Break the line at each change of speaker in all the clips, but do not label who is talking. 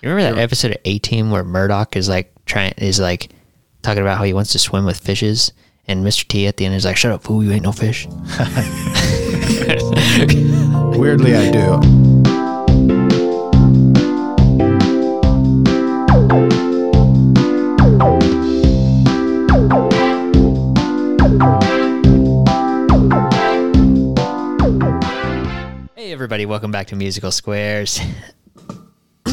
You remember that episode of A Team where Murdoch is like trying is like talking about how he wants to swim with fishes, and Mr. T at the end is like, "Shut up, fool! You ain't no fish."
Weirdly, I do.
Hey, everybody! Welcome back to Musical Squares.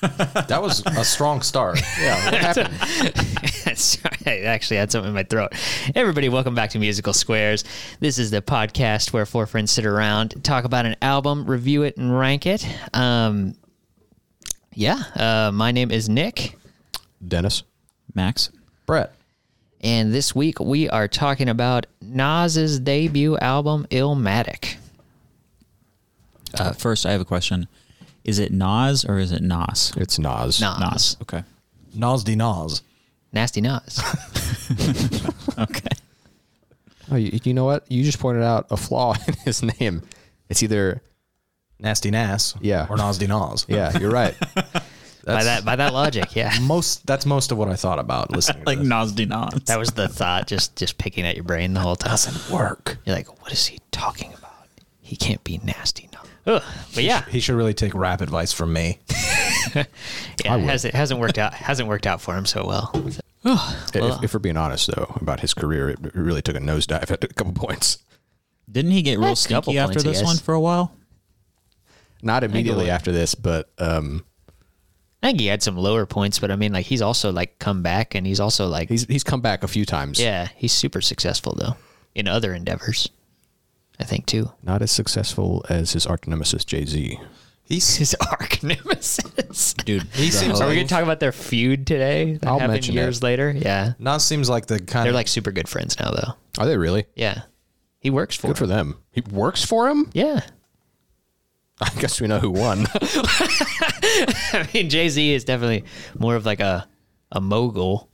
That was a strong start.
Yeah, what happened?
Sorry, I actually had something in my throat. Everybody, welcome back to Musical Squares. This is the podcast where four friends sit around, talk about an album, review it, and rank it. Um, yeah, uh, my name is Nick,
Dennis.
Max.
Brett.
and this week we are talking about Nas's debut album, Illmatic.
Uh, first, I have a question. Is it Nas or is it Nas?
It's Nas.
Nas.
Nas. Okay.
Nas de Nas.
Nasty Nas.
Okay.
Oh, you, you know what? You just pointed out a flaw in his name. It's either
Nasty Nas.
Yeah.
Or Nas de Nas.
yeah. You're right.
by that by that logic, yeah.
Most that's most of what I thought about listening. to
Like
this.
Nas de Nas.
That was the thought, just just picking at your brain the whole time.
Work.
You're like, what is he talking about? He can't be nasty Nas. Ugh. But yeah,
He should really take rap advice from me.
Yeah, it has, it hasn't worked out. Hasn't worked out for him so well.
if, if we're being honest though about his career, it it really took a nosedive at a couple points.
Didn't he get real
That's a couple
stinky after
points, I
this
guess.
one for a while?
Not immediately
look.
after this, but um,
I think he had some lower points, but I mean, like he's also like come back, and he's also like,
he's he's come back a few times.
yeah, he's super successful though in other endeavors. I think too.
Not as successful as his arch nemesis Jay Z.
He's
His arch nemesis.
Dude,
he seems
Are
like
we gonna talk about their feud today? That
I'll
happened
mention
years
it.
later. Yeah,
Nas seems like the kind
they're
of
like super good friends now though.
Are they really?
Yeah, he works for.
Good for
him.
them. He works for him.
Yeah,
I guess we know who won.
I mean, Jay Z is definitely more of like a a mogul.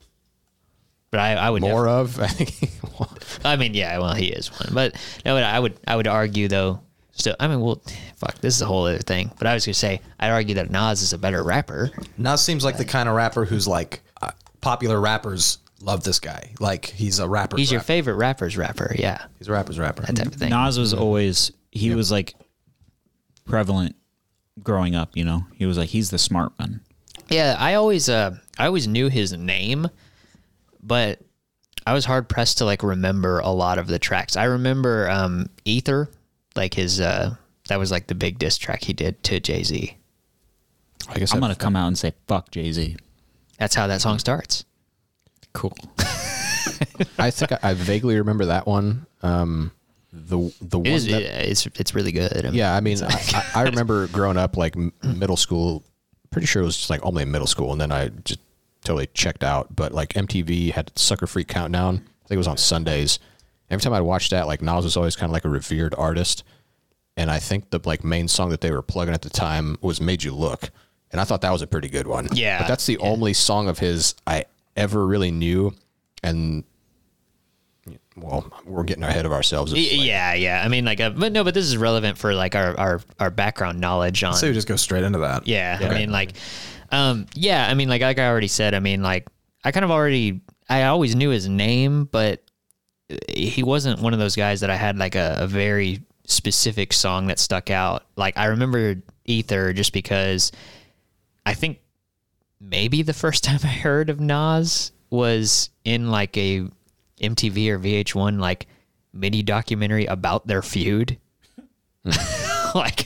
But I, I would
More of. I think he won.
I mean, yeah, well, he is one, but no, but I would, I would argue though. Still, I mean, well, fuck, this is a whole other thing. But I was gonna say, I'd argue that Nas is a better rapper.
Nas seems like the kind of rapper who's like uh, popular rappers love this guy. Like he's a rapper.
He's your favorite rapper's rapper, yeah,
he's a rapper's rapper.
that type of thing.
Nas was always, he was like prevalent growing up, you know? He was like, he's the smart one.
Yeah, I always, uh, I always knew his name, but I was hard pressed to like remember a lot of the tracks. I remember um, Ether, like his, uh, that was like the big diss track he did to Jay Z.
I guess
I'm
that-
going to come out and say, fuck Jay Z.
That's how that song starts.
Cool.
I think I, I vaguely remember that one. Um, the the one
It is,
that,
it's, it's really good. I mean,
yeah, I mean, I, I- I remember growing up like m- middle school. Pretty sure it was just like only middle school, and then I just totally checked out. But like MTV had Sucker Free Countdown. I think it was on Sundays. Every time I'd watch that, like Nas was always kind of like a revered artist, and I think the like main song that they were plugging at the time was "Made You Look," and I thought that was a pretty good one.
Yeah,
but that's the only song of his I ever really knew, and well, we're getting ahead of ourselves.
Y- yeah, yeah. I mean, like, uh, but no, but this is relevant for like our our, our background knowledge on.
So we just go straight into that.
yeah, I mean, like, um, yeah, I mean, like, like I already said, I mean, like, I kind of already, I always knew his name, but he wasn't one of those guys that I had like a, a very specific song that stuck out. Like, I remember Ether just because I think maybe the first time I heard of Nas was in like a MTV or VH1 like mini documentary about their feud. like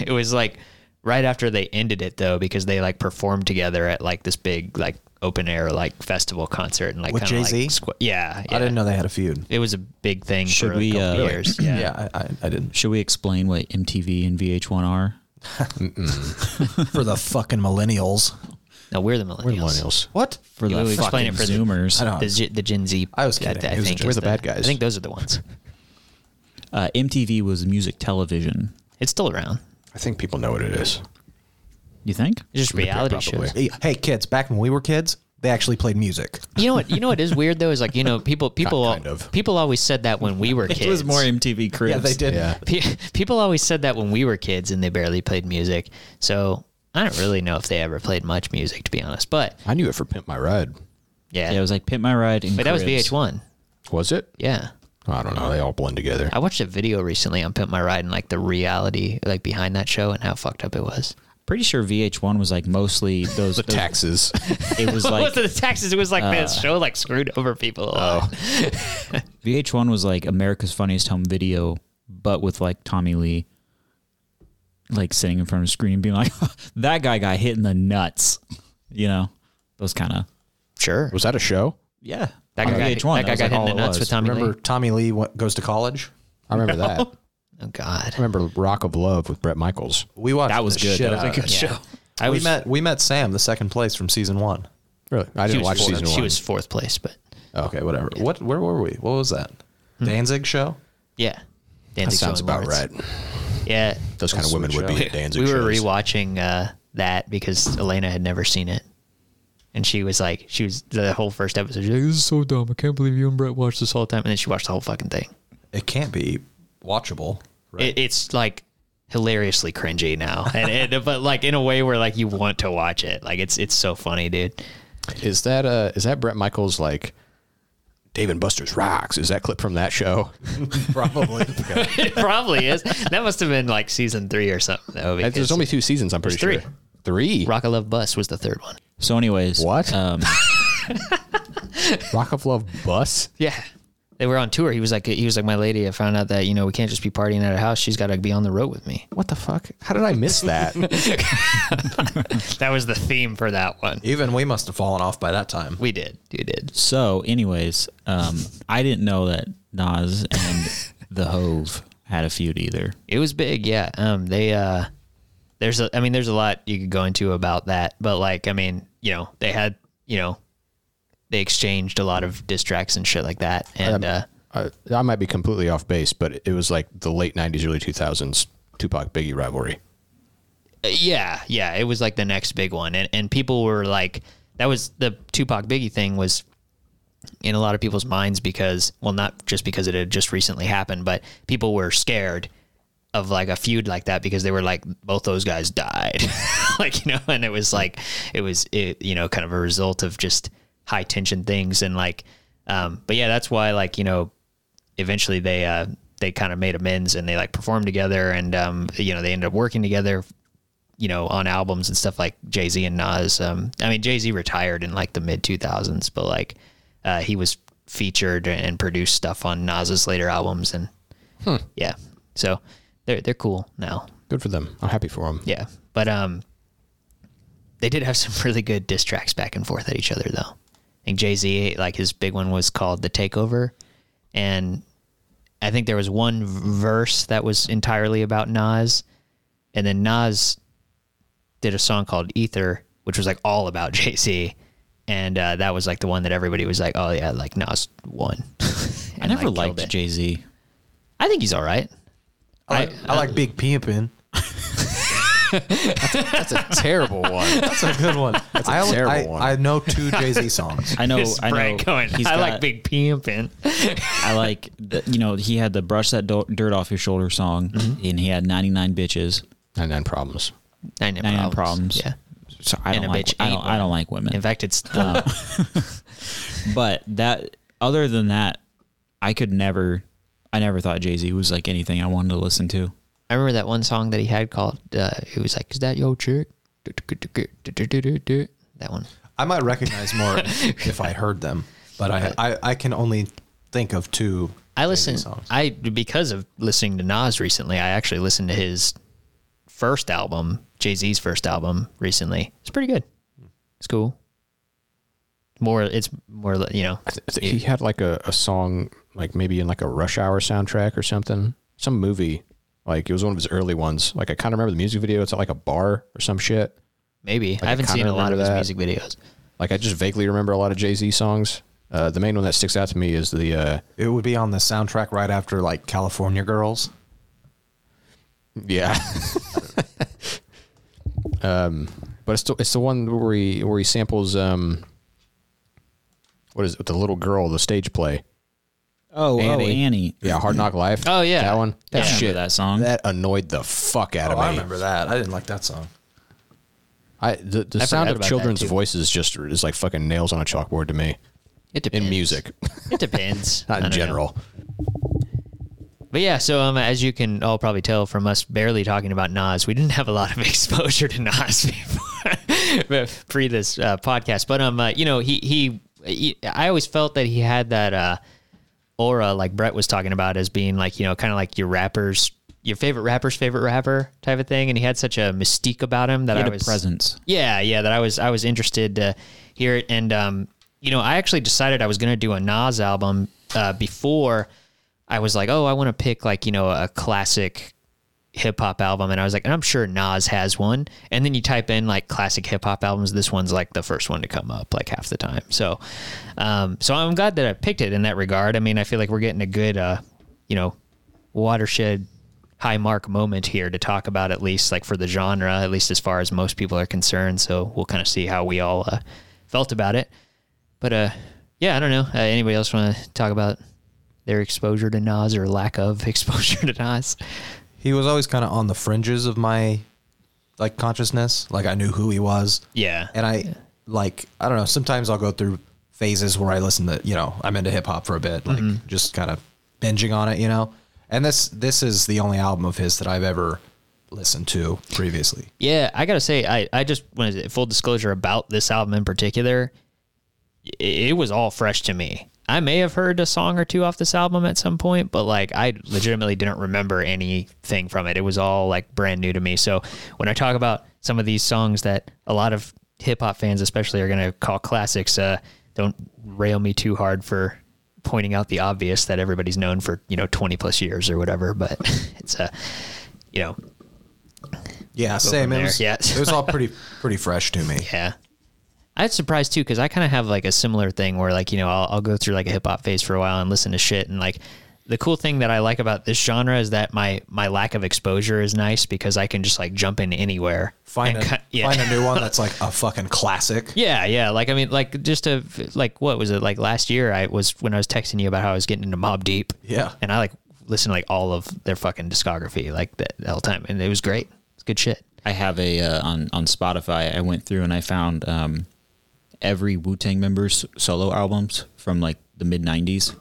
it was like right after they ended it though because they like performed together at like this big like open air like festival concert and like
With
kinda,
Jay-Z?
Like, squ- yeah, yeah.
I didn't know they had a feud.
It was a big thing
Should
for
we,
a couple
uh,
years.
Yeah,
Yeah.
I, I, I didn't.
Should we explain what MTV and VH1 are?
For the fucking millennials.
No, we're the millennials.
We're millennials.
What?
For
You
the
explain
fucking
it for the-
Zoomers.
I don't-
The, Gen- the Gen Z.
I was
I-
kidding.
I,
It was
think
just-
We're
is
the bad guys.
I think those are the ones.
uh, MTV was music television.
It's still around.
I think people know what it is.
You think?
It's just reality
probably.
shows.
Hey, hey, kids, back when we were kids, they actually played music.
You know what? You know what is weird though is like you know people people
kind of.
people always said that when we were kids.
It was more MTV Cribs.
Yeah, they did.
Yeah.
Pe- people always said that when we were kids and they barely played music. So I don't really know if they ever played much music, to be honest. But
I knew it for Pimp My Ride.
yeah,
Yeah, it was like Pit My Ride and
but that was
Cribs.
VH1.
Was it?
Yeah,
I don't know. They all blend together.
I watched a video recently on Pimp My Ride and like the reality like behind that show and how fucked up it was.
Pretty sure VH1 was like mostly those. those-
Taxes.
It was like uh,
Most of the taxes, it was like man, this show like screwed over people. A lot.
VH1 was like America's Funniest Home Video, but with like Tommy Lee, like sitting in front of a screen, and being like, "That guy got hit in the nuts," you know, those kind of
Sure,
was that a show?
yeah.
that
on
guy, got,
VH1,
that guy
was,
got
like,
hit in
all
the
it
nuts
was.
with Tommy
Remember
Lee.
Tommy Lee went, goes to college?
I remember that.
Oh God,
I remember Rock of Love with Brett Michaels.
We watched
That was
the
good. uh,
Shit
That was
out
a
of
good
it.
show.
I
we
was
met we met Sam, the second place from season one.
Really? I
she
didn't
was
watch
fourth,
season one.
She was fourth place, but
Oh,
Okay, whatever. What? Where were we? What was that? Danzig show.
yeah,
That
Danzig
sounds
Joan
about
Lawrence.
right.
Yeah,
Those kind of women would be at Danzig
we were
shows.
rewatching uh, that because Elena had never seen it, and she was like, she was the whole first episode. She's like, "This is so dumb. I can't believe you and Brett watched this whole time." And then she watched the whole fucking thing.
It can't be watchable.
It, it's like hilariously cringy now, and it, but like in a way where like you want to watch it. Like it's it's so funny, dude.
Is that uh is that Brett Michaels like Dave and Buster's Rocks? Is that clip from that show?
Probably.
It probably is. That must have been like season three or something. Though, because
There's only two seasons, I'm pretty
There's
sure. Three.
Rock I Love Bus was the third one.
So, anyways,
What?
Um,
Um.
Rock of Love Bus?
Yeah. They were on tour. He was like, he was like, my lady. I found out that you know we can't just be partying at a house. She's got to be on the road with me.
What the fuck? How did I miss that?
That was the theme for that one.
Even we must have fallen off by that time.
We did. We did.
so, anyways, um, I didn't know that Nas and The Hove had a feud either.
It was big. Yeah. Um. They. Uh. There's a. I mean, there's a lot you could go into about that. But like, I mean, you know, they had. You know, they exchanged a lot of diss tracks and shit like that. And uh,
I, I might be completely off base, but it was like the late 90s, early 2000s Tupac Biggie rivalry.
yeah, yeah, it was like the next big one, and and people were like, that was the Tupac Biggie thing was in a lot of people's minds because well not just because it had just recently happened but people were scared of like a feud like that because they were like both those guys died like you know and it was like it was it, you know kind of a result of just high tension things and like um but yeah that's why like you know eventually they uh they kind of made amends and they like performed together and um you know they ended up working together you know on albums and stuff like Jay-Z and Nas um I mean Jay-Z retired in like the mid 2000s but like uh, he was featured and produced stuff on Nas's later albums, and yeah, so they're they're cool now.
Good for them. I'm happy for them.
Yeah, but um, they did have some really good diss tracks back and forth at each other though. I think Jay Z like his big one was called "The Takeover," and I think there was one verse that was entirely about Nas, and then Nas did a song called Ether, which was like all about Jay Z, and uh, that was like the one that everybody was like, "Oh yeah, like Nas won."
I
And,
never
like, killed
liked
it.
Jay Z.
I think he's all right.
I, like- I like Big Pimpin.
That's a terrible one.
That's a good one. That's I only-
terrible
I,
one.
I know two Jay Z songs.
I know.
This
I know.
Brett going,
he's
I
got-
like Big Pimpin.
I like, the, you know, he had the brush that do- dirt off your shoulder song, and he had 99 bitches,
And then problems.
99
99 problems.
Yeah.
So I
And
don't
a
like.
bitch
I
ain't
don't, I don't like women.
In fact, it's uh, the,
but that, other than that, I could never. I never thought Jay Z was like anything I wanted to listen to.
I remember that one song that he had called, uh, it was like, Is that yo chick? That one.
I might recognize more if I heard them, but I, I, I can only think of two.
I
Jay-Z
listened,
songs.
I, because of listening to Nas recently, I actually listened to his first album, Jay Z's first album recently. It's pretty good. It's cool. More, it's more, you know,
I th- I think he had like a, a song, like maybe in like a Rush Hour soundtrack or something. Some movie. Like it was one of his early ones. Like I kind of remember the music video. It's at like a bar or some shit.
maybe. I
I
haven't
kinda
seen a lot of
remember
his
that.
music videos.
Like I just vaguely remember a lot of Jay Z songs. Uh, the main one that sticks out to me is the uh,
It would be on the soundtrack right after like California Girls.
yeah. um, but it's the, it's the one where he where he samples um, what is it? The little girl, the stage play.
Oh,
Annie.
oh, Annie.
Yeah, Hard Knock Life.
Oh, yeah.
that one.
I
That
remember
shit.
that song.
Oh,
Oh,
That annoyed the fuck out of me.
that. I didn't like that song.
I the, the
I
sound
forgot
of
about that,
children's
too.
voices just is like fucking nails on a chalkboard to me
It depends.
in music,
It depends. I
not in
don't know.
general.
But yeah, so um, as you can all probably tell from us barely talking about Nas, we didn't have a lot of exposure to Nas before pre this uh, podcast. But um, uh, you know, he, he he, I always felt that he had that uh aura, like Brett was talking about, as being like you know, kind of like your rappers, your favorite rapper's favorite rapper type of thing. And he had such a mystique about him that I
He had a
was
presence.
yeah, yeah, that I was I was interested to hear it, and um, you know, I actually decided I was gonna do a Nas album uh, before I was like, oh, I want to pick like you know a classic hip hop album, and I was like, and I'm sure Nas has one, and then you type in like classic hip hop albums, this one's like the first one to come up like half the time, so um, so I'm glad that I picked it in that regard. I mean, I feel like we're getting a good uh, you know, watershed high mark moment here to talk about at least like for the genre at least as far as most people are concerned so we'll kind of see how we all uh, felt about it but uh yeah i don't know uh, anybody else want to talk about their exposure to nas or lack of exposure to nas
He was always kind of on the fringes of my like consciousness. Like I knew who he was.
yeah
And I like I don't know, sometimes I'll go through phases where I listen to, you know, I'm into hip hop for a bit, like
Mm-hmm.
just kind of binging on it, you know. And this this is the only album of his that I've ever listened to previously.
Yeah, I gotta say, I I just wanted to, full disclosure about this album in particular. It, it was all fresh to me. I may have heard a song or two off this album at some point, but like I legitimately didn't remember anything from it. It was all like brand new to me. So when I talk about some of these songs that a lot of hip hop fans, especially, are gonna call classics, uh, don't rail me too hard for pointing out the obvious that everybody's known for you know 20 plus years or whatever but it's a you know
Yeah, same.
from
It
there.
was,
Yeah.
it was all pretty pretty fresh to me.
Yeah. I was surprised too because I kind of have like a similar thing where like you know I'll, I'll go through like a hip hop phase for a while and listen to shit and like the cool thing that I like about this genre is that my my lack of exposure is nice because I can just like jump in anywhere
Find a,
and cut- yeah
find a new one that's like a fucking classic.
yeah yeah like I mean like just a like what was it like last year I was when I was texting you about how I was getting into Mob Deep
Yeah.
and I like listened to like all of their fucking discography like that the whole time and it was great it's good shit
I have a uh, on on Spotify. I went through and I found um, every Wu Tang member's solo albums from like the mid '90s,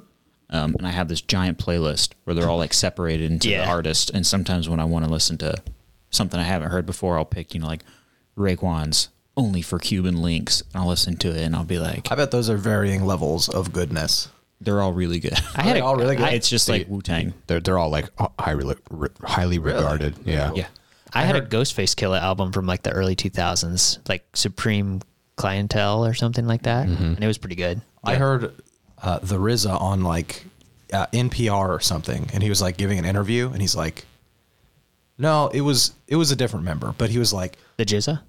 um, and I have this giant playlist where they're all like separated into
Yeah.
the artists. And sometimes when I want to listen to something I haven't heard before, I'll pick you know like Raekwon's "Only for Cuban Links," and I'll listen to it, and I'll be like,
I bet those are varying levels of goodness.
"They're all really good."
I had
they
a-
all really good?
I,
it's just like Wu Tang.
They're they're all like h- highly re- highly regarded. Yeah,
Yeah,
I had a Ghostface Killer album from like the early 2000s, like Supreme Clientele or something like that, and it was pretty good.
I heard uh, the RZA on like uh, NPR or something, and he was like giving an interview, and he's like, "No, it was it was a different member," but he was like,
The Jizza.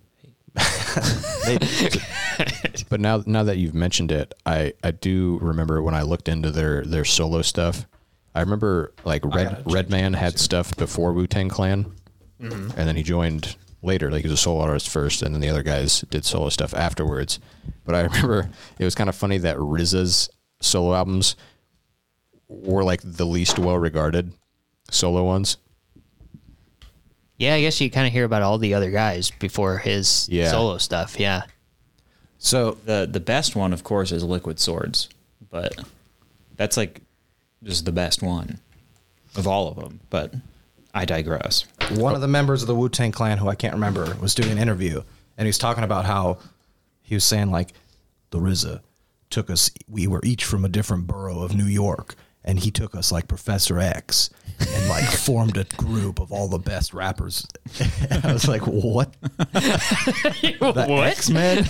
But now now that you've mentioned it, I I do remember when I looked into their their solo stuff. I remember like Red Redman had stuff before Wu Tang Clan,
Mm-hmm.
and then he joined later. Like he was a solo artist first, and then the other guys did solo stuff afterwards. But I remember it was kind of funny that RZA's solo albums were like the least well regarded solo ones.
Yeah, I guess you kind of hear about all the other guys before his
Yeah.
solo stuff. Yeah.
"So
the the best one, of course, is Liquid Swords, but that's like just the best one of all of them. But I digress.
one of the members of the Wu Tang Clan, who I can't remember, was doing an interview, and he was talking about how he was saying like the RZA took us. We were each from a different borough of New York, and he took us like Professor X and like formed a group of all the best rappers. And I was like, what?
what?
Man,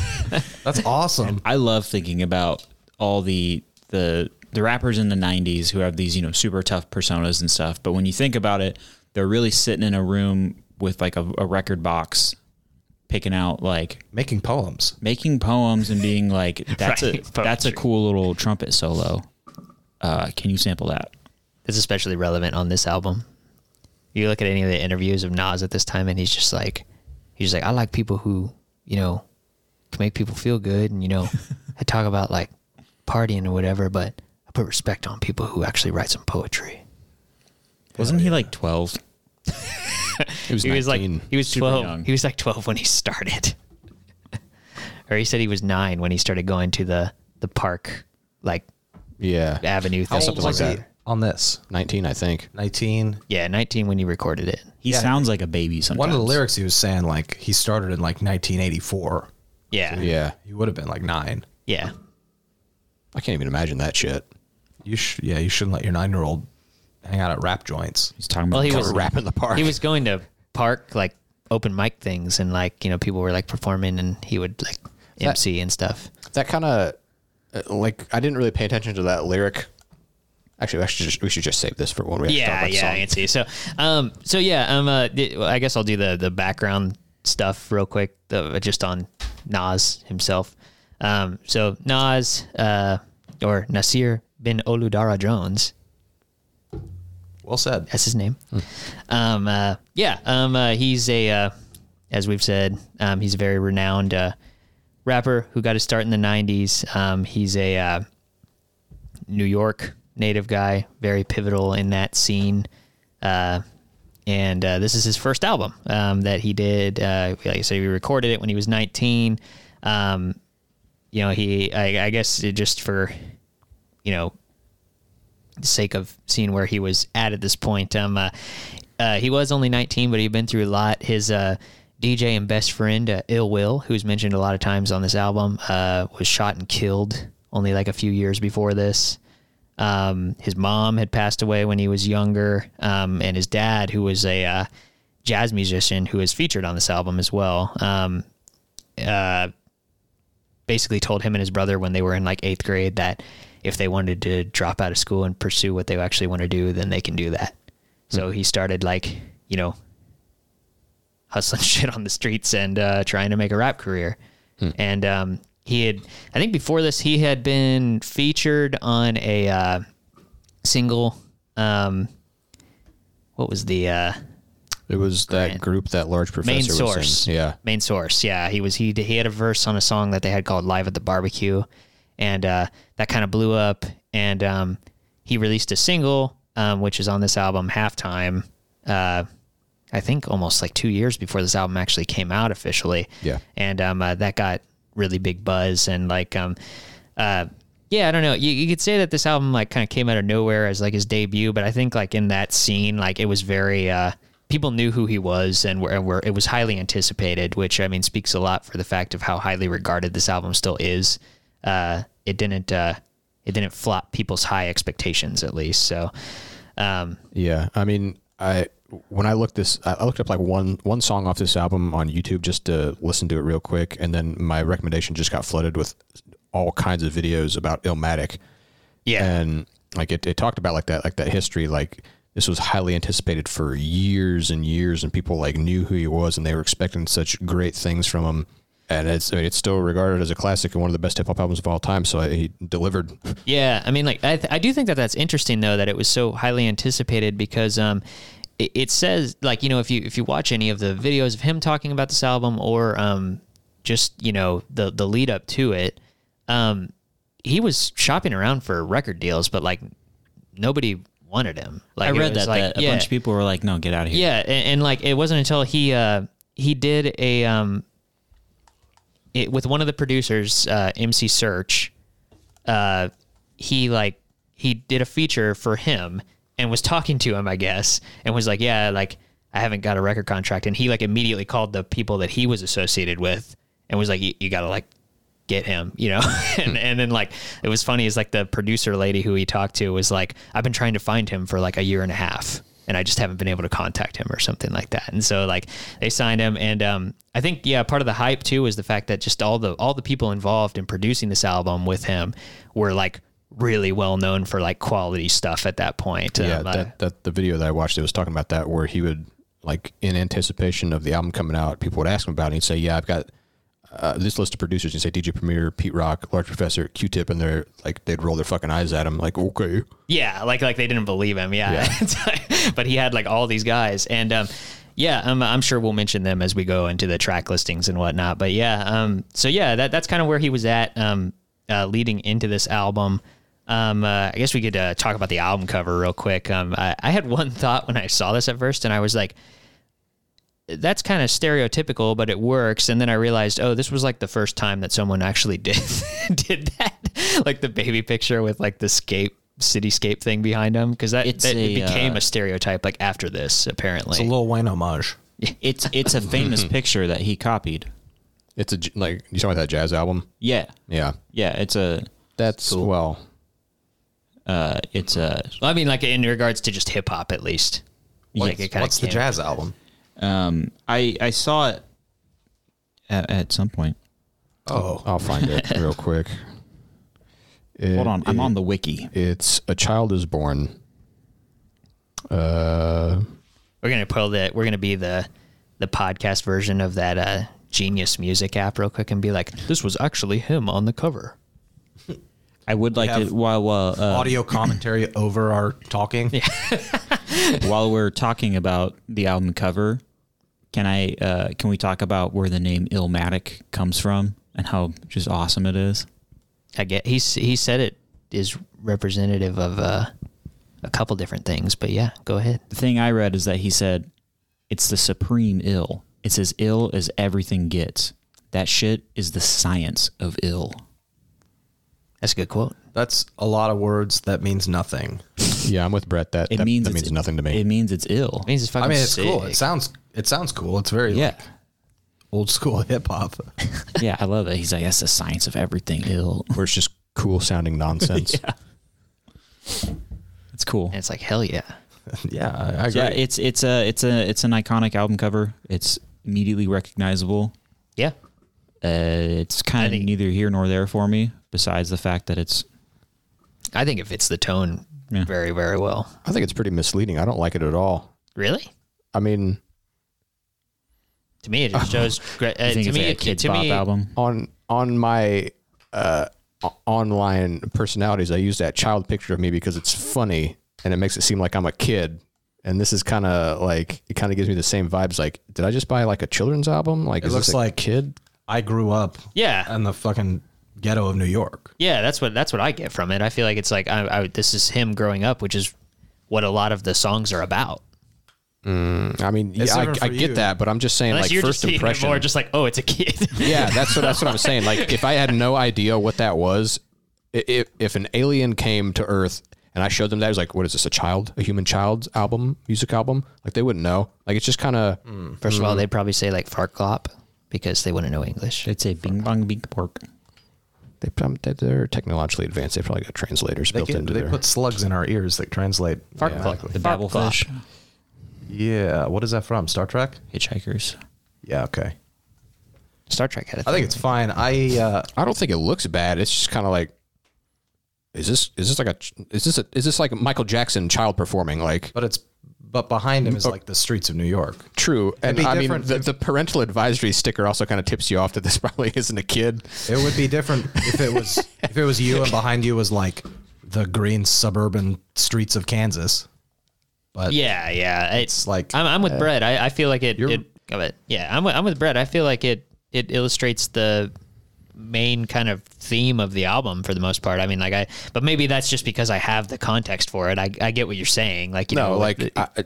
that's awesome.
I love thinking about all the the the rappers in the '90s who have these you know super tough personas and stuff. But when you think about it, they're really sitting in a room with like a, a record box, picking out like
Making poems.
making poems and being like, "That's
Right,
a that's a
poetry.
cool little trumpet solo." Uh, can you sample that?
It's especially relevant on this album. You look at any of the interviews of Nas at this time, and he's just like, he's just like, I like people who, you know, can make people feel good, and you know, I talk about like partying or whatever, but I put respect on people who actually write some poetry.
Wasn't he like twelve?
It was
he was
19.
like he was
Super
twelve.
young.
He was like twelve when he started. or he said he was nine when he started going to the the park, like
Yeah.
Avenue thing.
something like that.
On this,
19, I think.
19.
Yeah, nineteen when you recorded it.
He sounds like a baby sometimes.
One of the lyrics he was saying, like, he started in like 1984.
Yeah, yeah,
Yeah.
He would have been like nine.
yeah.
I can't even imagine that shit.
You sh- yeah, you shouldn't let your nine year old hang out at rap joints.
He's talking about
Well, he
cover
was
Rap in the park.
he was going to park like open mic things and like you know people were like performing and he would like MC and stuff.
that kind of like I didn't really pay attention to that lyric. Actually, we should just, we should just save this for when we actually talk
yeah,
about the
yeah,
song.
Nancy. So, um, so yeah, um, uh, th- well, I guess I'll do the the background stuff real quick, the, just on Nas himself. Um, so Nas, uh, or Nasir bin Oludara Jones,
Well said.
that's his name. Um, uh, yeah, um, uh, he's a, uh, as we've said, um, he's a very renowned uh, rapper who got his start in the '90s. Um, he's a uh, New York native guy, very pivotal in that scene. Uh, and uh, this is his first album um, that he did. Uh, like I say, we recorded it when he was 19. Um, you know, he, I, I guess, it just for, you know, sake of seeing where he was at at this point. Um, uh, uh, he was only 19, but he'd been through a lot. His uh, DJ and best friend, uh, Ill Will, who's mentioned a lot of times on this album, uh, was shot and killed only like a few years before this. Um, his mom had passed away when he was younger, um, and his dad, who was a uh, jazz musician who is featured on this album as well, um, basically told him and his brother when they were in like eighth grade that if they wanted to drop out of school and pursue what they actually want to do, then they can do that. So he started like, you know, hustling shit on the streets and uh, trying to make a rap career. And um, he had, I think before this, he had been featured on a uh, single. Um, what was the. Uh,
It was that group that large professor
main
was
source.
in. Yeah.
main source. Yeah, he was he he had a verse on a song that they had called "Live at the Barbecue," and uh, that kind of blew up. And um, he released a single, um, which is on this album, "Halftime." Uh, I think almost like two years before this album actually came out officially.
Yeah.
and um, uh, that got really big buzz and like um, uh, yeah, I don't know. You, you could say that this album like kind of came out of nowhere as like his debut, but I think like in that scene, like it was very uh, people knew who he was and were, and were it was highly anticipated, which I mean speaks a lot for the fact of how highly regarded this album still is. Uh, it didn't uh, it didn't flop people's high expectations at least. So um,
Yeah. I mean, I when I looked this, I I looked up like one one song off this album on YouTube just to listen to it real quick, and then my recommendation just got flooded with all kinds of videos about Illmatic.
yeah,
and like it, it talked about like that like that history like this was highly anticipated for years and years and people like knew who he was and they were expecting such great things from him and it's I mean, it's still regarded as a classic and one of the best hip hop albums of all time so he delivered
Yeah, I mean, like I, th- I do think that that's interesting though that it was so highly anticipated because um, it, it says like you know if you if you watch any of the videos of him talking about this album or um, just you know the the lead up to it, um, he was shopping around for record deals, but like nobody wanted him. Like
I
it
read
was
that,
like,
that a
yeah.
bunch of people were like, "No, get out of here."
Yeah, and, and like it wasn't until he uh he did a um it, with one of the producers, uh, MC Search, uh, he like he did a feature for him and was talking to him, I guess, and was like, yeah, like I haven't got a record contract, and he like immediately called the people that he was associated with and was like, you you gotta like get him, you know, and and then like it was funny is like the producer lady who he talked to was like, I've been trying to find him for like a year and a half. And I just haven't been able to contact him or something like that. And so like they signed him, and um, I think yeah, part of the hype too is the fact that just all the all the people involved in producing this album with him were like really well known for like quality stuff at that point.
yeah
Um, uh,
that, that the video that I watched it was talking about that where he would like in anticipation of the album coming out people would ask him about it and he'd say yeah I've got uh, this list of producers and say DJ Premier Pete Rock Large Professor Q-Tip and they're like they'd roll their fucking eyes at him like okay
Yeah, like like they didn't believe him. Yeah, It's like- but he had like all these guys, and um, yeah, I'm, I'm sure we'll mention them as we go into the track listings and whatnot. But yeah, um, so yeah, that that's kind of where he was at, um, uh, leading into this album. Um, uh, I guess we could uh, talk about the album cover real quick. Um, I, I had one thought when I saw this at first, and I was like, that's kind of stereotypical, but it works. And then I realized, oh, this was like the first time that someone actually did did that, like the baby picture with like the scape cityscape thing behind him, because that,
It's
that- it
a, uh,
became a stereotype like after this apparently.
It's a little Wayne homage.
It's it's a famous picture that he copied.
It's a j- like you talking about that jazz album?
Yeah,
Yeah,
yeah. It's a
that's well.
uh, it's a
well, I mean, like in regards to just hip hop, at least. Like, it kinda
What's the
came-
jazz album?
um. I I saw it at, at some point.
Oh,
I'll find it real quick. It
Hold on, I'm
is-
on the wiki.
It's a child is born. Uh,
We're gonna pull the. We're gonna be the the podcast version of that uh, genius music app real quick and be like, this was actually him on the cover.
I would like
have
to while while uh,
audio commentary over our talking.
while we're talking about the album cover, can I uh, can we talk about where the name Illmatic comes from and how just awesome it is?
I get he s- he said it is representative of uh, a couple different things, but yeah, go ahead.
The thing I read is that he said it's the supreme ill. It's as ill as everything gets. That shit is the science of ill.
That's a good quote.
That's a lot of words that means nothing.
yeah, I'm with Brett. That
It
that,
means
that
it's-
means nothing to me.
It means it's ill.
Means it's fucking
I mean, it's
sick.
cool. It sounds it sounds cool. It's very
yeah,
old school hip hop.
yeah. I love it. He's like that's the science of everything ill.
where it's just cool sounding nonsense.
It's cool.
and it's like hell yeah.
yeah, I, I agree.
Yeah, it's it's a it's a it's an iconic album cover. It's immediately recognizable.
Yeah,
Uh, it's kind of
think-
neither here nor there for me. Besides the fact that it's
I think it fits the tone
Yeah.
very very well.
I think it's pretty misleading. I don't like it at all.
Really,
I mean,
to me it just shows. great
I
uh,
think
to
it's
me,
like a kids
to
bop
me,
album.
on on my uh, o- online personalities, I use that child picture of me because it's funny and it makes it seem like I'm a kid. And this is kind of like it kind of gives me the same vibes. Like, did I just buy like a children's album? Like,
it
is
looks
this a
like
kid.
I grew up.
Yeah.
in the fucking ghetto of New York.
Yeah, that's what that's what I get from it. I feel like it's like I, I this is him growing up, which is what a lot of the songs are about.
I mean,
It's
yeah, I,
different
I
for
get
you.
that, but I'm just saying,
Unless
like
you're
first
just seeing it
impression.
more, just like oh, it's a kid.
yeah, that's what that's what I'm saying. Like, if I had no idea what that was, i- if if an alien came to Earth and I showed them that, it was like, what is this? A child, a human child's album, music album? Like they wouldn't know. Like it's just kind of
Hmm.
First
Mm-hmm.
of all, they'd probably say like farklop because they wouldn't know English.
It's a bing bong bing pork.
they, prob- they they're technologically advanced. They probably got translators
They,
built
get-
into
they
their.
put slugs in our ears that translate.
Farklop.
automatically.
The
Farklop.
babblefish,
Yeah, what is that from? Star Trek?
hitchhikers.
Yeah, okay.
Star Trek had a
I
thing.
think it's fine. I uh,
I don't think it looks bad. It's just kind of like. Is this is this like a ch- is this a, is this like Michael Jackson child performing like
but it's but behind
Oh.
him is like the streets of New York.
true and
be
I mean
different
the,
if-
the parental advisory sticker also kind of tips you off that this probably isn't a kid
It would be different if it was if it was you and behind you was like the green suburban streets of Kansas. But
yeah, yeah. It's,
like-
I'm, I'm with Brett. I, I feel like it.
You're-
it of it. Yeah, I'm with, I'm with Brett. I feel like it it illustrates the main kind of theme of the album for the most part. I mean, like I, but maybe that's just because I have the context for it. I, I get what you're saying. Like you know,
no like I, I-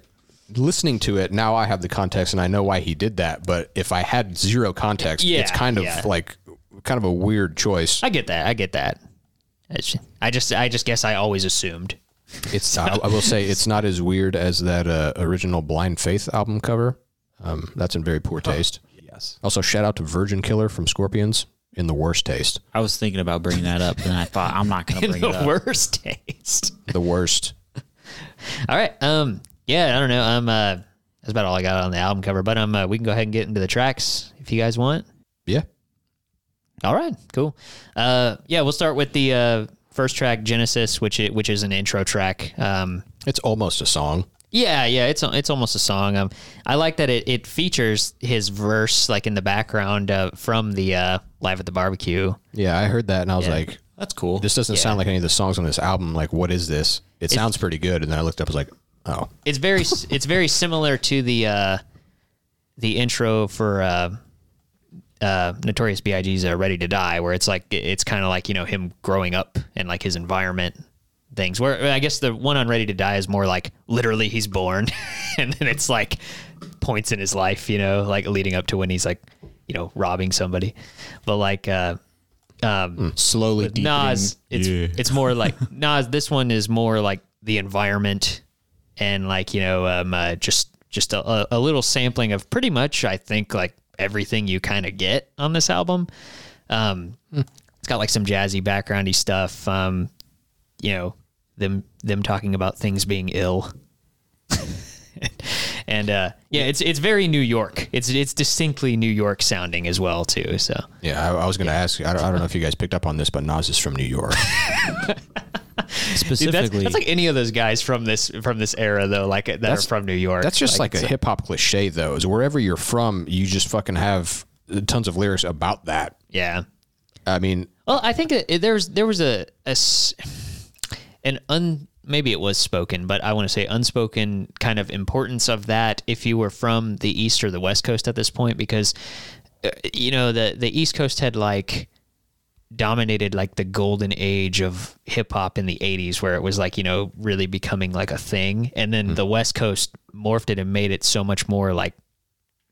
listening to it now i have the context and i know why he did that but if i had zero context
Yeah,
it's kind of
yeah.
like kind of a weird choice
I get that. I get that. It's- I just I just guess I always assumed.
it's I, I will say it's not as weird as that uh, original blind faith album cover um, that's in very poor taste
yes.
also shout out to virgin killer from scorpions in the worst taste
I was thinking about bringing that up, and I thought I'm not gonna bring it
the
up.
worst taste.
the worst
All right. Um. Yeah. I don't know. I'm. Uh. That's about all I got on the album cover. But um. Uh, we can go ahead and get into the tracks if you guys want.
yeah
All right. Cool. Uh. Yeah. We'll start with the uh first track, Genesis, which it, which is an intro track. Um.
it's almost a song
Yeah, yeah, it's it's almost a song. Um, I like that it, it features his verse like in the background uh, from the uh, live at the barbecue.
yeah i heard that and i was like
That's cool.
this doesn't
Yeah.
sound like any of the songs on this album like what is this it sounds pretty good and then i looked up I was like oh
It's very it's very similar to the uh, the intro for uh, uh, Notorious B.I.G.'s uh, "Ready to Die," where it's like it's kind of like you know him growing up and like his environment things. Where I guess the one on "Ready to Die" is more like literally he's born, and then it's like points in his life, you know, like leading up to when he's like, you know, robbing somebody. But like uh um
Slowly
with Nas,
deepening-
it's
Yeah.
it's more like Nas, this one is more like the environment and like, you know, um uh, just just a, a- a little sampling of pretty much I think like everything you kind of get on this album. Um it's got like some jazzy backgroundy stuff. Um you know, them them talking about things being ill and uh, yeah, it's it's very New York. It's it's distinctly New York sounding as well too. So
Yeah, I, I was going to ask. I don't, I don't know if you guys picked up on this, but Nas is from New York.
Dude, that's,
specifically
that's like any of those guys from this from this era though, like that
That's-
are from New York.
That's just like, a hip hop cliche, though. Is wherever you're from, you just fucking have tons of lyrics about that.
yeah.
I mean,
Well, I think it, there's there was a, a s- an un maybe it was spoken, but I want to say unspoken kind of importance of that if you were from the east or the west coast at this point because uh, you know the the east coast had like dominated like the golden age of hip hop in the 80s where it was like you know really becoming like a thing and then the west coast morphed it and made it so much more like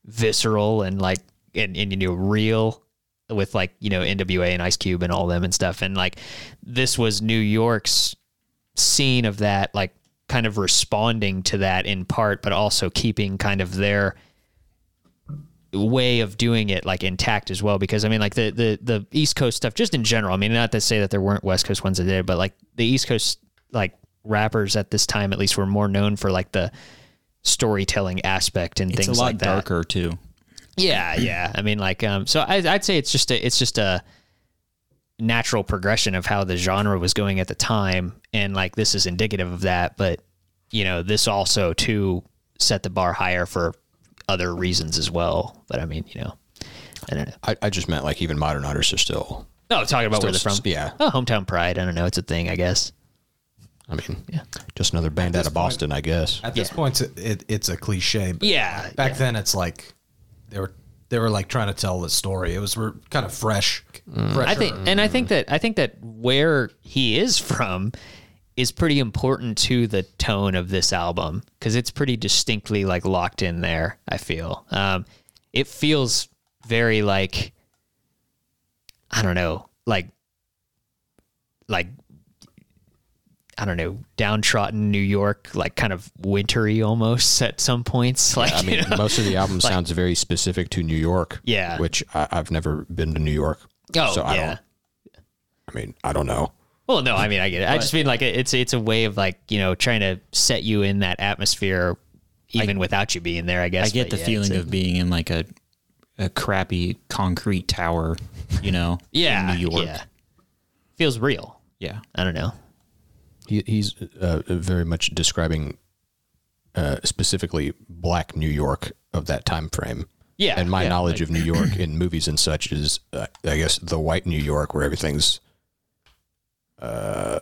visceral and like and, and you know real with like you know NWA and Ice Cube and all them and stuff and like this was New York's scene of that like kind of responding to that in part but also keeping kind of their way of doing it like intact as well because I mean like the the the East Coast stuff just in general I mean not to say that there weren't West Coast ones that did but like the East Coast like rappers at this time at least were more known for like the storytelling aspect and
it's
things
a lot
like that
darker too.
yeah, yeah. I mean, like, um, so I, I'd say it's just a, it's just a natural progression of how the genre was going at the time, and like this is indicative of that. But you know, this also too set the bar higher for other reasons as well. But I mean, you know, I don't know.
I, I just meant like even modern artists are still.
No, talking about where they're from.
Yeah.
Oh, hometown pride. I don't know. It's a thing, I guess.
I mean, just another band out of Boston, I guess.
At this point, it's a- it, it's a cliche. But
Yeah.
Back then, it's like they were they were like trying to tell the story. It was we're kind of fresh.
Mm. I think, and I think that I think that where he is from is pretty important to the tone of this album because it's pretty distinctly like locked in there. I feel um, it feels very like I don't know, like like I don't know, downtrodden New York, like kind of wintry almost at some points. Like
I mean, most of the album sounds very specific to New York.
Yeah.
Which I, I've never been to New York.
oh
so
yeah.
I don't. I mean, I don't know.
Well, no, I mean, I get it. I just mean like it's it's a way of like you know trying to set you in that atmosphere, even without you being there. I guess
I
but
get the
yeah,
feeling
it's a-
of being in like a a crappy concrete tower, you know,
yeah,
in New York.
yeah, feels real.
yeah.
I don't know.
He, he's uh, very much describing uh, specifically black New York of that time frame.
Yeah,
And my
yeah,
knowledge of New York in movies and such is, uh, I guess, the white New York where everything's uh,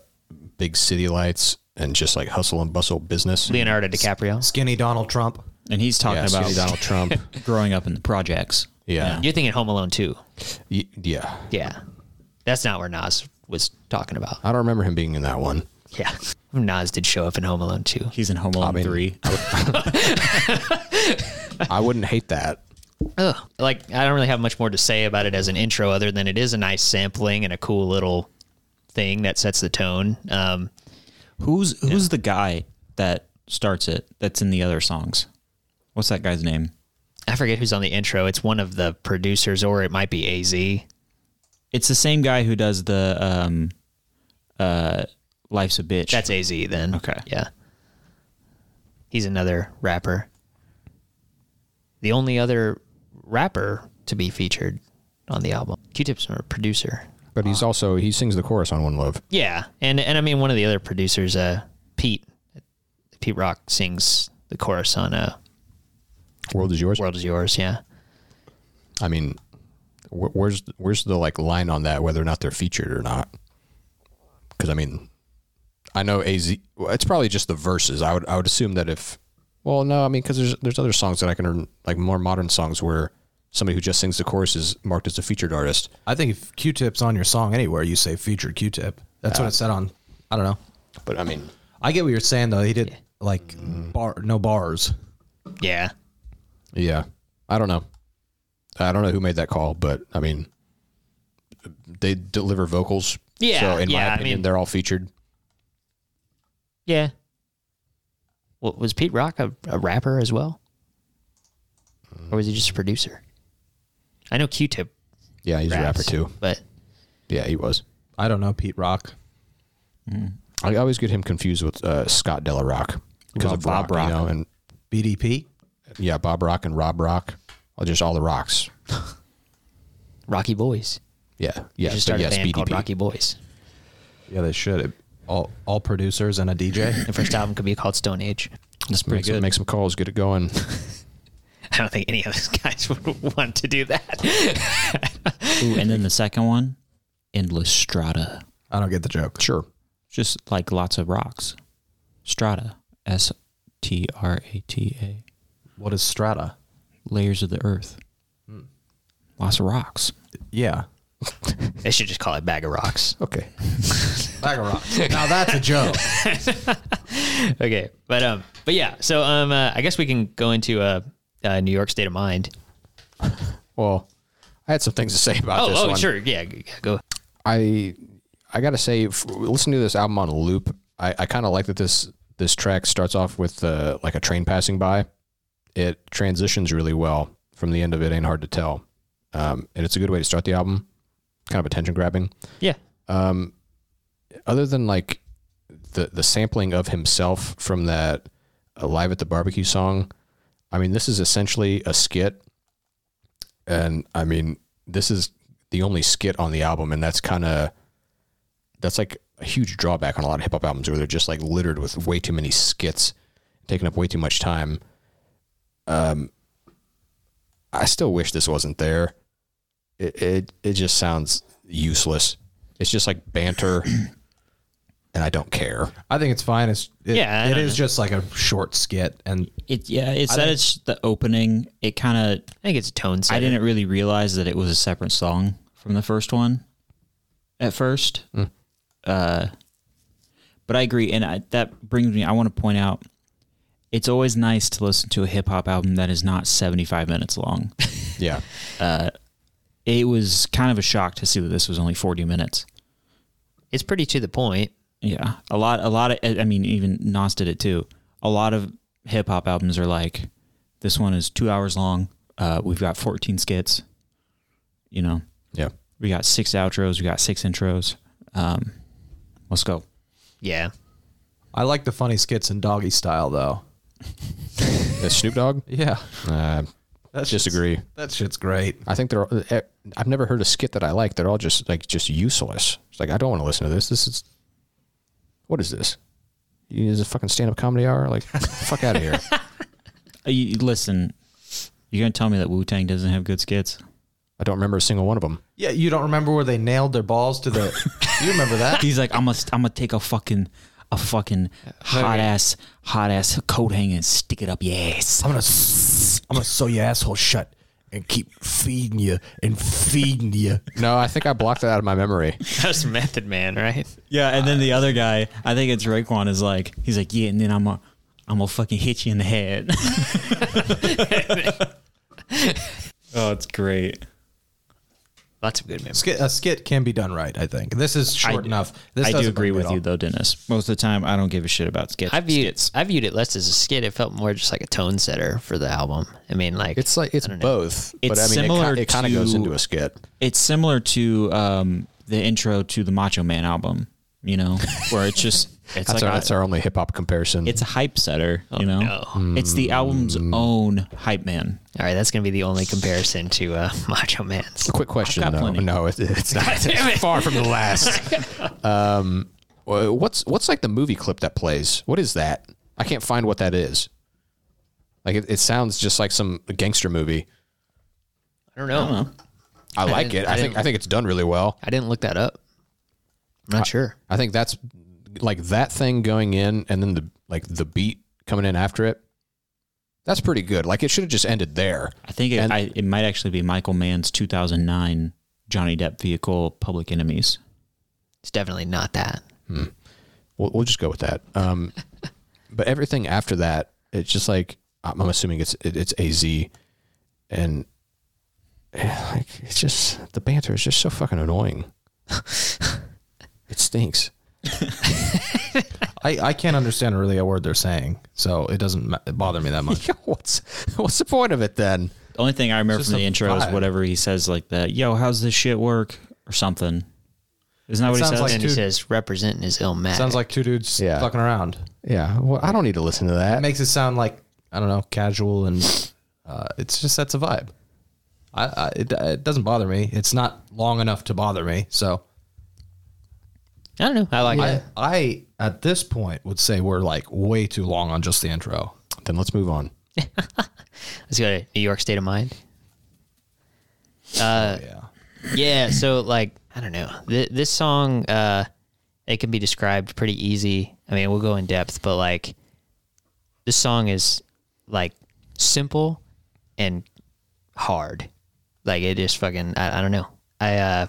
big city lights and just like hustle and bustle business.
Leonardo DiCaprio.
Skinny Donald Trump.
And he's talking
Yeah,
about
City Donald Trump.
growing up in the projects.
Yeah.
You're thinking Home Alone too.
Y- yeah.
Yeah, that's not where Nas was talking about.
I don't remember him being in that one.
Yeah, Nas did show up in Home Alone too.
He's in Home Alone
mean-
three.
I wouldn't hate that.
Ugh. Like I don't really have much more to say about it as an intro, other than it is a nice sampling and a cool little thing that sets the tone. Um,
Who's who's the guy that starts it? That's in the other songs. What's that guy's name?
I forget who's on the intro. It's one of the producers, or it might be AZ.
It's the same guy who does the um, uh, "Life's a Bitch."
That's AZ then.
Okay.
Yeah. He's another rapper. The only other rapper to be featured on the album. Q-Tip's a producer.
But he's also he sings the chorus on One Love.
Yeah, and and I mean one of the other producers, uh, Pete, Pete Rock sings the chorus on uh,
World is yours.
"World Is Yours." Yeah.
I mean, wh- where's where's the like line on that whether or not they're featured or not? Because I mean, I know Az. well, It's probably just the verses. I would I would assume that if well no I mean because there's there's other songs that I can rem- like more modern songs where somebody who just sings the chorus is marked as a featured artist.
I think if Q-tip's on your song anywhere, you say featured Q-tip. That's
Uh,
what it said on. I don't know.
But I mean,
I get what you're saying though. He did like bar no bars.
Yeah.
Yeah. I don't know. I don't know who made that call, but I mean, they deliver vocals.
Yeah,
So in
yeah, I
my opinion,
mean-
they're all featured.
Yeah. What was Pete Rock a, a rapper as well, or was he just a producer? I know Q-Tip,
Yeah, he's a rapper
raps,
too.
but
Yeah, he was.
I don't know, Pete Rock.
I always get him confused with uh, Scott Della Rock because of
Bob
Bob Rock, you know, and
BDP?
yeah, Bob Rock and Rob Rock, Well, just all the rocks.
Rocky Boys.
Yeah,
They
yeah,
just
but
started
yes,
a band called
BDP.
Rocky Boys.
Yeah, they should. It- all all producers and a DJ.
The first album could be called Stone Age.
That's pretty
Make some,
good.
make some calls, get it going.
I don't think any of those guys would want to do that.
Ooh, and then the second one, endless strata.
I don't get the joke.
sure.
Just like lots of rocks. Strata. S T R A T A.
What is strata?
Layers of the earth. Lots of rocks.
Yeah.
They should just call it Bag of Rocks.
Okay.
Bag of rocks. Now that's a joke.
Okay, but um, but yeah. So um, uh, I guess we can go into uh, uh, New York State of Mind.
Well, I had some things to say about
Oh,
this
oh,
one.
sure, yeah, g- go.
I I gotta say, f- listening to this album on a loop, I, I kind of like that this this track starts off with uh, like a train passing by. It transitions really well from the end of it. Ain't hard to tell, um, and it's a good way to start the album. Kind of attention grabbing.
Yeah,
Um, Other than like the the sampling of himself from that uh, live at the barbecue song, I mean, this is essentially a skit, and I mean, this is the only skit on the album, and that's kind of that's like a huge drawback on a lot of hip hop albums where they're just like littered with way too many skits, taking up way too much time. Um, I still wish this wasn't there. It it, it just sounds useless. It's just like banter, and I don't care.
I think it's fine. It's it,
Yeah, I
it
don't
is
know.
just like a short skit, and
It yeah, it's that it's the opening. It kind of
I think it's a tone setter.
I didn't really realize that it was a separate song from the first one at first. Uh, but I agree. And I, that brings me, I want to point out it's always nice to listen to a hip hop album that is not 75 minutes long.
Yeah,
it was kind of a shock to see that this was only 40 minutes.
It's pretty to the point.
Yeah. A lot, a lot of, I mean, even Nas did it too. A lot of hip hop albums are like, this one is two hours long. Uh, we've got 14 skits, you know.
yeah.
We got six outros. We got six intros. Um, let's go.
Yeah,
I like the funny skits in doggy style, though.
Uh, Snoop Dogg.
Yeah,
Uh,
that's
disagree.
that shit's great.
I think they're. eh, I've never heard a skit that I like. They're all just like just useless. It's like I don't want to listen to this. This is. What is this? You- Is it fucking stand up comedy hour? Like fuck out of here.
Uh, you- you- listen, you're gonna tell me that Wu Tang doesn't have good skits?
I don't remember a single one of them.
Yeah, you don't remember where they nailed their balls to the? you remember that?
He's like, I'm gonna, I'm gonna take a fucking, a fucking hot ass, hot ass coat hanger and stick it up your ass.
I'm gonna, s- I'm gonna sew your asshole shut and keep feeding you and feeding you.
No, I think I blocked that out of my memory.
that was Method Man, right?
Yeah, and then the other guy, I think it's Raekwon, is like, he's like, yeah, and then I'm gonna, I'm gonna fucking hit you in the head. oh, it's great.
Lots of good memories.
Skit, a skit can be done right, I think. This is short
I-
enough. This
I do
doesn't
agree
bug me
with
at
you
all.
though, Dennis. Most of the time, I don't give a shit about skits.
I viewed I viewed it less as a skit. It felt more just like a tone setter for the album. I mean, like
It's like it's both, but
It's
I mean
similar
it, ki- it kind of
to-
goes into a skit.
it's similar to um, the intro to the Macho Man album, you know, where it's just it's
That's,
like
our,
a,
that's our only hip hop comparison.
it's a hype setter,
Oh,
you know.
no.
It's the album's own hype man.
all right. That's gonna be the only comparison to uh, Macho Man's.
Quick question
got
though.
plenty.
No, it, it's not. It's far from the last. um, wha- what's what's like the movie clip that plays? What is that? I can't find what that is. Like it, it sounds just like some gangster movie.
I don't know. I,
I like
didn't-
it. I,
I
think
didn't-
I think it's done really well.
didn't look that up. I'm not sure.
I think that's like that thing going in and then the like the beat coming in after it. That's pretty good. Like it should have just ended there.
I think it,
And-
I, it might actually be Michael Mann's 2009 Johnny Depp vehicle, Public Enemies.
It's definitely not that.
We'll, we'll just go with that. Um, but everything after that, it's just like I'm I'm assuming it's it, it's AZ. and eh, like it's just the banter is just so fucking annoying. it stinks.
I, I can't understand really a word they're saying, so it doesn't ma- bother me that much.
what's what's the point of it then?
The only thing I remember
It's
from
just
the
a
intro is
vibe.
whatever he says, like that. Yo, how's this shit work or something? Isn't that what he
sounds
says?
like
And he
Dude.
says representing his illmatic.
Sounds like two dudes
Yeah.
fucking around.
Yeah, well, I don't need to listen to
It
that.
makes it sound like I don't know, casual, and uh, it's just that's a vibe. I, I it, it doesn't bother me. It's not long enough to bother me, so
I don't know. I like it.
I I at this point would say we're like way too long on just the intro.
Then let's move on.
Let's go to New York State of Mind. Uh,
yeah,
yeah so like i don't know Th- this song uh it can be described pretty easy i mean we'll go in depth but like this song is like simple and hard like it just fucking i, I don't know i uh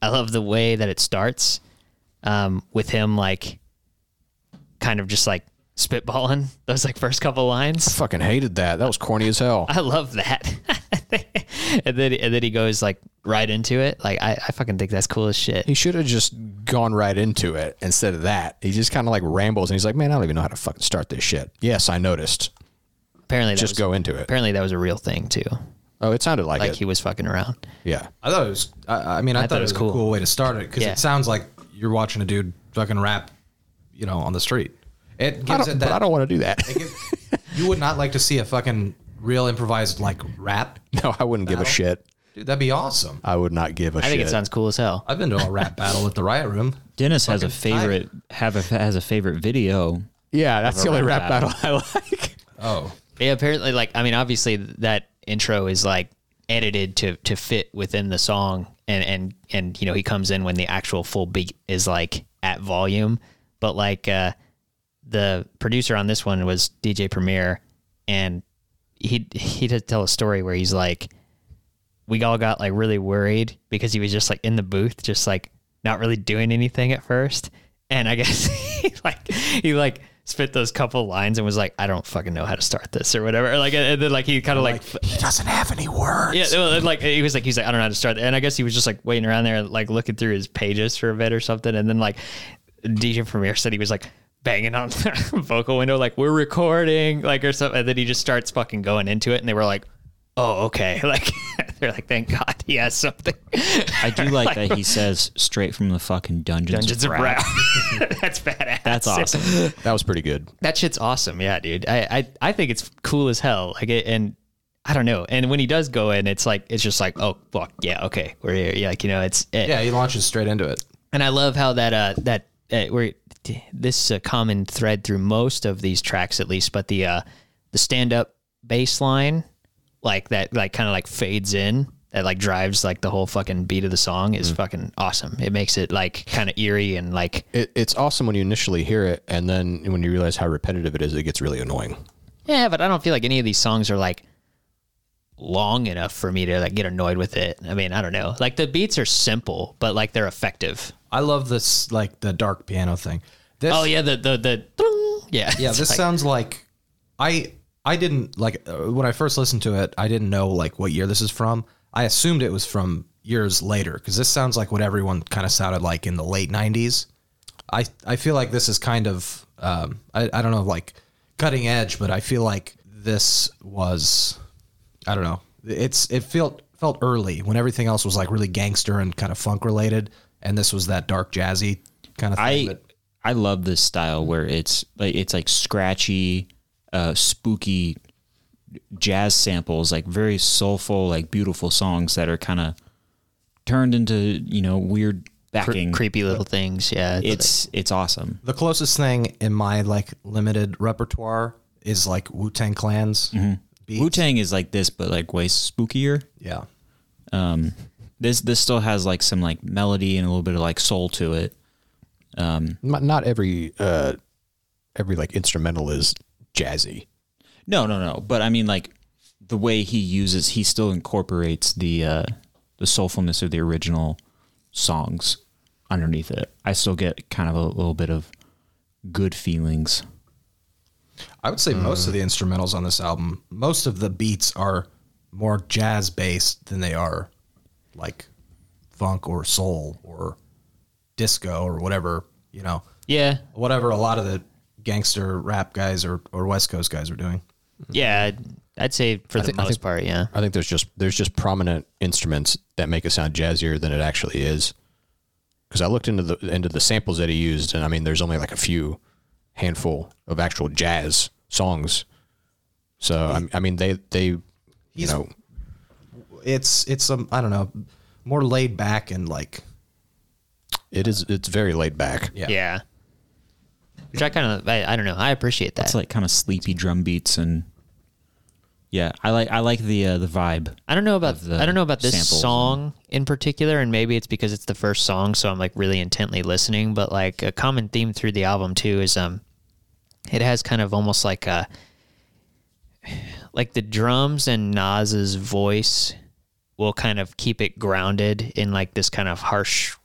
i love the way that it starts um with him like kind of just like spitballing those like first couple lines
Fucking hated that. That was corny as hell.
I love that. and then and then he goes like right into it. Like I, I fucking think that's cool as shit.
He should have just gone right into it instead of that. He just kind of like rambles and he's like, "Man, I don't even know how to fucking start this shit." Yes, I noticed.
Apparently that
Just
was,
go into it.
Apparently that was a real thing too.
Oh, it sounded like,
Like
it.
he was fucking around.
yeah.
I thought it was. I, I mean, I, thought, it was
cool.
a cool way to start it because
Yeah.
it sounds like you're watching a dude fucking rap, you know, on the street. It
I
gives
don't,
it
but
that.
I don't want to do that.
you would not like to see a fucking real improvised like rap,
no, I wouldn't give a shit.
dude. That'd be awesome.
I would not give a
I
shit.
think it sounds cool as hell.
I've been to a rap battle at the Riot Room.
Dennis has a
Fucking tight.
favorite have a has a favorite video.
yeah, that's the only rap
rap
battle I like.
Oh,
Yeah, apparently like I mean obviously that intro is like edited to to fit within the song and and and you know he comes in when the actual full beat is like at volume but like uh the producer on this one was DJ Premier, and he he did tell a story where he's like, we all got like really worried because he was just like in the booth, just like not really doing anything at first, and I guess he like he like spit those couple lines and was like, I don't fucking know how to start this or whatever, like and then like he kind of like.
He doesn't have any words.
yeah, well, and, like he was like he's like I don't know how to start, and I guess he was just like waiting around there, like looking through his pages for a bit or something, and then like DJ Premier said he was like banging on the vocal window, like we're recording, like or something, and then he just starts fucking going into it, and they were like, oh okay, like they're like thank God he has something.
I do like that he says straight from the fucking dungeons.
Dungeons of Rap. That's badass.
That's awesome.
That was pretty good.
that shit's awesome. Yeah, dude. I, I, I think it's cool as hell. Like, it, and I don't know. And when he does go in, it's like, it's just like, oh, fuck. Yeah. Okay. We're here. Yeah. Like, you know, it's, it,
yeah, he launches straight into it.
and I love how that, uh, that, uh, where this is a common thread through most of these tracks, at least, but the, uh, the stand up bass line, like that, like kind of like fades in. That like drives like the whole fucking beat of the song is fucking awesome. It makes it like kind of eerie and like
It, it's awesome when you initially hear it, and then when you realize how repetitive it is, it gets really annoying.
Yeah, but I don't feel like any of these songs are like long enough for me to like get annoyed with it. I mean, I don't know. Like the beats are simple, but like they're effective.
I love this like the dark piano thing. This,
Oh yeah, the the the tling. yeah
yeah.
It's
This
like-
sounds like I I didn't like uh, when I first listened to it. I didn't know like what year this is from. I assumed it was from years later because this sounds like what everyone kind of sounded like in the late '90s. I I feel like this is kind of um, I I don't know like cutting edge, but I feel like this was I don't know. It's it felt felt early when everything else was like really gangster and kind of funk related, and this was that dark jazzy kind of thing.
I
that-
I love this style where it's like it's like scratchy, uh, spooky jazz samples, like very soulful, like beautiful songs that are kind of turned into you know weird backing.
creepy little things. Yeah,
It's it's awesome.
The closest thing in my like limited repertoire is like Wu Tang Clan's beats.
Wu Tang is like this, but like way spookier.
Yeah,
Um, this this still has like some like melody and a little bit of like soul to it.
Not, not every uh, every like instrumental is jazzy.
No, no, no. But I mean, like the way he uses, he still incorporates the uh, the soulfulness of the original songs underneath it. I still get kind of a little bit of good feelings.
I would say most of the instrumentals on this album, most of the beats are more jazz based than they are like funk or soul or disco or whatever, you know,
Yeah.
whatever a lot of the gangster rap guys or, or West Coast guys are doing.
Yeah. I'd, I'd say for the
think- I
most
think-
part, yeah.
I think there's just there's just prominent instruments that make it sound jazzier than it actually is. Because I looked into the into the samples that he used, and I mean, there's only like a few handful of actual jazz songs. So I, I mean, they they you
He's-
know
It's, it's some, I don't know, more laid back and like,
it is it's very laid back.
yeah.
Yeah. Which I kind of, I, I don't know. I appreciate that.
It's like kind of sleepy drum beats and yeah, I like I like the uh, the vibe.
I don't know about
the
I don't know about this
samples
song in particular, and maybe it's because it's the first song, so I'm like really intently listening. But like a common theme through the album too is um, it has kind of almost like a like the drums and Nas's voice will kind of keep it grounded in like this kind of harsh,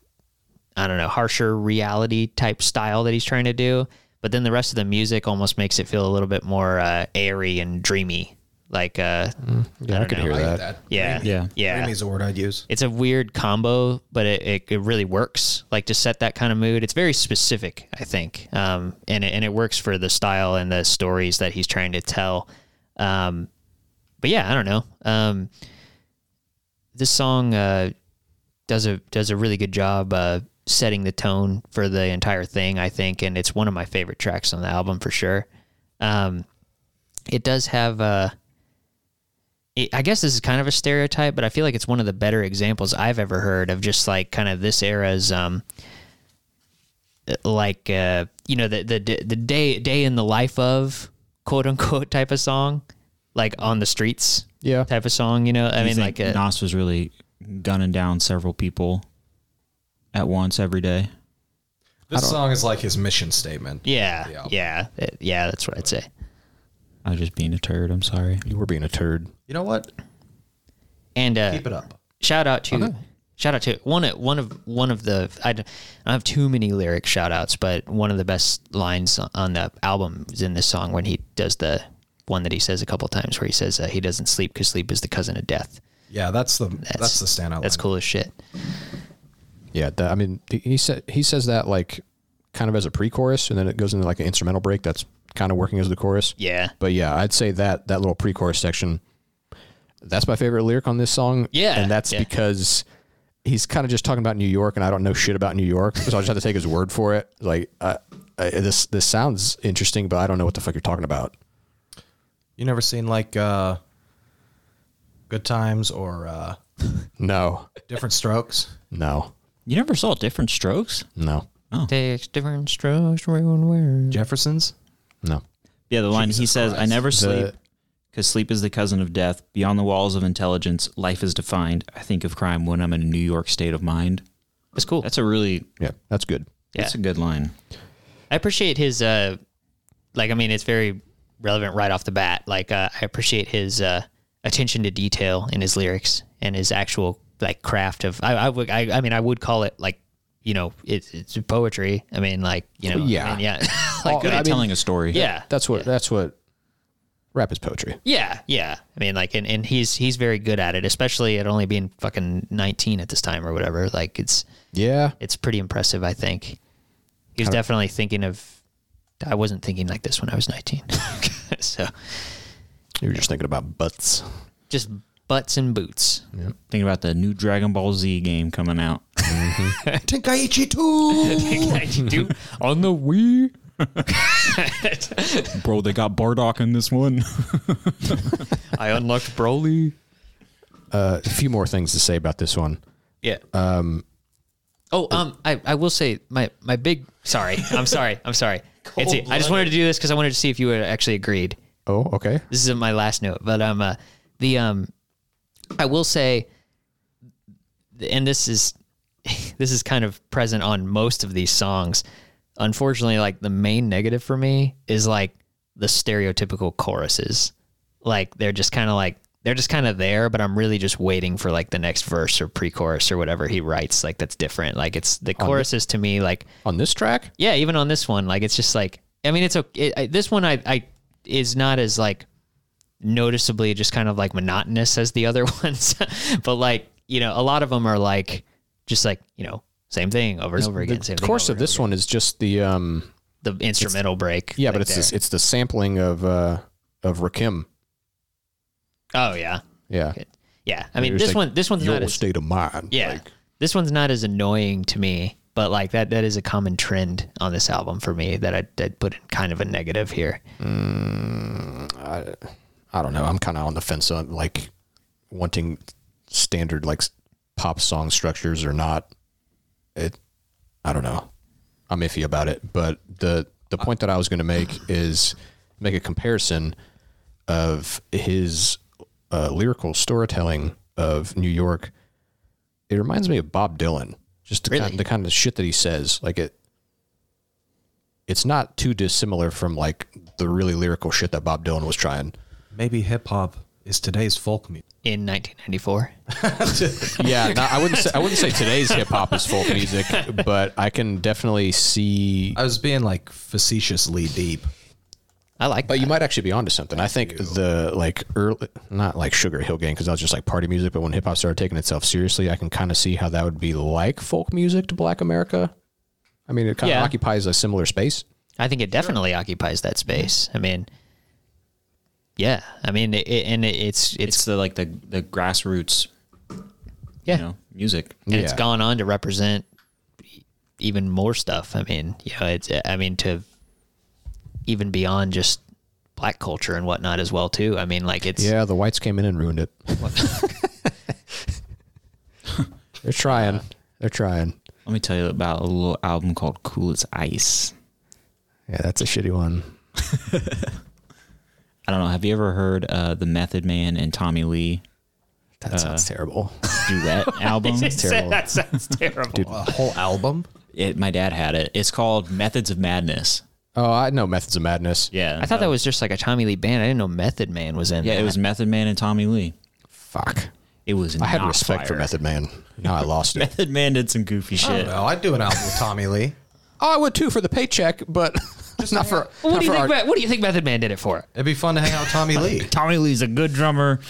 I don't know, harsher reality type style that he's trying to do. But then the rest of the music almost makes it feel a little bit more uh, airy and dreamy. Like uh,
Mm, Yeah, I, could hear that.
yeah,
Yeah.
yeah.
Dreamy is a word I'd use.
It's a weird combo, but it, it, it really works. Like to set that kind of mood, it's very specific, I think, um, and it, and it works for the style and the stories that he's trying to tell. Um, but yeah, I don't know. Um, this song uh, does a does a really good job uh, setting the tone for the entire thing, I think, and it's one of my favorite tracks on the album for sure. Um, it does have uh, it, I guess this is kind of a stereotype, but I feel like it's one of the better examples I've ever heard of just like kind of this era's um like uh you know the the the day day in the life of quote unquote type of song like on the streets
Yeah.
type of song you know I
You
mean
think
like uh, a,
Nas was really gunning down several people at once every day.
This song is like his mission statement.
yeah
Yeah.
yeah yeah, yeah that's what I'd say
I was just being a turd. I'm sorry.
You were being a turd.
You know what?
and uh,
Keep it up.
shout out to shout out to one of one of one of the I don't, I don't have too many lyric shout outs, but one of the best lines on the album is in this song when he does the one that he says a couple times where he says uh, he doesn't sleep because sleep is the cousin of death.
Yeah, that's the that's, the standout.
That's
line.
cool as shit.
Yeah, that, I mean, he- he said he says that like kind of as a pre-chorus, and then it goes into like an instrumental break that's kind of working as the chorus.
Yeah,
But yeah, I'd say that that little pre-chorus section, that's my favorite lyric on this song.
Yeah,
and that's
yeah.
because he's kind of just talking about New York, and I don't know shit about New York, so I just have to take his word for it. Like, I, I, this this sounds interesting, but I don't know what the fuck you're talking about.
You never seen like uh, Good Times or uh,
No,
Different Strokes?
no,
You never saw different strokes?
no,
takes different strokes for everyone wears.
Jeffersons?
no.
Yeah, the line he says, "I never sleep
The-
because sleep is the cousin of death. Beyond the walls of intelligence, life is defined. I think of crime when I'm in a New York state of mind."
That's cool.
That's a really
Yeah, that's good.
Yeah.
that's a good line.
I appreciate his uh like I mean it's very relevant right off the bat. Like uh, I appreciate his uh attention to detail in his lyrics and his actual like craft of I I would I, I mean I would call it like you know it's it's poetry. I mean like you know
Yeah.
I mean, yeah like
Good
I
at
mean,
telling a story.
yeah
That's what that's what rap is poetry.
yeah yeah I mean like and, and he's he's very good at it especially at only being fucking 19 at this time or whatever like it's
Yeah,
it's pretty impressive I think. He was definitely thinking of I wasn't thinking like this when I was 19. so
you were just thinking about butts.
just butts and boots.
Think about the new Dragon Ball Z game coming out.
Tenkaichi 2!
on the Wii.
Bro, they got Bardock in this one.
I unlocked Broly.
a few more things to say about this one.
Yeah. Um. Oh, um. I, I will say my my big sorry. I'm sorry. I'm sorry. It's, I just wanted to do this because I wanted to see if you would actually agreed.
Oh, okay.
This is my last note, but um, uh, the um, I will say, and this is this is kind of present on most of these songs. Unfortunately, like the main negative for me is like the stereotypical choruses. Like they're just kind of like they're just kind of there, but I'm really just waiting for like the next verse or pre-chorus or whatever he writes. Like that's different. Like it's the choruses to me like
On this track,
yeah, even on this one, like it's just like I mean, it's okay. It, I, this one I I is not as like noticeably just kind of like monotonous as the other ones. but like, you know, a lot of them are like just like, you know, same thing over and over again. same
the
thing
course
over
of this one is just the um
and- the instrumental break.
yeah,
like
but it's
there.
this, it's the sampling of uh of Rakim.
Oh yeah.
Yeah.
Good. Yeah. I mean
There's
this
like
one this one's
Your
not as
state of mind.
Yeah.
Like,
this one's not as annoying to me, but like that that is a common trend on this album for me that I did put in kind of a negative here.
I don't know. I'm kind of on the fence on like wanting standard like s- pop song structures or not. It, I don't know. I'm iffy about it. But the the point that I was going to make is make a comparison of his uh, lyrical storytelling of New York. It reminds me of Bob Dylan. Just the,
Really?
kind, the kind of shit that he says. Like it, it's not too dissimilar from like the really lyrical shit that Bob Dylan was trying.
Maybe hip hop is today's folk music.
In 1994,
Yeah, no, I wouldn't. Say, I wouldn't say today's hip hop is folk music, but I can definitely see.
I was being like facetiously deep.
I like.
But you might actually be onto something. I think the like early, not like Sugar Hill Gang, because that was just like party music. But when hip hop started taking itself seriously, I can kind of see how that would be like folk music to Black America. I mean, it kind of
Yeah.
occupies a similar space.
I think it definitely occupies that space. I mean, yeah. I mean, it, it- and it, it's it's
It's the like the the grassroots,
yeah,
you know, music.
and it's
Yeah.
gone on to represent e- even more stuff. I mean, you know, it's I mean to even beyond just black culture and whatnot as well too. I mean, like it's
Yeah, the whites came in and ruined it. They're trying. They're trying.
Let me tell you about a little album called Cool as Ice.
Yeah, that's a shitty one.
I don't know. Have you ever heard uh, the Method Man and Tommy Lee
That sounds
Uh.
terrible.
duet album?
that sounds terrible.
A whole album?
It, my dad had it. It's called Methods of Madness.
Oh, I know Methods of Madness.
Yeah,
I thought that was just like a Tommy Lee band. I didn't know Method Man was in.
yeah. It
that.
was Method Man and Tommy Lee.
Fuck.
It was.
I had respect for Method Man. Now I lost it.
Method Man did some goofy shit.
No, I'd do an album with Tommy Lee.
Oh, I would too for the paycheck, but not for.
What do you
for
think?
our-
Ma- what do you think Method Man did it for?
It'd be fun to hang out with Tommy Lee.
Tommy Lee's a good drummer.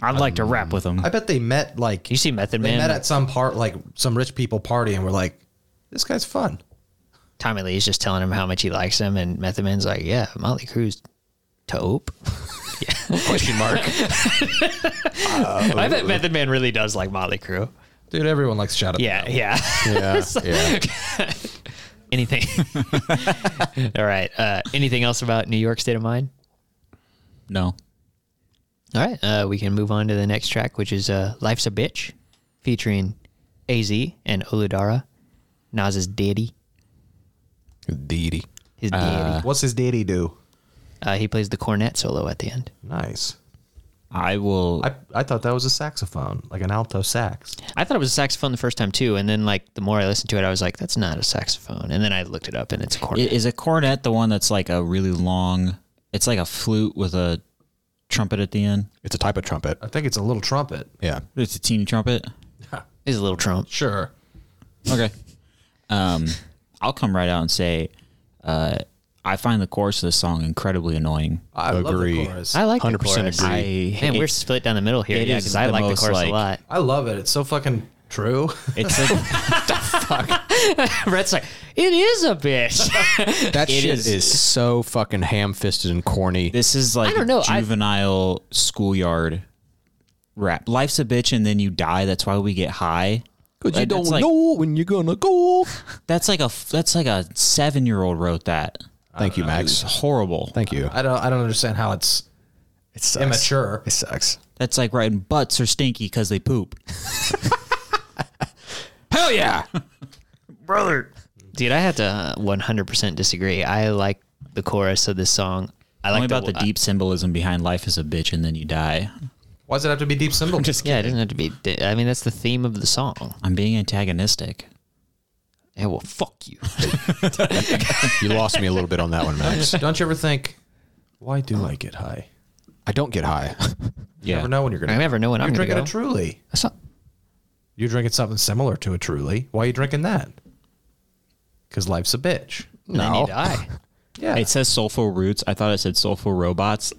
I'd like to rap with him.
I bet they met like
You see Method
they
Man,
met at some part like some rich people party and were like, this guy's fun.
Tommy Lee's just telling him how much he likes him, and Method Man's like, "Yeah, Motley Crue's dope."
Question mark.
I bet Method Man really does like Motley Crue.
Dude, everyone likes Shadow.
Yeah, yeah,
yeah, Oh. yeah.
anything. All right. Uh, anything else about New York State of Mind?
no,
All right. Uh, we can move on to the next track, which is uh, "Life's a Bitch," featuring Az and Oludara, Nas's daddy,
Deity.
his daddy.
What's his daddy do?
Uh, he plays the cornet solo at the end.
Nice.
I will.
I, I thought that was a saxophone, like an alto sax.
I thought it was a saxophone the first time too, and then like the more I listened to it, I was like, "That's not a saxophone." And then I looked it up, and it's a
I-
cornet.
Is a cornet the one that's like a really long? It's like a flute with a trumpet at the end.
It's a type of trumpet.
I think it's a little trumpet.
Yeah.
It's a teeny trumpet.
It's a little trump.
Sure.
Okay. Um, I'll come right out and say, uh, I find the chorus of this song incredibly annoying.
I love
Agree.
the chorus.
I like the
100%
chorus.
agree.
I
Man, we're
it-
split down the middle here,
it
yeah,
is
because I
the
like the
most,
chorus
like-
a lot.
I love it. It's so fucking true.
it's like
Brett's like, "It is a bitch."
That shit
is-
is, so fucking ham fisted and corny.
this is like
I don't know, I-
juvenile schoolyard rap. Life's a bitch and then you die. That's why we get high.
Because you
Like, that's
don't
like-
know when you're gonna go.
That's like a that's like a seven year old wrote that.
Thank you, Max.
It's horrible.
Thank you.
I don't I don't understand how it's
It sucks.
immature.
It sucks.
That's like writing butts are stinky because they poop. Hell yeah!
Dude, I have to 100% disagree. I like the chorus of this song. I like
Only about the
I-
deep symbolism behind life is a bitch and then you die.
Why does it have to be deep cymbal?
yeah, it doesn't have to be. di- I mean, that's the theme of the song.
I'm being antagonistic.
Yeah, well, fuck you.
You lost me a little bit on that one, Max.
don't you ever think, why do I get high?
I don't get high.
You never know when you're gonna.
I never know when
You're
I'm going to
drinking
go.
a truly.
That's not.
You're drinking something similar to a truly. Why are you drinking that? Because life's a bitch.
and then you
No.
die.
Yeah.
It says soulful roots. I thought it said soulful robots.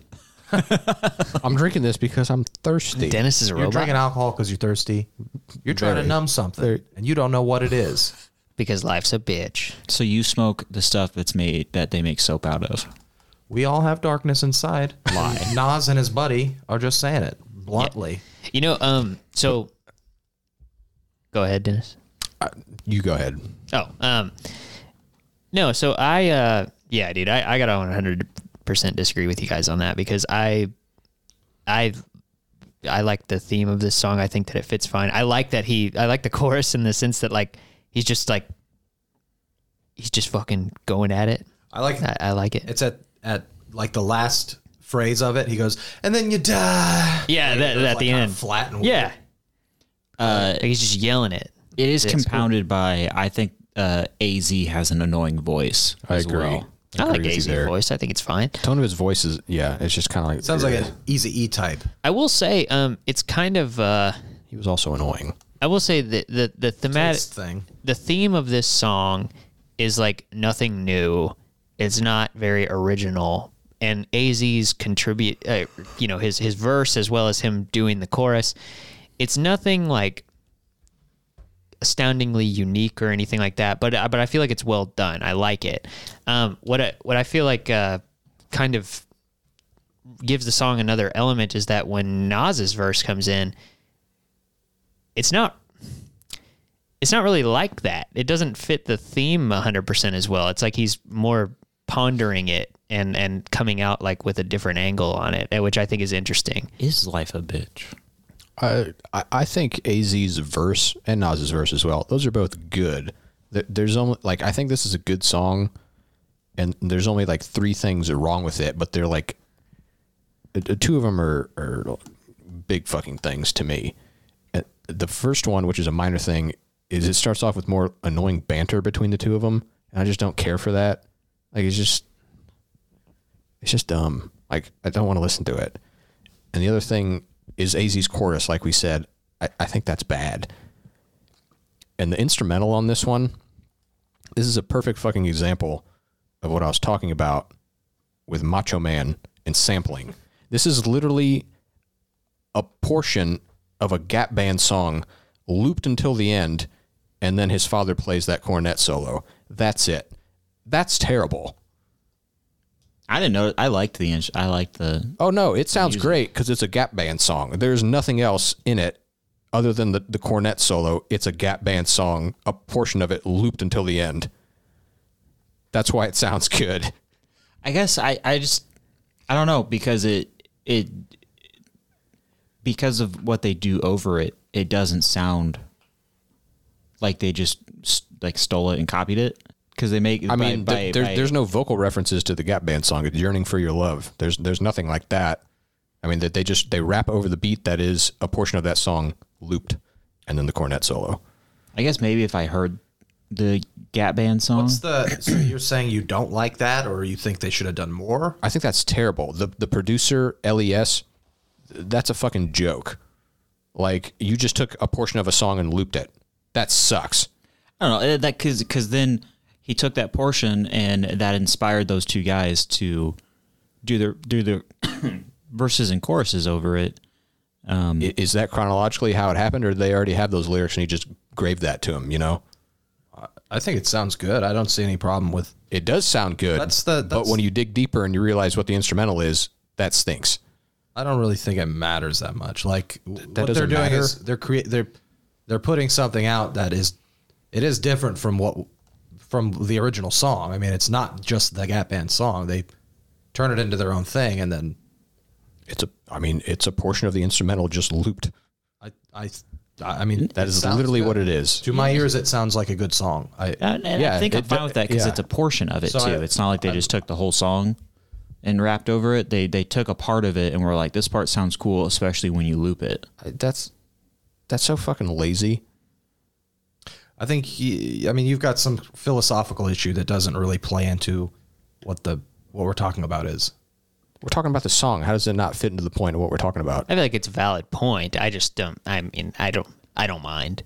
I'm drinking this because I'm thirsty.
Dennis is a
You're
robot
drinking alcohol because you're thirsty. You're trying to
Very.
numb something,
Very-
and you don't know what it is.
because life's a bitch.
So you smoke the stuff that's made that they make soap out of.
We all have darkness inside. Lie. Nas and his buddy are just saying it bluntly.
You know, um, so go ahead, Dennis.
You go ahead.
Oh, um, no. So I, uh, yeah, dude, I, I gotta one hundred percent disagree with you guys on that because I, I, I like the theme of this song. I think that it fits fine. I like that he, I like the chorus in the sense that like he's just like he's just fucking going at it.
I like
I, I like it.
it's at at like the last phrase of it. He goes, and then you die.
Yeah, that,
Like,
at the
kinda
end.
flat and
Yeah,
weird.
uh, he's just yelling it.
It is
It's cool.
compounded by I think uh, AZ has an annoying voice.
I
as
agree.
well.
I like
agree with you
AZ
there.
voice. I think it's fine.
Tone of his voice is yeah. It's just kind of like
Sounds like an easy E type.
I will say, um, it's kind of. Uh,
He was also annoying.
I will say that Mm-hmm. the the thematic
Taste thing.
the theme of this song is like nothing new. It's not very original. And AZ's contribute, uh, you know, his his verse as well as him doing the chorus. It's nothing like astoundingly unique or anything like that. But uh, but I feel like it's well done. I like it. Um, what I, what I feel like uh, kind of gives the song another element is that when Nas's verse comes in, it's not it's not really like that. It doesn't fit the theme 100% as well. It's like he's more pondering it and and coming out like with a different angle on it, eh, which I think is interesting.
Is life a bitch?
I I- I think AZ's verse and Nas's verse as well. Those are both good. There- There's only like I think this is a good song, and there's only like three things are wrong with it, but they're like uh, uh, two of them are are big fucking things to me. Uh, The first one, which is a minor thing, is it starts off with more annoying banter between the two of them, and I just don't care for that. Like it's just it's just dumb. Like I don't want to listen to it. And the other thing is AZ's chorus, like we said, I, I think that's bad. And the instrumental on this one, this is a perfect fucking example of what I was talking about with Macho Man and sampling. This is literally a portion of a Gap Band song looped until the end, and then his father plays that cornet solo. That's it. That's terrible.
I didn't know. I liked the ins- I liked the
Oh no, it sounds great because it's a Gap Band song. There's nothing else in it other than the, the cornet solo. It's a Gap Band song, a portion of it looped until the end. That's why it sounds good.
I guess I, I just I don't know because it it because of what they do over it it doesn't sound like they just s- like stole it and copied it because they make
I
by-
mean,
by-
th- there-
by-
there's no vocal references to the Gap Band song. It's "Yearning for Your Love." There's there's nothing like that. I mean, that they just they rap over the beat that is a portion of that song looped, and then the cornet solo.
I guess maybe if I heard the Gap Band song
What's the? So you're saying you don't like that, or you think they should have done more?
I think that's terrible. The the producer LES, that's a fucking joke. Like you just took a portion of a song and looped it. That sucks.
I don't know eh, that because because then he took that portion and that inspired those two guys to do their do their verses and choruses over it.
Um,
I- Is that chronologically how it happened, or did they already have those lyrics and he just graved that to him? You know,
I think it sounds good. I don't see any problem with.
it does sound good.
That's the-
but
that's-
when you dig deeper and you realize what the instrumental is, that stinks.
I don't really think it matters that much. Like what they're
doesn't
doing
matter.
is they're create they're they're putting something out that is it is different from what from the original song. I mean, it's not just the Gap Band song. They turn it into their own thing, and then
It's a, I mean, it's a portion of the instrumental just looped.
I I I mean
That is literally what it is.
To my ears, it sounds like a good song. I
And, and I
Yeah,
think I'm
it-
fine with that because
yeah.
it's a portion of it
So
too.
I-
it's not like they just took the whole song and rapped over it. They they took a part of it and were like, "This part sounds cool, especially when you loop it."
That's that's so fucking lazy.
I think he, I mean you've got some philosophical issue that doesn't really play into what the what we're talking about is.
We're talking about the song. How does it not fit into the point of what we're talking about?
I feel like it's a valid point. I just don't I mean, I don't I don't mind.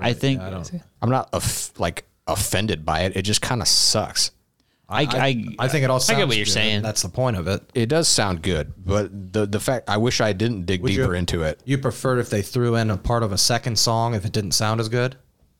I think
I don't.
I'm not off like offended by it. It just kind of sucks.
I, I,
I think it all. Sounds
what you're
good,
saying.
and That's the point of it.
It does sound good, but the the fact I wish I didn't dig
you-
deeper into it.
You preferred if they threw in a part of a second song if it didn't sound as good.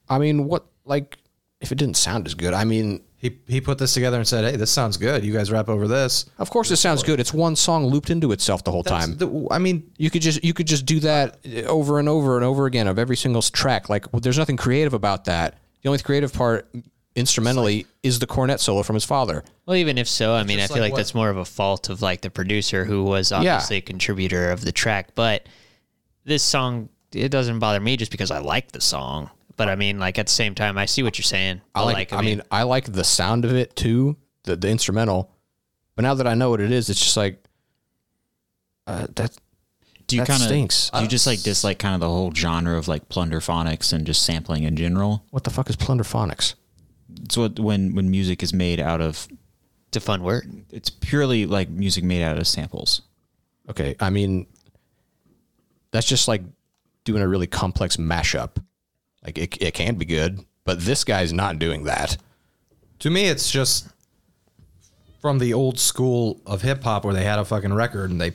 I mean, what like if it didn't sound as good? I mean,
He he put this together and said, "Hey, this sounds good. You guys rap over this."
of course it sounds good. It's one song looped into itself the whole time.
The- I mean,
you could just you could just do that over and over and over again of every single track. Like well, there's nothing creative about that. The only creative part instrumentally is the cornet solo from his father.
Well, even if so, I mean, I feel
like
like
what-
that's more of a fault of like the producer who was obviously a contributor of the track. But this song, it doesn't bother me just because I like the song. But I mean, like at the same time, I see what you're saying.
I
But,
like, I, mean, I like the sound of it too, the the instrumental. But now that I know what it is, it's just like uh, that
do you
that
kind of
stinks.
do you just like dislike kind of the whole genre of like plunder phonics and just sampling in general?
what the fuck is plunder phonics?
It's what when when music is made out of
it's a fun word.
it's purely like music made out of samples.
Okay, I mean that's just like doing a really complex mashup. Like it it can be good, but this guy's not doing that.
to me, it's just from the old school of hip hop where they had a fucking record and they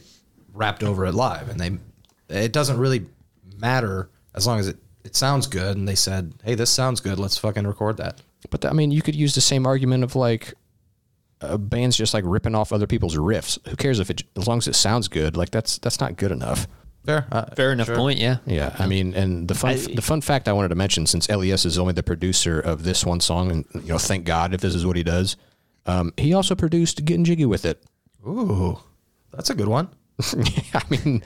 rapped over it live, and they it doesn't really matter as long as it it sounds good. And they said, "Hey, this sounds good. Let's fucking record that."
But I mean, you could use the same argument of like uh, bands just like ripping off other people's riffs. Who cares if it as long as it sounds good? Like that's that's not good enough.
Fair, uh,
Fair enough point, yeah.
Yeah, I mean, and the fun the fun fact I wanted to mention since Les is only the producer of this one song, and you know, thank God if this is what he does. Um, he also produced "Getting Jiggy with It."
Ooh, that's a good one.
I mean,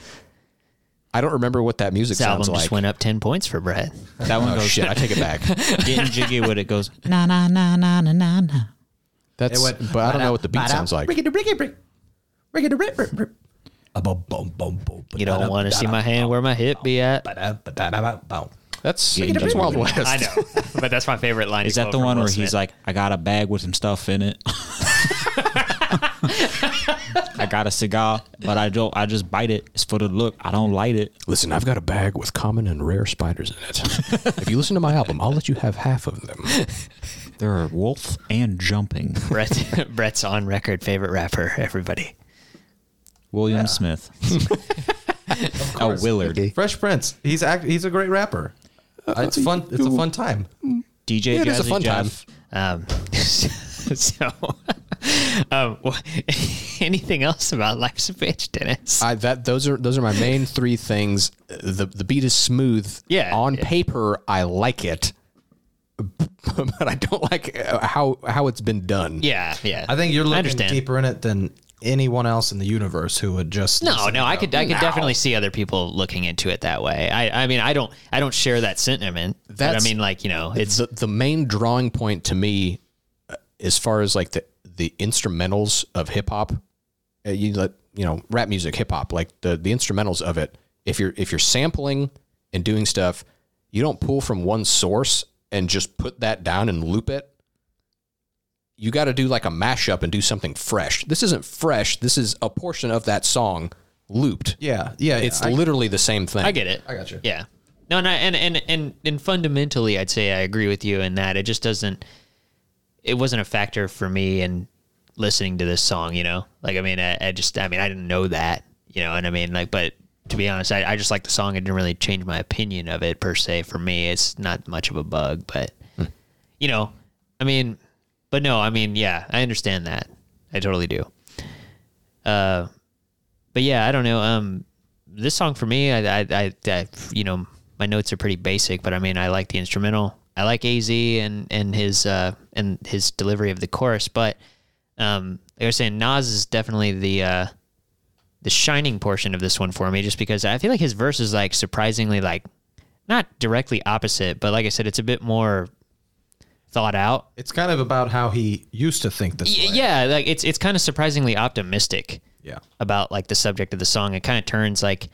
I don't remember what that music
This album
sounds
just
like.
went up ten points for Brett.
That one
oh
goes
shit! I take it back.
getting jiggy with it goes na na na na na na na.
That's
It went,
but I don't know what the beat sounds like.
You don't want to see my hand where my hip be at.
That's that's Wild West.
I know, but that's my favorite line.
Is that the one where he's like, I got a bag with some stuff in it? I got a cigar, but I don't. I just bite it. It's for the look. I don't light it.
Listen, I've got a bag with common and rare spiders in it. if you listen to my album, I'll let you have half of them.
There are wolf and jumping.
Brett, Brett's on record favorite rapper? Everybody.
William Smith. oh, Willard.
Fresh Prince. He's act, he's a great rapper. Uh, it's fun. It's a fun time.
DJ
It
Jazzy
is a fun time.
Jeff.
Um, so, um, wha- anything else about Life's a Bitch, Dennis?
I, that those are those are my main three things. The the beat is smooth.
Yeah,
On
yeah.
paper, I like it, but I don't like how how it's been done.
yeah, yeah.
I think you're
I
looking
understand.
deeper in it than anyone else in the universe who would just
No,
listen.
no, I could, I could definitely see other people looking into it that way. I, I mean, I don't, I don't share that sentiment. That
That's-
I mean, like you know, it's
the the main drawing point to me, uh, as far as like the the instrumentals of hip hop, uh, you let you know rap music, hip hop, like the the instrumentals of it. If you're if you're sampling and doing stuff, you don't pull from one source and just put that down and loop it. You got to do like a mashup and do something fresh. This isn't fresh. This is a portion of that song looped.
Yeah, yeah,
it's
yeah. I-
literally the same thing.
I get it.
I got you.
Yeah. No, no, and and and and fundamentally, I'd say I agree with you in that it just doesn't. It wasn't a factor for me in listening to this song. You know, like I mean, I, I just, I mean, I didn't know that. You know, and I mean, like, but to be honest, I, I just like the song. It didn't really change my opinion of it per se. For me, it's not much of a bug, but you know, I mean, but no, I mean, yeah, I understand that. I totally do. Uh, but yeah, I don't know. Um, this song for me, I, I, I, I, you know, my notes are pretty basic, but I mean, I like the instrumental. I like Az and and his uh and his delivery of the chorus, but um, like I was saying, Nas is definitely the uh the shining portion of this one for me, just because I feel like his verse is like surprisingly like not directly opposite, but like I said, it's a bit more thought out
It's kind of about how he used to think this
Y-
way.
yeah like it's it's kind of surprisingly optimistic
Yeah.
about like the subject of the song it kind of turns like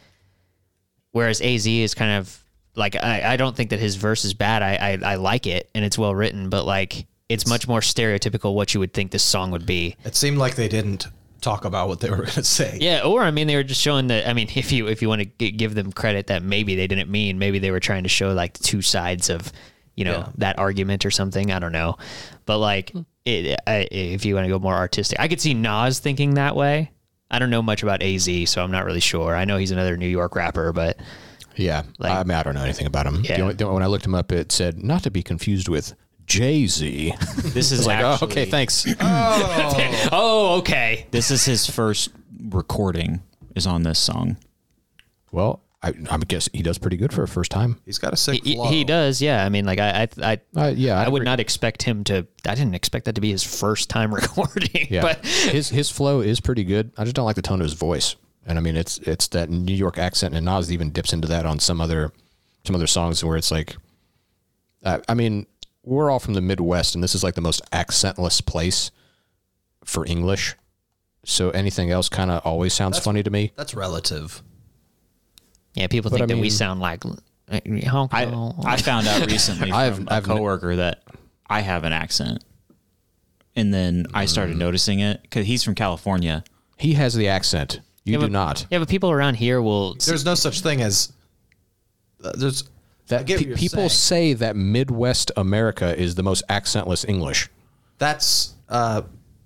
whereas az is kind of like i, I don't think that his verse is bad I, I i like it and it's well written but like it's much more stereotypical what you would think this song would be
It seemed like they didn't talk about what they were going to say.
yeah or i mean they were just showing that i mean if you if you want to g- give them credit that maybe they didn't mean maybe they were trying to show like the two sides of you know that argument or something. I don't know, but like
Hmm.
it, I, if you want to go more artistic, I could see Nas thinking that way. I don't know much about AZ, so I'm not really sure. I know he's another New York rapper, but
Yeah,
Like-
I mean, I don't know anything about him. The
Yeah.
only- the- when I looked him up, it said not to be confused with Jay Z.
This is
like,
actually,
oh, okay, thanks.
oh, okay.
This is his first recording. Is on this song.
well, I, I guess he does pretty good for a first time.
He's got a sick
He,
flow.
he does, yeah. I mean, like I, I, I,
Uh, yeah,
I,
I
would
agree.
not expect him to. I didn't expect that to be his first time recording.
Yeah,
But
his his flow is pretty good. I just don't like the tone of his voice, and I mean it's it's that New York accent, and Nas even dips into that on some other some other songs where it's like, I, I mean, we're all from the Midwest, and this is like the most accentless place for English. So anything else kind of always sounds funny to me.
That's relative.
yeah, people
But
think
I
that we
mean-
sound like like, Hong
I
Kong.
I found out recently
I've-
from
I've
a
kn-
coworker that I have an accent, and then I started
Mm.
noticing it because he's from California.
He has the accent. You
Yeah,
do
but-
not.
yeah, but people around here will.
There's no such thing as. uh, there's I
That
get what
pe-
you're
people
saying.
say that Midwest America is the most accentless English.
That's. Uh,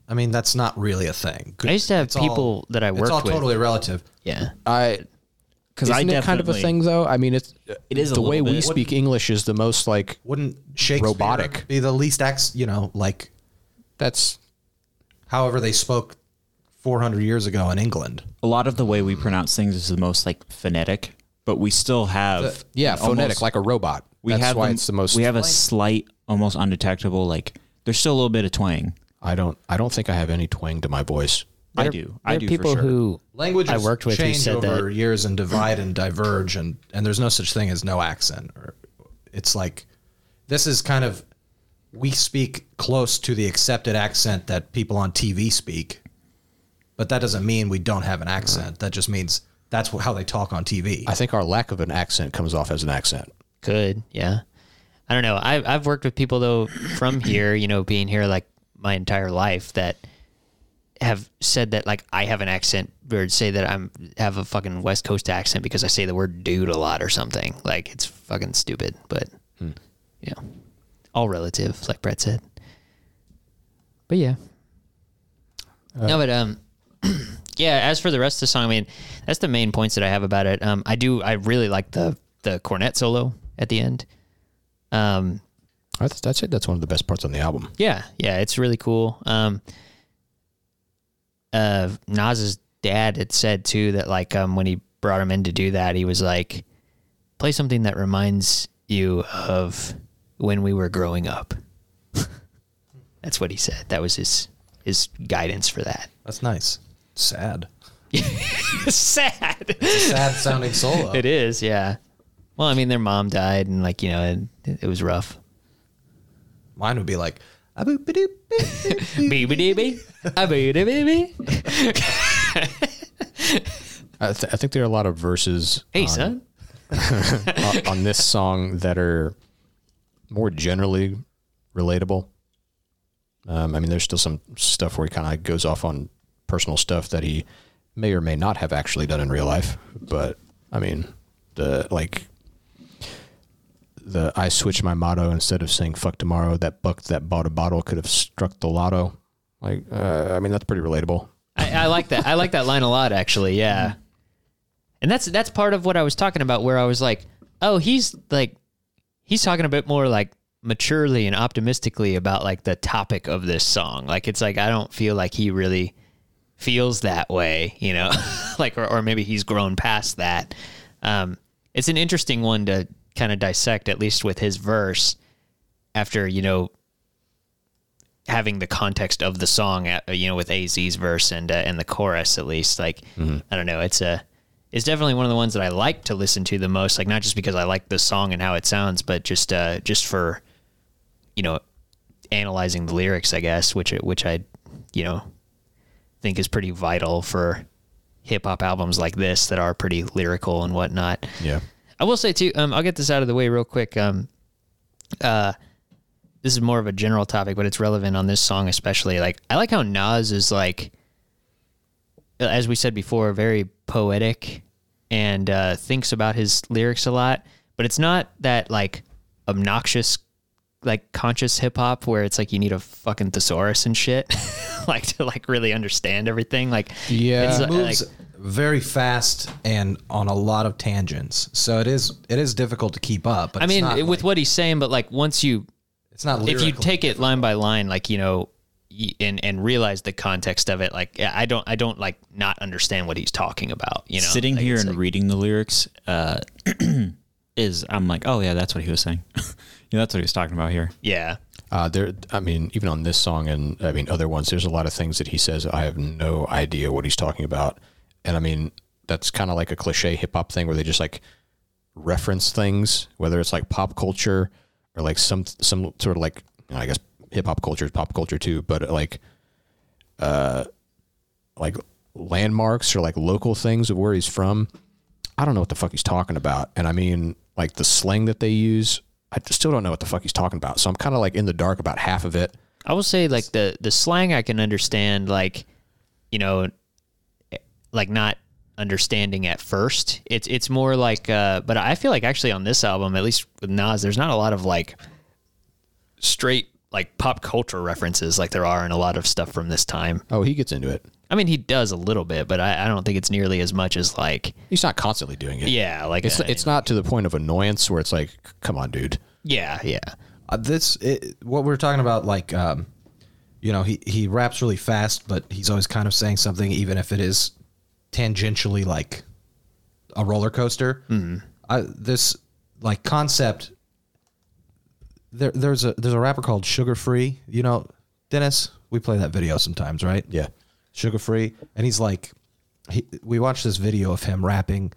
I mean, that's not really a thing.
I used to have
It's all-
people that I
It's all
worked with-
totally relative.
Yeah,
I
Because
isn't it kind of a thing though? I mean, it's
It is a
the way
little
we
bit.
speak English is the most like
Wouldn't Shakespeare
Robotic.
be the least ex? You know, like
that's
however they spoke 400 years ago in England.
A lot of the way we pronounce things is the most like phonetic, but we still have
yeah
an
phonetic
almost-
like a robot.
we
that's
have
why
them-
it's the most.
We have a slight, almost undetectable like. There's still a little bit of twang.
I don't. I don't think I have any twang to my voice.
I
There-
do. I
there are
do.
people
for sure.
who
Languages
I worked with who
change
said
over
that.
years and divide and diverge, and and there's no such thing as no accent. Or it's like this is kind of we speak close to the accepted accent that people on TV speak, but that doesn't mean we don't have an accent. That just means that's wh- how they talk on TV.
I think our lack of an accent comes off as an accent.
could. Yeah, I don't know. I've I've worked with people though from here. You know, being here like my entire life that have said that like I have an accent or say that I'm have a fucking West Coast accent because I say the word dude a lot or something. Like it's fucking stupid, but yeah. All relative, like Brett said. But yeah. no, but um yeah, as for the rest of the song, I mean, that's the main points that I have about it. Um I do I really like the the cornet solo at the end. Um
That's, that's it. That's one of the best parts on the album.
yeah, yeah, it's really cool. Um, uh, Nas's dad had said too that like um when he brought him in to do that, he was like, "Play something that reminds you of when we were growing up." That's what he said. That was his his guidance for that.
that's nice. Sad.
Sad.
Sad sounding solo.
It is, yeah. Well, I mean, their mom died, and like you know, it, it was rough.
Mine would be like. "Ah, "Ah-boop-a-doop-boop."
Beep-a-dee-bee, a-boo-dee-bee-bee.
I, th- I think there are a lot of verses
Hey,
on,
son.
on- on this song that are more generally relatable. Um, I mean, there's still some stuff where he kind of goes off on personal stuff that he may or may not have actually done in real life. But I mean, the like the I switched my motto instead of saying "fuck tomorrow." That buck that bought a bottle could have struck the lotto. Like, uh, I mean, that's pretty relatable.
I, I like that. I like that line a lot, actually. Yeah, and that's that's part of what I was talking about, where I was like, oh, he's like, he's talking a bit more like maturely and optimistically about like the topic of this song. Like, it's like I don't feel like he really feels that way, you know, like or, or maybe he's grown past that. Um, it's an interesting one to kind of dissect, at least with his verse. After you know having the context of the song, uh, you know, with AZ's verse and uh, and the chorus at least. Like, I don't know, it's a it's definitely one of the ones that I like to listen to the most. Like, not just because I like the song and how it sounds, but just uh, just for you know analyzing the lyrics, I guess, which which I you know think is pretty vital for hip hop albums like this that are pretty lyrical and whatnot.
Yeah.
I will say too. Um, I'll get this out of the way real quick. Um, uh, this is more of a general topic, but it's relevant on this song especially. Like, I like how Nas is like, uh, as we said before, very poetic and uh, thinks about his lyrics a lot. But it's not that like obnoxious like conscious hip hop where it's like you need a fucking thesaurus and shit, like to like really understand everything. Like
Yeah.
it's, uh,
It
moves
like,
very fast and on a lot of tangents. So it is it is difficult to keep up. But
I
it's
mean,
not
with
like-
what he's saying, but like once you
it's not
if you
lyrical.
take it line by line, like you know, y- and and realize the context of it, like I don't, I don't like not understand what he's talking about. You know,
Sitting
Like,
here
it's
and
like-
reading the lyrics uh, is, I'm like, oh yeah, that's what he was saying. you know, that's what he was talking about here.
yeah,
Uh, there, I mean, even on this song and I mean other ones, there's a lot of things that he says I have no idea what he's talking about, and I mean that's kind of like a cliche hip hop thing where they just like reference things, whether it's like pop culture or like some some sort of like you know, I guess hip hop culture is pop culture too, but like uh like landmarks or like local things of where he's from. I don't know what the fuck he's talking about. And I mean, like the slang that they use, I still don't know what the fuck he's talking about. So I'm kind of like in the dark about half of it.
I will say like the the slang I can understand, like you know, like not understanding at first. It's it's more like, uh, but I feel like actually on this album, at least with Nas, there's not a lot of like straight like pop culture references like there are in a lot of stuff from this time.
Oh, he gets into it.
I mean, he does a little bit, but I, I don't think it's nearly as much as like,
He's not constantly doing it.
yeah, like
It's,
uh,
it's not to the point of annoyance where it's like, come on, dude.
yeah, yeah,
uh, this it, what we're talking about like um you know he he raps really fast but he's always kind of saying something even if it is tangentially like a roller coaster
Hmm.
I, this like concept there there's a there's a rapper called sugar free you know dennis we play that video sometimes right
Yeah.
sugar free and he's like he, we watched this video of him rapping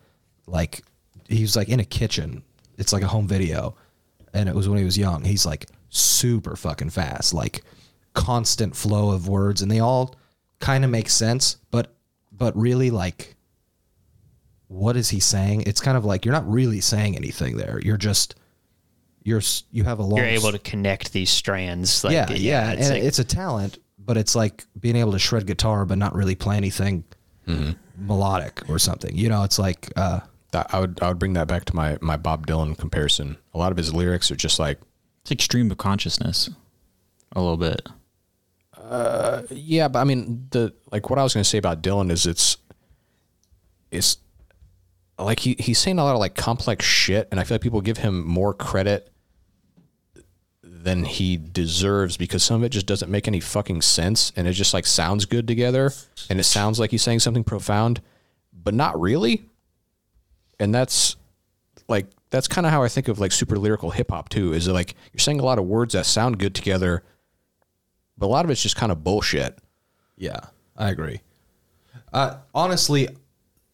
like he was like in a kitchen it's like a home video and it was when he was young he's like super fucking fast like constant flow of words and they all kind of make sense but but really like what is he saying it's kind of like you're not really saying anything there you're just you're s- you have a long
you're able to connect these strands. Like,
yeah, yeah,
it's
and
like-
it's a talent, but it's like being able to shred guitar but not really play anything Mm-hmm. melodic or something. You know, it's like uh,
That- I would, I would bring that back to my, my Bob Dylan comparison. A lot of his lyrics are just like,
It's extreme of consciousness, a little bit.
yeah, but I mean, the, like what I was going to say about Dylan is it's, it's like he, he's saying a lot of like complex shit. And I feel like people give him more credit than he deserves because some of it just doesn't make any fucking sense and it just like sounds good together and it sounds like he's saying something profound but not really and that's like that's kind of how i think of like super lyrical hip hop too is that, like you're saying a lot of words that sound good together but a lot of it's just kind of bullshit
yeah, I agree. Uh, honestly,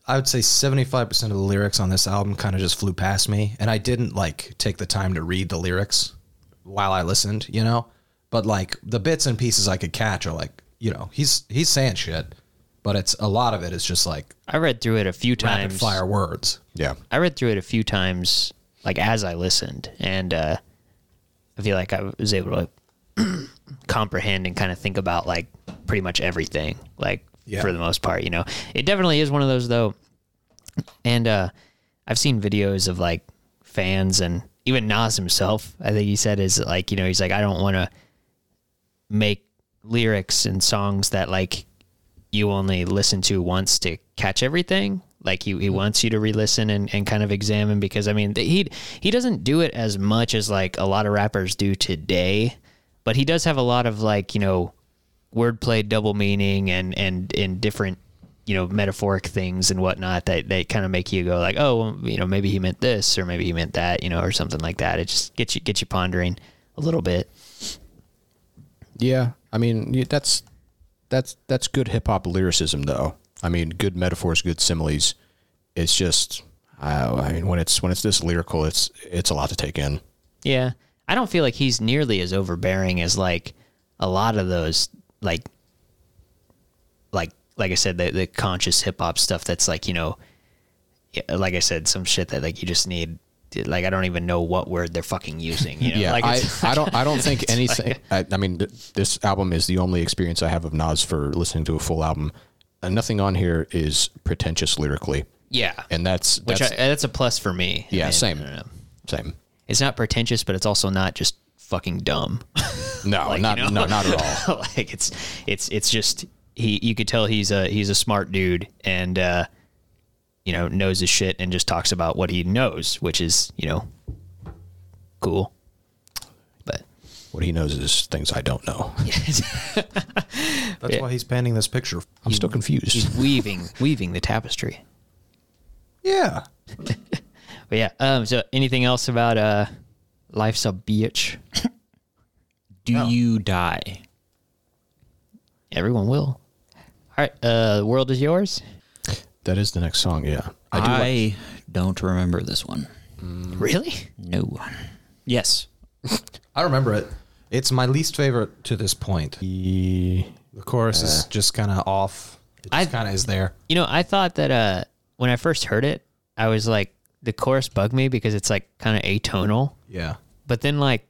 I would say seventy five percent of the lyrics on this album kind of just flew past me, and I didn't like take the time to read the lyrics while I listened. You know, but like the bits and pieces I could catch are like, you know, he's he's saying shit, but it's a lot of it is just like
I read through it a few
rapid
times.
fire words.
yeah
I read through it a few times, like as I listened, and uh, I feel like I was able to comprehend and kind of think about like pretty much everything, like for the most part, you know. It definitely is one of those though, and uh, I've seen videos of like fans and even Nas himself. I think he said is like you know he's like I don't want to make lyrics and songs that like you only listen to once to catch everything. Like he, he wants you to re-listen and, and kind of examine because I mean th- he he doesn't do it as much as like a lot of rappers do today, but he does have a lot of like you know wordplay, double meaning, and and and different you know metaphoric things and whatnot that that kind of make you go like oh well, you know maybe he meant this or maybe he meant that you know or something like that. It just gets you gets you pondering a little bit.
Yeah, I mean y- that's that's that's good hip hop lyricism, though. I mean, good metaphors, good similes. It's just, I, I mean, when it's when it's this lyrical, it's it's a lot to take in.
Yeah. I don't feel like he's nearly as overbearing as like a lot of those like like like I said the the conscious hip hop stuff that's like, you know, yeah, like I said some shit that like you just need to- like I don't even know what word they're fucking using, you know?
Yeah,
like
I,
it's-
I don't I don't think anything. I, I mean, th- this album is the only experience I have of Nas for listening to a full album. And nothing on here is pretentious lyrically,
yeah.
and that's
Which
that's
I, that's a plus for me. uh, I
yeah,
mean,
same,
I don't know.
same.
It's not pretentious, but it's also not just fucking dumb.
No,
Like,
not
you know?
no, not at all.
like it's it's it's just he you could tell he's a he's a smart dude and uh you know knows his shit and just talks about what he knows, which is, you know, cool. But
What he knows is things I don't know.
That's why he's painting this picture.
I'm still confused.
he's weaving weaving the tapestry.
Yeah.
But yeah, um so anything else about uh life's a bitch?
Do you die?
Everyone will. All right, uh the world is yours.
That is the next song. Yeah,
I, don't remember this one.
Really?
No. Mm. Yes.
I remember it. It's my least favorite to this point.
the
The chorus is just kind of off. It
I-
just kind of is there.
You know, I thought that uh when I first heard it, I was like the chorus bugged me because it's like kind of atonal.
Yeah.
But then like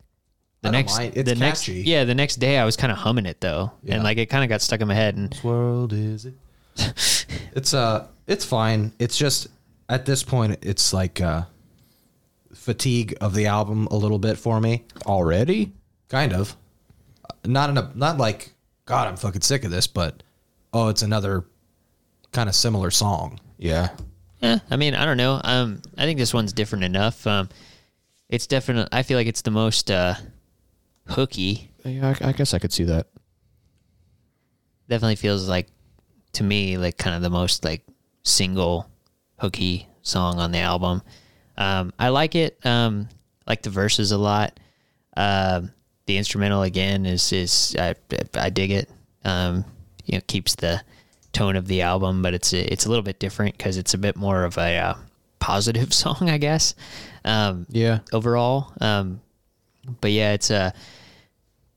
the
I don't
next
mind. It's
the next
catchy.
yeah, the next day I was kind of humming it though.
Yeah.
And like it kind of got stuck in my head and
world is it? it's uh it's fine. It's just at this point it's like uh fatigue of the album a little bit for me.
already.
Kind of. Not in a not like god I'm fucking sick of this, but oh it's another kind of similar song.
Yeah,
yeah, I mean, I don't know. Um I think this one's different enough. Um it's definitely I feel like it's the most uh hooky.
yeah. I, I guess I could see that.
Definitely feels like to me like kind of the most like single hooky song on the album. Um I like it. Um like the verses a lot. Um, the instrumental again is is I, I dig it. Um, you know, keeps the tone of the album, but it's a, it's a little bit different because it's a bit more of a uh, positive song, I guess. Um,
Yeah.
Overall, um, but yeah, it's a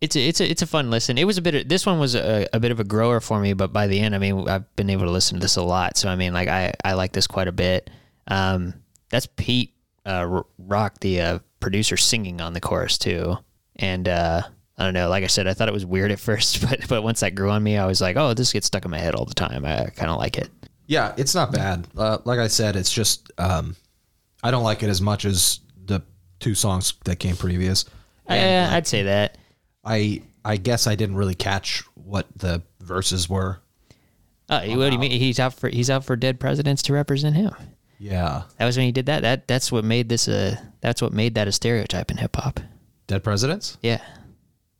it's a, it's a, it's a fun listen. It was a bit. Of, this one was a, a bit of a grower for me, but by the end, I mean, I've been able to listen to this a lot. So I mean, like I I like this quite a bit. Um, that's Pete uh, R- Rock, the uh, producer, singing on the chorus too. And uh, I don't know. Like I said, I thought it was weird at first, but but once that grew on me, I was like, oh, this gets stuck in my head all the time. I kind of like it.
Yeah, it's not bad. Uh, like I said, it's just um, I don't like it as much as the two songs that came previous.
Yeah, Uh, I'd say that.
I I guess I didn't really catch what the verses were.
Uh, what do you mean? He's out for he's out for dead presidents to represent him.
Yeah,
That was when he did that. That that's what made this a that's what made that a stereotype in hip hop.
dead presidents.
Yeah,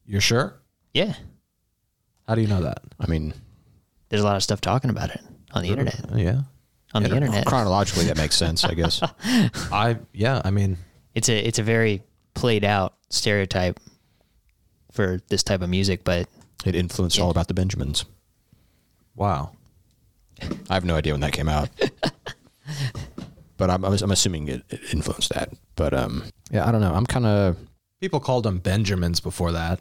You're sure?
yeah.
How do you know that?
I mean,
There's a lot of stuff talking about it on the internet.
Oh, Yeah,
On the internet,
chronologically that makes sense. I guess.
I yeah. I mean,
it's a it's a very played out stereotype for this type of music, but
It influenced all about the Benjamins.
wow.
I have no idea when that came out, but I'm, I'm I'm assuming it, it influenced that. But um, yeah, I don't know. I'm kind of
People called them Benjamins before that.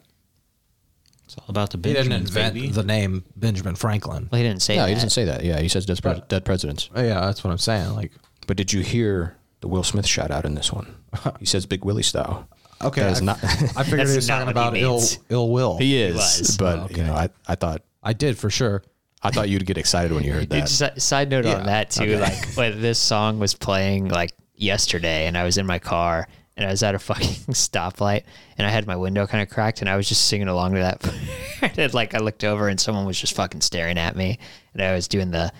It's all about the
He didn't
Benjamins,
invent
baby.
the name Benjamin Franklin.
well, he didn't say
no.
that.
He doesn't say that. Yeah, he says dead, pres- dead presidents.
Oh, yeah, that's what I'm saying. Like,
But did you hear the Will Smith shout out in this one? He says Big Willie style.
okay,
That is
I,
not-
I figured he was
That's not
talking
what
about
he
ill
means.
ill will.
was.
but you know, I, I thought
I did for sure.
I thought you'd get excited when you heard that.
Just a side note
Yeah,
on that too,
okay.
like when this song was playing like yesterday, and I was in my car and I was at a fucking stoplight, and I had my window kind of cracked, and I was just singing along to that. and, like I looked over, and someone was just fucking staring at me, and I was doing the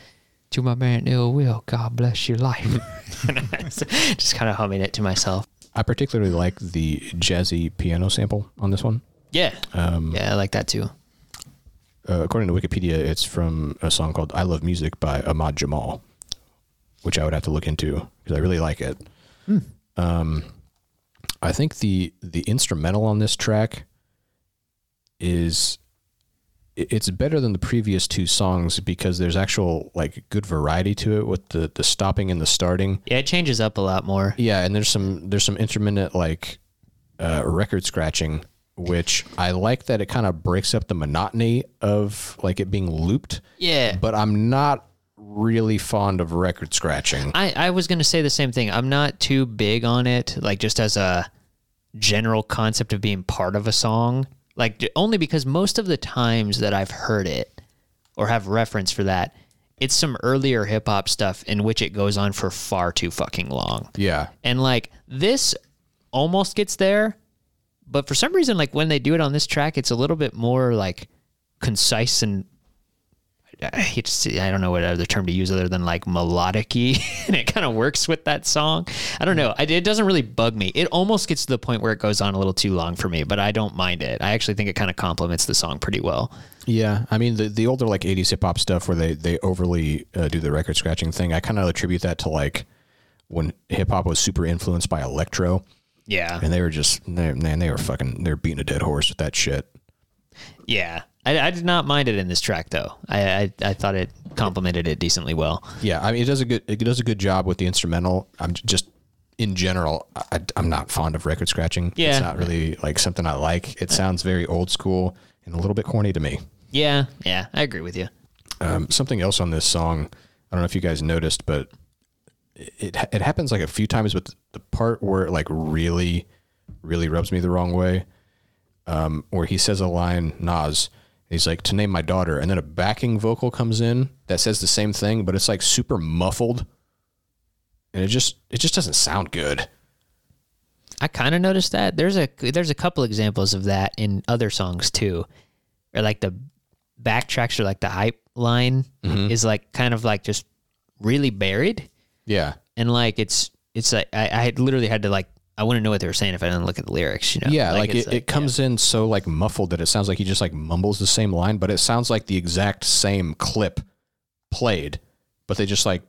"To my man ill will, God bless your life," and I was just kind of humming it to myself.
I particularly like the jazzy piano sample on this one.
Yeah,
Um,
yeah, I like that too.
Uh, according to Wikipedia, it's from a song called "I Love Music" by Ahmad Jamal, which I would have to look into because I really like it. Um, I think the the instrumental on this track is i- it's better than the previous two songs because there's actual like good variety to it with the the stopping and the starting.
Yeah, it changes up a lot more.
Yeah, and there's some there's some intermittent like uh, record scratching, which I like that it kind of breaks up the monotony of like it being looped.
Yeah.
But I'm not really fond of record scratching.
I, I was going to say the same thing. I'm not too big on it, like just as a general concept of being part of a song. Like, d- only because most of the times that I've heard it or have reference for that, it's some earlier hip hop stuff in which it goes on for far too fucking long.
yeah,
And like, this almost gets there, But for some reason, like when they do it on this track, it's a little bit more like concise and I hate to say, I don't know what other term to use other than like melodic and it kind of works with that song. I don't know. I, it doesn't really bug me. It almost gets to the point where it goes on a little too long for me, but I don't mind it. I actually think it kind of complements the song pretty well.
Yeah, I mean the, the older like '80s hip hop stuff where they they overly uh, do the record scratching thing. I kind of attribute that to like when hip hop was super influenced by electro,
Yeah.
and they were just they, man they were fucking they're beating a dead horse with that shit.
Yeah. I, I did not mind it in this track though. I, I, I thought it complemented it decently well.
Yeah, I mean it does a good it does a good job with the instrumental. I'm j- just in general, I, am not fond of record scratching.
Yeah.
it's not really like something I like. It sounds very old school and a little bit corny to me.
Yeah. Yeah. I agree with you.
Um, something else on this song, I don't know if you guys noticed, but it it happens like a few times, but the part where it like really, really rubs me the wrong way, um, where he says a line, Nas, he's like to name my daughter, and then a backing vocal comes in that says the same thing, but it's like super muffled, and it just it just doesn't sound good.
I kind of noticed that. There's a there's a couple examples of that in other songs too, or like the backtracks or like the hype line
Mm-hmm.
is like kind of like just really buried
Yeah,
and like it's it's like I, I had literally had to like I wouldn't know what they were saying if I didn't look at the lyrics. You know?
Yeah, like,
it's
it, it comes in so like muffled that it sounds like he just like mumbles the same line, but it sounds like the exact same clip played, but they just like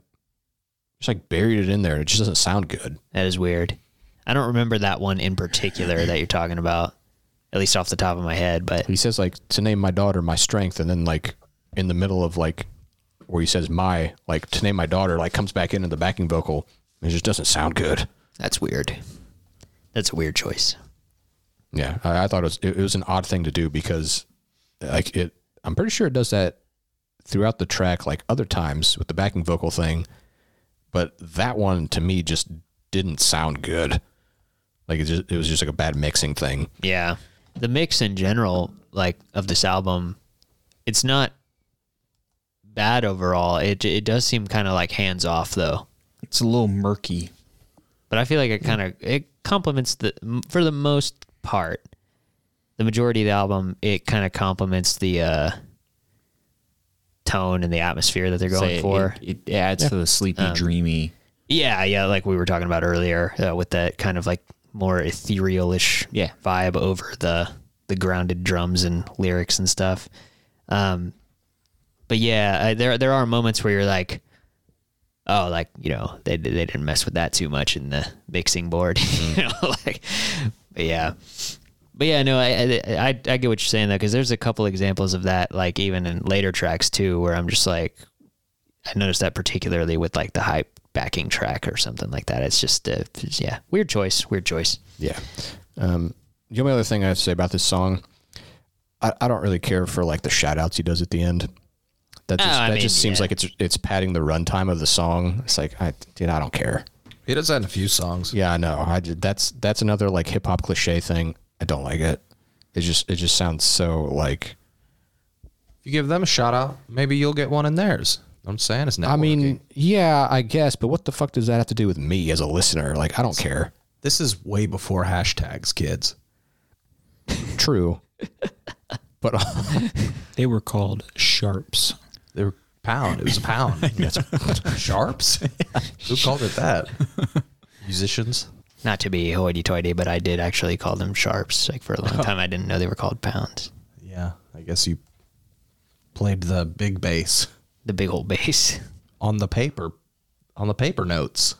just like buried it in there. It just doesn't sound good.
That is weird. I don't remember that one in particular that you're talking about, at least off the top of my head. But
He says like to name my daughter my strength, and then like in the middle of like where he says my like to name my daughter like comes back into the backing vocal. It just doesn't sound good.
that's weird. That's a weird choice.
Yeah, I, I thought it was it, it was an odd thing to do because like it, I'm pretty sure it does that throughout the track, like other times with the backing vocal thing, but that one to me just didn't sound good. Like it just it was just like a bad mixing thing.
Yeah. The mix in general, like of this album, it's not bad overall. It it does seem kind of like hands off though.
It's a little murky.
But I feel like it
Hmm.
kind of it complements the m- for the most part. The majority of the album, it kind of complements the uh, tone and the atmosphere that they're going
Say it-
for.
it, it adds to the sleepy, dreamy.
Yeah, yeah, like we were talking about earlier, uh, with that kind of like more etherealish
Yeah.
vibe over the the grounded drums and lyrics and stuff. Um, but yeah, I, there there are moments where you're like, oh, like you know they they didn't mess with that too much in the mixing board, you know, like but yeah. But yeah, no, I I, I I get what you're saying though, because there's a couple examples of that, like even in later tracks too, where I'm just like, I noticed that particularly with like the hype backing track or something like that. It's just uh, yeah, weird choice, weird choice.
Yeah. Um, the only other thing I have to say about this song, I, I don't really care for like the shout outs he does at the end. That just,
Oh, I
that
mean,
just seems
yeah.
like it's it's padding the runtime of the song. It's like I dude, I don't care.
He does that in a few songs.
Yeah, I know. I did, that's that's another like hip hop cliche thing. I don't like it. It just it just sounds so like.
If you give them a shout out, maybe you'll get one in theirs. I'm saying it's not.
I mean, yeah, I guess, but what the fuck does that have to do with me as a listener? Like, I don't care.
this is way before hashtags, kids.
True, but uh,
They were called sharps.
They were pound. It was a pound. Sharps. Who called it that? Musicians.
Not to be hoity-toity, but I did actually call them sharps. Like for a long time, I didn't know they were called pounds.
Yeah, I guess you played the big bass
The big old bass,
on the paper, on the paper notes.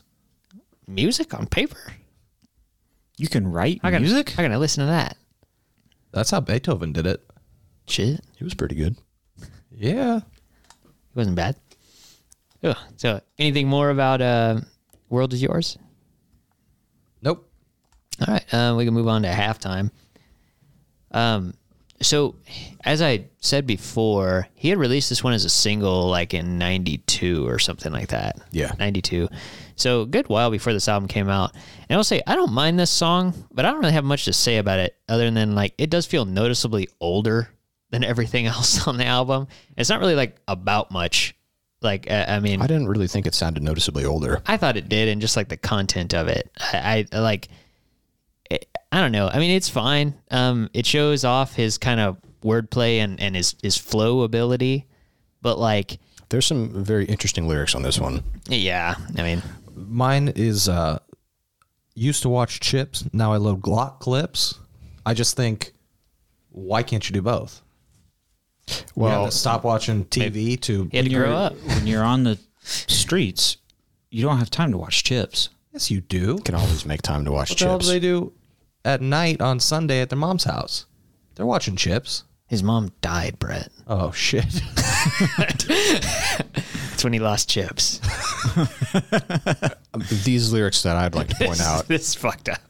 music on paper.
You can write
I gotta,
music.
I gotta listen to that
That's how Beethoven did it.
shit.
it was pretty good.
Yeah.
It wasn't bad. Ugh. So, anything more about uh, "World Is Yours"?
Nope.
All right, uh, we can move on to halftime. Um, so as I said before, he had released this one as a single like in '92 or something like that.
Yeah.
'92. So a good while before this album came out. And I'll say I don't mind this song, but I don't really have much to say about it other than like it does feel noticeably older than everything else on the album. It's not really like about much. Like uh, I mean,
I didn't really think it sounded noticeably older.
I thought it did, and just like the content of it, I, I like. I- I don't know. I mean, it's fine. Um, it shows off his kind of wordplay and and his his flow ability, but like,
There's some very interesting lyrics on this one.
yeah. I mean,
Mine is uh used to watch chips, now I load Glock clips. I just think why can't you do both? Well, stop watching TV to
he had to
you're-
grow up.
when you're on the streets, you don't have time to watch chips.
Yes, you do.
Can always make time to watch
What the hell do
chips.
they do at night on Sunday at their mom's house? They're watching chips.
His mom died, Brett.
Oh shit.
That's when he lost chips.
These lyrics that I'd like to point out.
this is fucked up.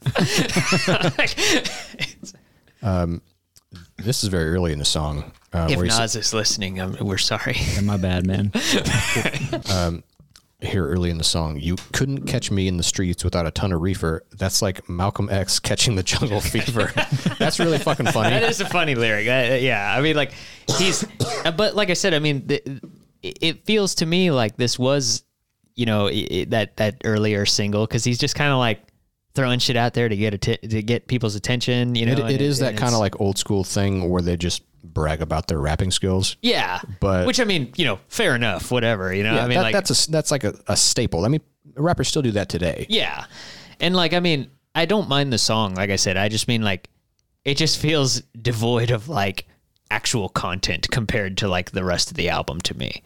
This is very early in the song. Uh,
if
where he sa-
Nas is listening, um, we're sorry.
Yeah, my bad, man.
here early in the song, you couldn't catch me in the streets without a ton of reefer. That's like Malcolm X catching the jungle fever. That's really fucking
that
funny.
is a funny lyric. I, yeah, I mean, like he's, but like I said, I mean, the, it- it feels to me like this was, you know, i i that that earlier single because he's just kind of like throwing shit out there to get atti- to get people's attention. You know,
It,
and
it is that
and
kind of
it's-
like old school thing where they just brag about their rapping skills.
yeah,
but-
which I mean, you know, fair enough, whatever. You know, I mean,
that,
like
that's a, that's like a, a staple. I mean, rappers still do that today.
Yeah. And like I mean, I don't mind the song, like I said. I just mean like it just feels devoid of like actual content compared to like the rest of the album to me.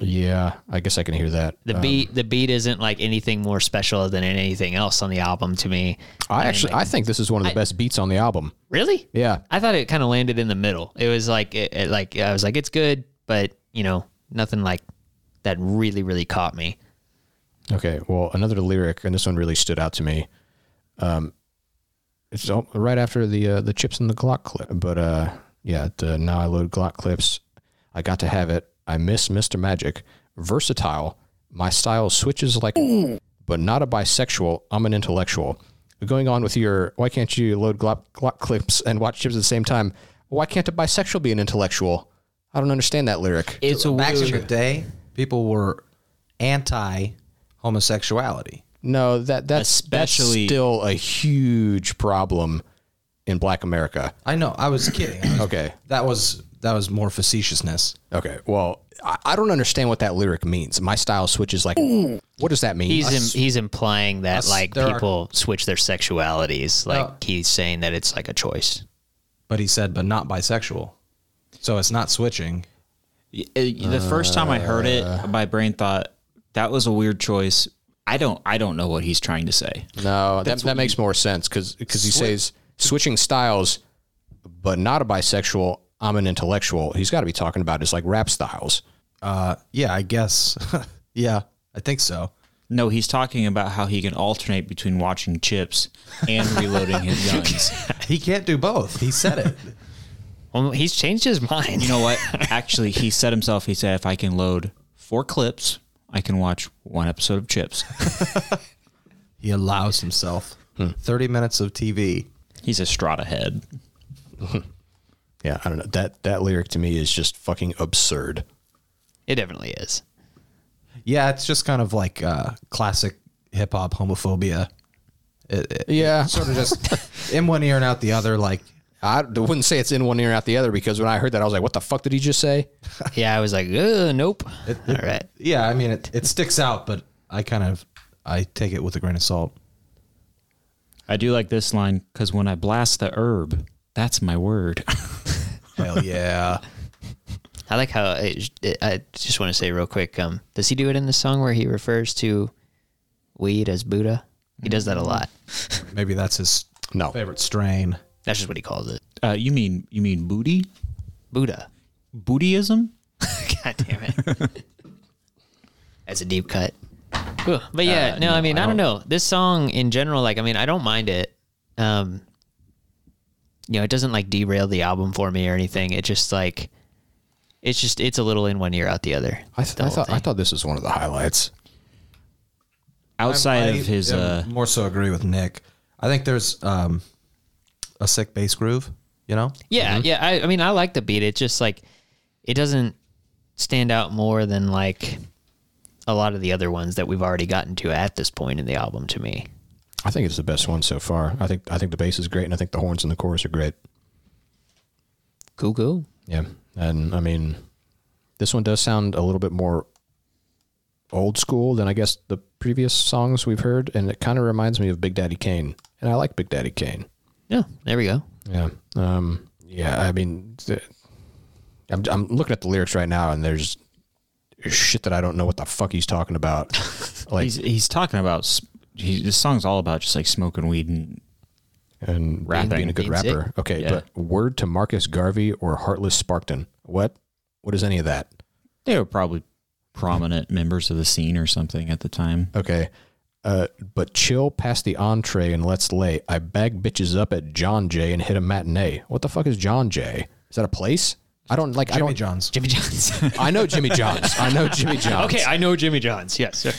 Yeah, I guess I can hear that.
The beat the beat isn't like anything more special than anything else on the album to me.
I actually I think this is one of the best beats on the album.
Really?
Yeah.
I thought it kind of landed in the middle. It was like it, it like I was like it's good, but you know, nothing like that really really caught me.
Okay. Well, another lyric, and this one really stood out to me. Um, it's all- right after the uh, the chips and the Glock clip, but uh, yeah, the now I load Glock clips. I got to have it. I miss Mr. Magic. Versatile. My style switches like, but not a bisexual. I'm an intellectual. Going on with your why can't you load Glock, Glock clips and watch chips at the same time? Why can't a bisexual be an intellectual? I don't understand that lyric.
It's a
Back in the
weird.
day, people were anti homosexuality.
No, that that's
Especially-
that's still a huge problem in Black America.
I know. I was kidding. I was-
Okay,
That was that was more facetiousness.
okay. Well, I, I don't understand what that lyric means. My style switches like, what does that mean?
He's im- he's implying that
us-
like
there are-
people switch their sexualities. Like
No.
he's saying that it's like a choice.
But he said, but not bisexual. So it's not switching.
Uh, The first time I heard it, my brain thought that was a weird choice. I don't. I don't know what he's trying to say.
no, that, that makes more sense because he says switching styles, but not a bisexual. I'm an intellectual. He's got to be talking about his like rap styles.
Uh, yeah, I guess. yeah, I think so.
No, he's talking about how he can alternate between watching chips and reloading his guns.
He can't do both. He said it.
Well, he's changed his mind.
You know what? Actually, he said himself. He said, "If I can load four clips, I can watch one episode of Chips."
he allows himself 30 minutes of TV.
He's a strata head.
Yeah, I don't know. That that lyric to me is just fucking absurd.
it definitely is.
Yeah, it's just kind of like uh, classic hip hop homophobia.
Yeah,
Sort of just in one ear and out the other. Like,
I wouldn't say it's in one ear and out the other because when I heard that, I was like, what the fuck did he just say?
Yeah, I was like, Ugh, nope. All right.
yeah, I mean, it, it sticks out, but I kind of I take it with a grain of salt.
I do like this line because when I blast the herb, that's my word.
Hell yeah.
I like how it, it- I just want to say real quick. Um, does he do it in the song where he refers to weed as Buddha? He does that a lot.
Maybe that's his
No.
favorite strain.
That's just what he calls it,
uh, you mean you mean booty?
Buddha.
Bootyism?
God damn it. That's a deep cut. Whew. But yeah, no, I mean, I, don't, know. This song in general, like, I mean, I don't mind it. Um, you know, it doesn't like derail the album for me or anything. It just like, it's just, it's a little in one ear, out the other.
I, th-
The
I
whole
thought I
thing.
thought this was one of the highlights.
Outside
I
of his,
am
uh,
more so agree with Nick. I think there's um, a sick bass groove. You know,
yeah, yeah. I, I mean, I like the beat. It just like, it doesn't stand out more than like a lot of the other ones that we've already gotten to at this point in the album to me.
I think it's the best one so far. I think I think the bass is great, and I think the horns and the chorus are great.
Cool, cool.
Yeah, and I mean, this one does sound a little bit more old school than I guess the previous songs we've heard, and it kind of reminds me of Big Daddy Kane, and I like Big Daddy Kane.
Yeah, there we go.
Yeah, um, yeah. I mean, th- I'm I'm looking at the lyrics right now, and there's shit that I don't know what the fuck he's talking about. Like,
he's he's talking about s- he, this song's all about just like smoking weed and
and
Rapping.
being a good
Being sick.
rapper. Okay,
Yeah.
but word to Marcus Garvey or Heartless Sparkton. What? What is any of that?
they were probably prominent members of the scene or something at the time.
Okay. Uh, but chill past the entree and let's lay. I bag bitches up at John Jay and hit a matinee. What the fuck is John Jay? Is that a place? I don't like. I
Jimmy
don't.
John's.
Jimmy John's.
I know Jimmy John's. I know Jimmy John's.
okay, I know Jimmy John's. Yes, sir.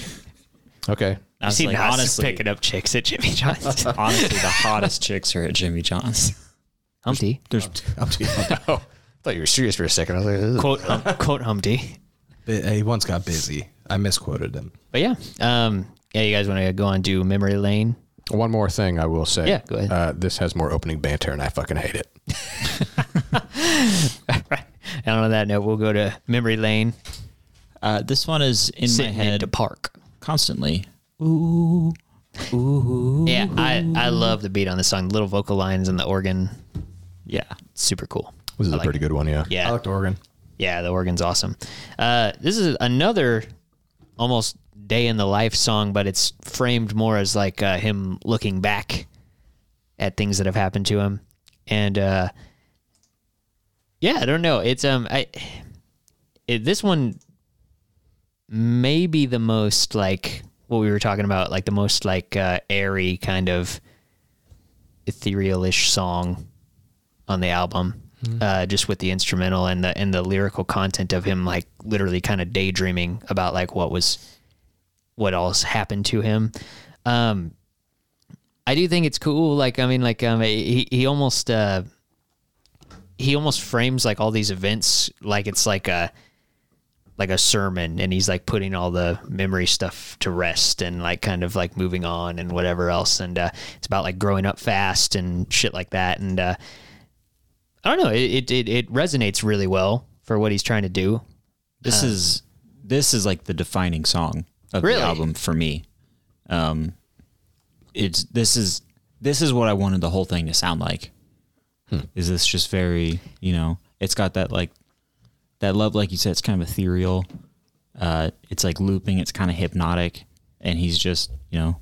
Okay.
I was
See,
like,
Nas is
honestly,
picking up chicks at Jimmy John's.
honestly, the hottest chicks are at Jimmy John's.
Humpty.
There's
Oh, I thought you were serious for a second. I was like, this is-
Quote, hum, quote Humpty.
Bu- He once got busy. I misquoted him.
But yeah, um, yeah, you guys want to go on to memory lane?
One more thing I will say.
Yeah, go ahead.
Uh, this has more opening banter, and I fucking hate it.
And on that note, we'll go to memory lane.
uh, this one is in my
Sitting
head
into park.
constantly.
Yeah, I, I love the beat on this song. Little vocal lines and the organ,
Yeah,
super cool.
This is
I
a
like
pretty
it.
good one, yeah.
Yeah,
I liked Oregon.
Yeah, the organ's awesome. Uh, this is another almost day in the life song, but it's framed more as like uh, him looking back at things that have happened to him, and uh, yeah, I don't know. It's um, I it, this one may be the most like what we were talking about, like the most like uh, airy kind of ethereal-ish song on the album, uh, just with the instrumental and the and the lyrical content of him like literally kind of daydreaming about like what was what else happened to him. Um, I do think it's cool. Like I mean, like um, he he almost uh, he almost frames like all these events like it's like a like a sermon and he's like putting all the memory stuff to rest and like kind of like moving on and whatever else and uh, it's about like growing up fast and shit like that and uh, I don't know. It, it it it resonates really well for what he's trying to do.
this is this is like the defining song of
Uh, Really?
the album for me. Um, it's this is this is what I wanted the whole thing to sound like.
Hmm.
Is this just very you know? It's got that like that love, like you said, it's kind of ethereal. Uh, it's like looping. It's kind of hypnotic, and he's just you know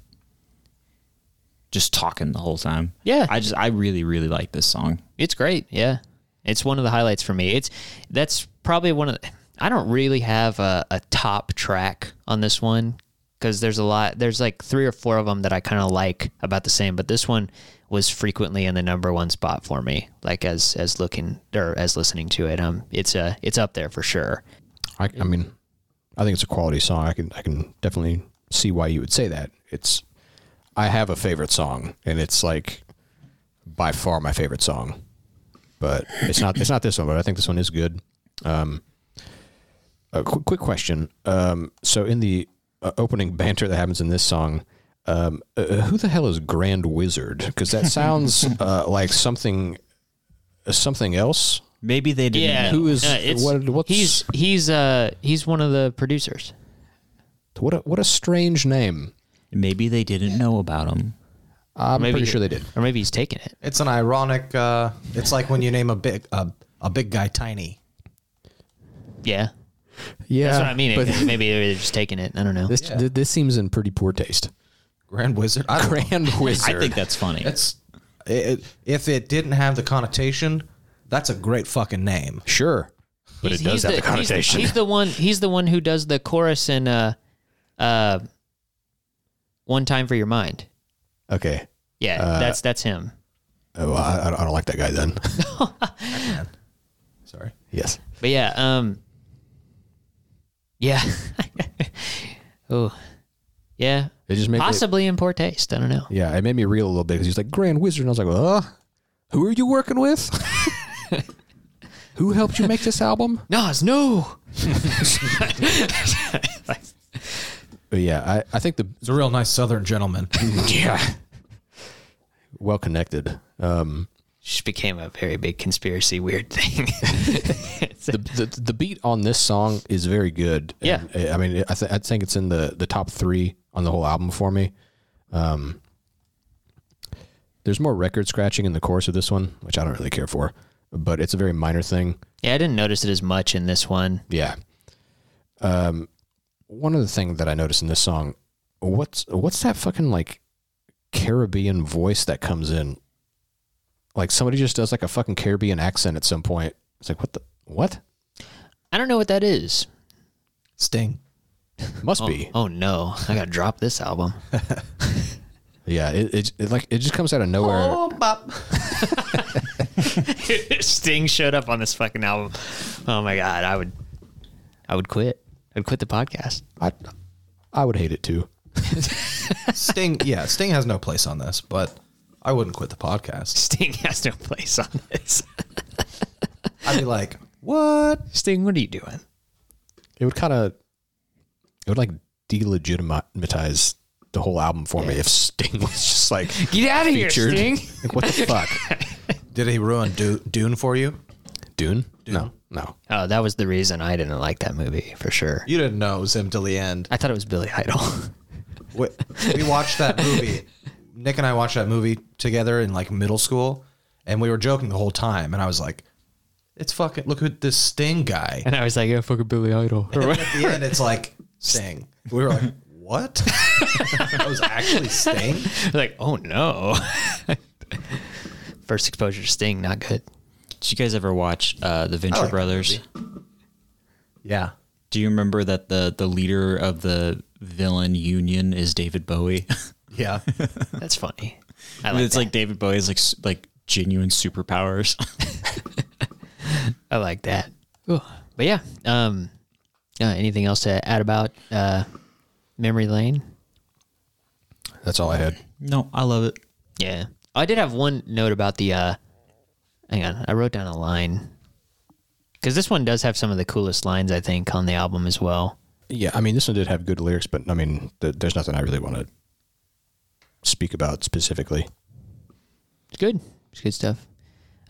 just talking the whole time.
Yeah.
I just I really really like this song.
It's great. Yeah, it's one of the highlights for me. It's that's probably one of. The, I don't really have a, a top track on this one because there's a lot. There's like three or four of them that I kind of like about the same, but this one was frequently in the number one spot for me. Like as as looking or as listening to it, um, it's uh it's up there for sure.
I, I mean, I think it's a quality song. I can I can definitely see why you would say that. It's I have a favorite song, and it's like by far my favorite song. But it's not it's not this one. But I think this one is good. Um, a quick, quick question. Um, so in the uh, opening banter that happens in this song. Um, uh, who the hell is Grand Wizard? Because that sounds uh, like something, uh, something else.
Maybe they didn't.
Yeah,
know.
Who is- what- what's-
Uh, he's he's uh he's one of the producers.
What a what a strange name.
Maybe they didn't know about him.
I'm
Maybe
pretty
he-
sure they did.
or maybe he's taking it.
It's an ironic. Uh, it's like when you name a big a, a big guy tiny.
Yeah.
Yeah,
That's what I mean.
But
It- maybe they're just taking it. I don't know.
this th- this seems in pretty poor taste.
Grand Wizard. I don't know.
Grand Wizard.
I think that's funny.
It's it, it- if it didn't have the connotation, that's a great fucking name.
sure, but
He's-
it does
he's
have the,
he's-
connotation.
He's, the one. He's the one who does the chorus in uh, uh, one time for your mind.
okay.
Yeah,
Uh,
that's that's him.
Oh, well, I, I don't- I don't like that guy then.
Sorry.
yes.
But yeah, um, yeah, oh, yeah.
It just made me-
Possibly in poor taste. I don't know.
yeah, it made me reel a little bit because he's like Grand Wizard, and I was like, uh, who are you working with? who helped you make this album?
Nas, no.
But yeah, I, I think the
He's a real nice Southern gentleman.
yeah, well connected. Um,
Just became a very big conspiracy weird thing.
the, the the beat on this song is very good.
Yeah.
And, uh, I mean, I, th- I think it's in the the top three on the whole album for me. Um, there's more record scratching in the course of this one, which I don't really care for, but it's a very minor thing.
yeah, I didn't notice it as much in this one.
Yeah. Um, one other thing that I noticed in this song, what's what's that fucking like Caribbean voice that comes in? Like somebody just does like a fucking Caribbean accent at some point. It's like what the what
I don't know what that is.
Sting.
must
Oh,
be
oh no, I gotta drop this album.
yeah it, it, it like it just comes out of nowhere.
Sting showed up on this fucking album. Oh my god, I would, I would quit. I'd quit the podcast.
I I would hate it too.
Sting. Yeah, Sting has no place on this, but I wouldn't quit the podcast.
Sting has no place on this.
I'd be like, what?
Sting, what are you doing?
It would kind of it would like delegitimize the whole album for me if Sting was just like
Get out of here,
featured.
Sting.
Like, what the fuck,
Did he ruin Do- Dune for you?
Dune? No, no.
Oh, that was the reason I didn't like that movie for sure.
You didn't know it was him till the end.
I thought it was Billy Idol.
We, we watched that movie. Nick and I watched that movie together in like middle school, and we were joking the whole time. And I was like, "It's fucking look at this Sting guy."
and I was like, yeah, fucking Billy Idol.
And then at the end, it's like Sting. We were like, "What?" that was actually Sting.
like, oh no. First exposure to Sting, not good.
Did you guys ever watch uh, the
Oh,
Venture
like that
Brothers?
Yeah,
Do you remember that the the leader of the villain union is David Bowie?
yeah.
That's funny. I like
it's
that.
like David Bowie's like s- like genuine superpowers.
I like that. But yeah, um, uh, anything else to add about uh, memory lane?
That's all I had.
no, I love it.
Yeah, Oh, I did have one note about the. Uh, hang on, I wrote down a line because this one does have some of the coolest lines I think on the album as well.
Yeah, I mean, this one did have good lyrics, but I mean, th- there's nothing I really want to speak about specifically.
It's good. It's good stuff.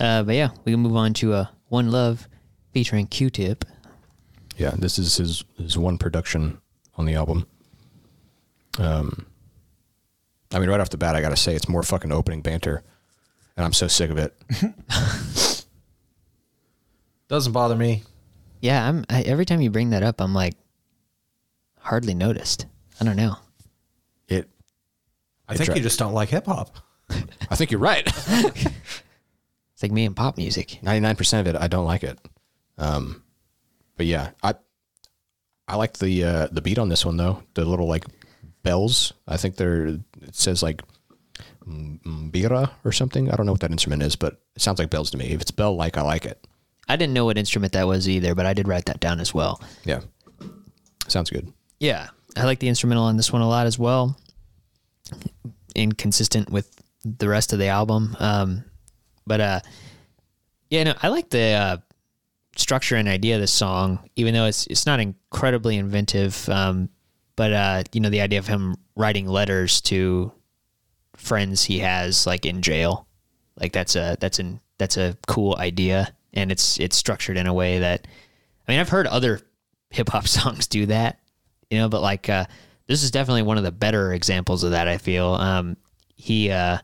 Uh, but yeah, we can move on to uh, "One Love" featuring Q-Tip.
Yeah, this is his his one production on the album. Um, I mean, right off the bat, I gotta say it's more fucking opening banter, and I'm so sick of it.
Doesn't bother me.
Yeah, I'm. I, every time you bring that up, I'm like, hardly noticed. I don't know.
It.
I
It
think
dri-
you just don't like hip hop.
I think you're right.
It's like me and pop music.
Ninety nine percent of it, I don't like it. Um, but yeah, I I like the uh, the beat on this one though. The little like bells. I think they're it says like m- mbira or something. I don't know what that instrument is, but it sounds like bells to me. If it's bell like, I like it.
I didn't know what instrument that was either, but I did write that down as well.
Yeah, sounds good.
Yeah. I like the instrumental on this one a lot as well. Inconsistent with the rest of the album. Um, but uh, yeah, no, I like the uh, structure and idea of the song, even though it's it's not incredibly inventive. Um, but uh, you know, the idea of him writing letters to friends he has like in jail, like that's a that's an that's a cool idea, and it's it's structured in a way that, I mean, I've heard other hip hop songs do that, you know, but like uh, this is definitely one of the better examples of that. I feel um, he. Uh,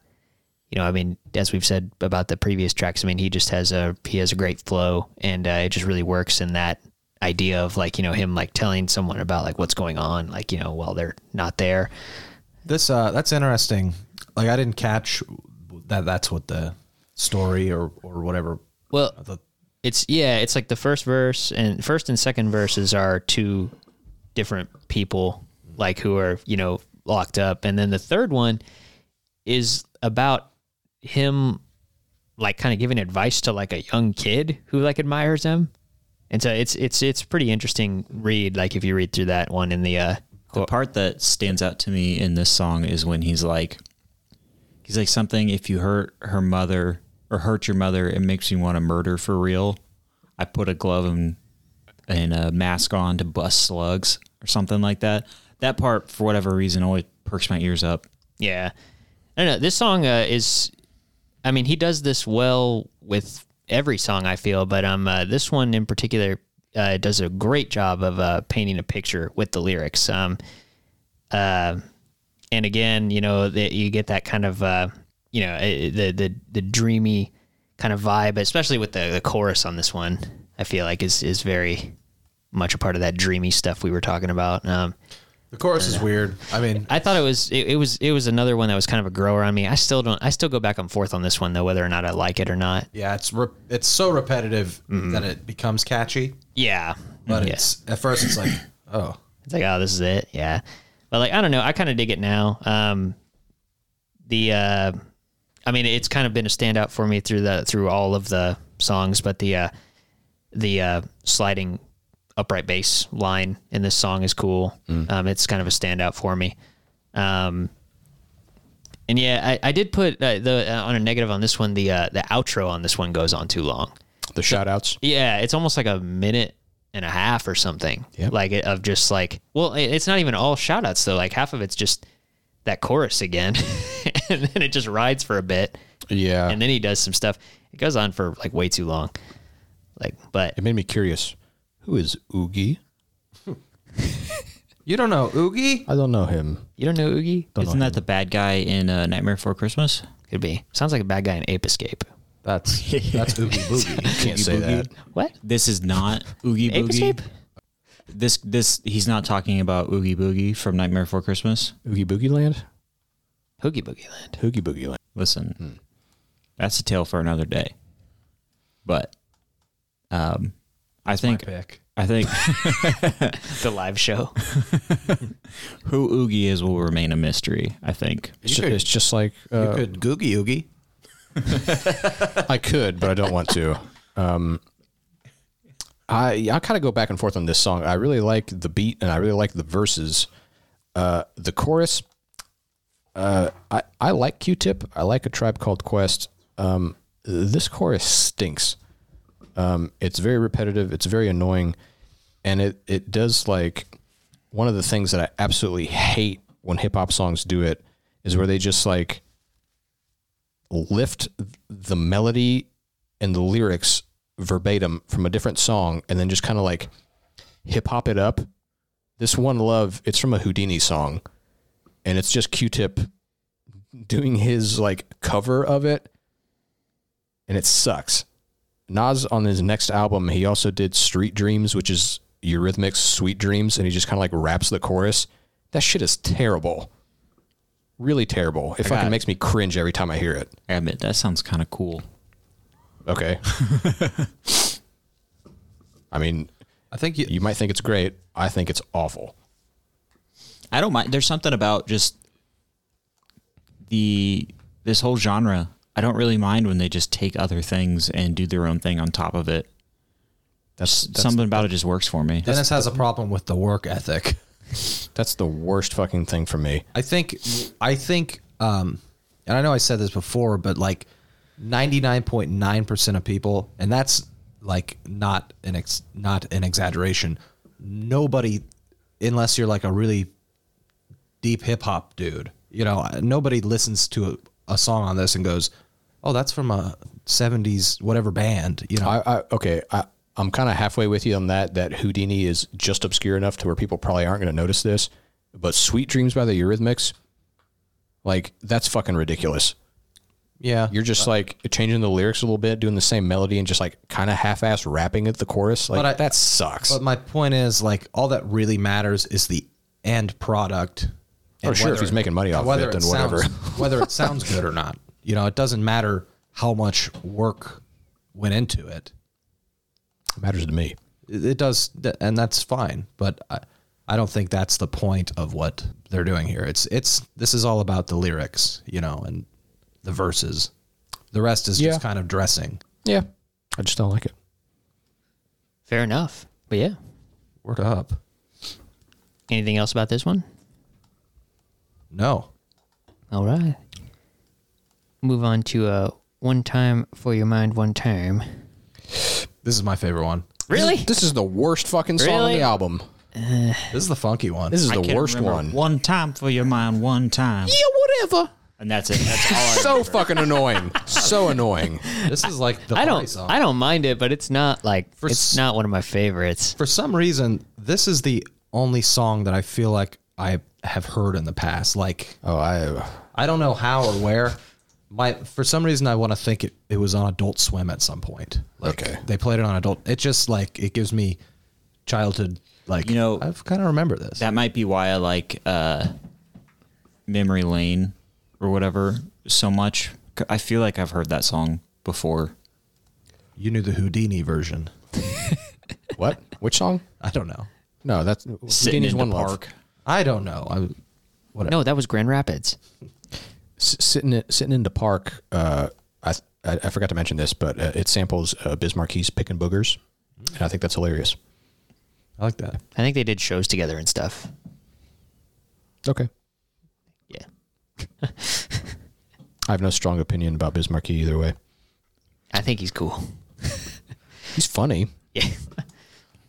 you know, I mean, as we've said about the previous tracks, I mean, he just has a he has a great flow, and uh, it just really works in that idea of like you know him like telling someone about like what's going on, like you know while they're not there.
This uh, that's interesting. Like I didn't catch that. That's what the story or or whatever.
Well,
The,
it's yeah, it's like the first verse and first and second verses are two different people like who are, you know, locked up and then the third one is about him like kind of giving advice to like a young kid who like admires him. And so it's it's it's pretty interesting read like if you read through that one in the uh
The part that stands out to me in this song is when he's like, he's like something. If you hurt her mother or hurt your mother, it makes you want to murder for real. I put a glove and and a mask on to bust slugs or something like that. That part, for whatever reason, always perks my ears up.
Yeah. I don't know. This song uh, is, I mean, he does this well with every song I feel, but um, uh, this one in particular uh, does a great job of uh, painting a picture with the lyrics. Um, uh, and again, you know, that you get that kind of, uh, you know, eh, the the the dreamy kind of vibe, especially with the, the chorus on this one. I feel like is is very much a part of that dreamy stuff we were talking about. Um,
The chorus is weird. I mean,
I thought it was it, it was it was another one that was kind of a grower on me. I still don't. I still go back and forth on this one though, whether or not I like it or not.
yeah, it's re- it's so repetitive that it becomes catchy.
Yeah,
But
Yeah.
it's at first it's like, oh,
It's like, oh, this is it. Yeah. But like, I don't know. I kind of dig it now. Um, the, uh, I mean, it's kind of been a standout for me through the, through all of the songs, but the, uh, the, uh, sliding upright bass line in this song is cool. Um, it's kind of a standout for me. Um, and yeah, I, I did put uh, the uh, on a negative on this one. The uh, the outro on this one goes on too long.
The shout outs.
Yeah, it's almost like a minute and a half or something.
Yep.
Like it, of just like, well, it- it's not even all shout outs though. Like half of it's just that chorus again. and then it just rides for a bit.
Yeah.
And then he does some stuff. It goes on for like way too long. Like, but
it made me curious. Who is Oogie?
you don't know Oogie?
I don't know him.
you don't know Oogie?
Isn't that the bad guy in uh, Nightmare Before Christmas?
Could be. Sounds like a bad guy in Ape Escape.
That's that's Oogie Boogie. You can't say that.
What?
This is not Oogie
Ape
Boogie.
Escape?
This this he's not talking about Oogie Boogie from Nightmare Before Christmas.
Oogie Boogie Land?
Hoogie Boogie Land.
Oogie Boogie Land.
Listen, that's a tale for another day. But um, I think
Pick.
I think
The live show.
who Oogie is will remain a mystery. I think
It's, ju- it's just like uh,
Good Googie Oogie.
I could, but I don't want to. Um, I I kind of go back and forth on this song. I really like the beat and I really like the verses. Uh, the chorus, uh, I I like Q-Tip. I like a tribe called Quest. Um, this chorus stinks. Um, it's very repetitive. It's very annoying, and it it does like one of the things that I absolutely hate when hip hop songs do it is where they just like lift the melody and the lyrics verbatim from a different song and then just kind of like hip hop it up. This one love, it's from a Houdini song and it's just Q-Tip doing his like cover of it and it sucks. Nas on his next album, he also did Street Dreams, which is Eurythmics Sweet Dreams and he just kind of like raps the chorus. That shit is terrible. Really terrible. It fucking
it.
makes me cringe every time I hear it.
I admit that sounds kind of cool.
Okay. I mean,
I think you,
you might think it's great. I think it's awful.
I don't mind. There's something about just the this whole genre. I don't really mind when they just take other things and do their own thing on top of it.
That's
S-
that's,
something about it just works for me.
Dennis has a problem with the work ethic.
that's the worst fucking thing for me.
I think I think um and I know I said this before, but like ninety nine point nine percent of people and that's like not an ex not an exaggeration. Nobody unless you're like a really deep hip hop dude, you know, nobody listens to a, a song on this and goes, Oh, that's from a seventies whatever band, you know.
I, I okay. I I'm kind of halfway with you on that. That Houdini is just obscure enough to where people probably aren't going to notice this. But Sweet Dreams by the Eurythmics, like that's fucking ridiculous.
yeah.
You're just like changing the lyrics a little bit, doing the same melody, and just like kind of half-ass rapping at the chorus. Like
But I-
that sucks.
But my point is, like, all that really matters is the end product.
Oh,
and
sure, if
whether
he's making money off of
whether
it, then
sounds-
whatever.
whether it sounds good or not, you know, it doesn't matter how much work went into it.
It matters to me.
It it does, and that's fine. But I, I don't think that's the point of what they're doing here. It's it's this is all about the lyrics, you know, and the verses. The rest is
Yeah.
just kind of dressing.
Yeah, I just don't like it.
Fair enough. But yeah.
Word up.
Anything else about this one?
No,
All right. Move on to uh, one time for your mind, one time.
this is my favorite one.
Really?
This is the worst fucking song on
Really?
the album.
This is the funky one.
This is
I
the
can't
worst
remember.
one.
One time for your mind, one time.
Yeah, whatever.
and that's it. That's all. I
so fucking annoying. So annoying.
This is like the
I
party
don't.
song.
I don't mind it, but it's not like
For
it's
s-
not one of my favorites.
For some reason, this is the only song that I feel like I have heard in the past. Like
Oh, I.
I don't know how or where. My for some reason I want to think it, it was on Adult Swim at some point. Like,
Okay.
They played it on Adult. It just like it gives me childhood like
You know-
I've kind of remember this.
that might be why I like uh, Memory Lane or whatever so much. C- I feel like I've heard that song before.
you knew the Houdini version.
What? Which song?
I don't know.
No, that's
Sitting
Houdini's
in
one
the
love.
park.
I don't know. I whatever.
No, that was Grand Rapids.
S- sitting in- sitting in the park. Uh, I, I I forgot to mention this, but uh, it samples uh, Biz Marquis picking boogers, and I think that's hilarious.
I like that.
I think they did shows together and stuff.
Okay.
Yeah.
I have no strong opinion about Biz Marquis either way.
I think he's cool.
He's funny.
Yeah.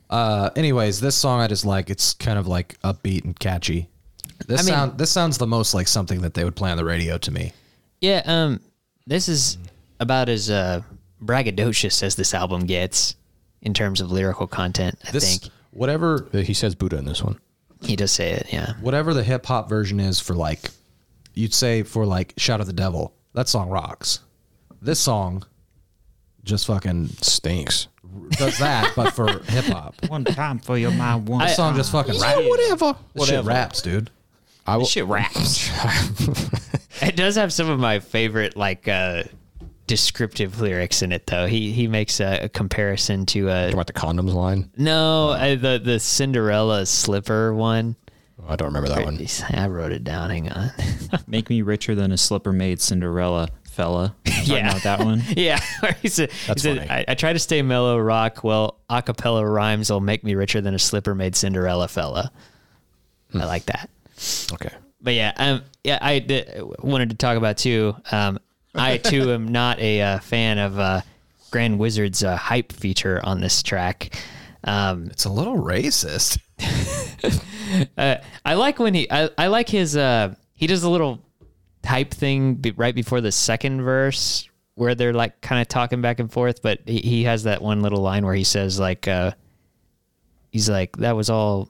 Uh, anyways, this song I just like. It's kind of like upbeat and catchy. This
I mean-
sound this sounds the most like something that they would play on the radio to me.
Yeah. Um, this is about as uh, braggadocious as this album gets in terms of lyrical content. I
This
think
whatever
Uh, He says Buddha in this one.
he does say it. Yeah.
whatever the hip hop version is for like you'd say for like Shout of the Devil. That song rocks. This song just fucking
Stinks.
does that, but for hip hop.
One time for your mind, one
This song just fucking raps.
Whatever.
This shit raps, dude.
I will.
shit raps.
It does have some of my favorite like uh, descriptive lyrics in it though. He he makes a, a comparison to uh,
Talking about the condoms line.
no uh, the the Cinderella slipper one.
Oh, I don't remember that one.
He's- I wrote it down. Hang on.
Make me richer than a slipper made Cinderella fella. Talking
Yeah.
about that one.
yeah, where he said, he
That's
said,
funny.
I, I try to stay mellow rock. Well, acapella rhymes will make me richer than a slipper made Cinderella fella. I like that.
Okay.
But yeah, um, yeah, I d- wanted to talk about too. Um, I too am not a uh, fan of uh, Grand Wizard's uh, hype feature on this track. Um,
It's a little racist.
I like when he, I, I like his, uh, he does a little hype thing be, right before the second verse where they're like kind of talking back and forth. But he, he has that one little line where he says like, uh, he's like, that was all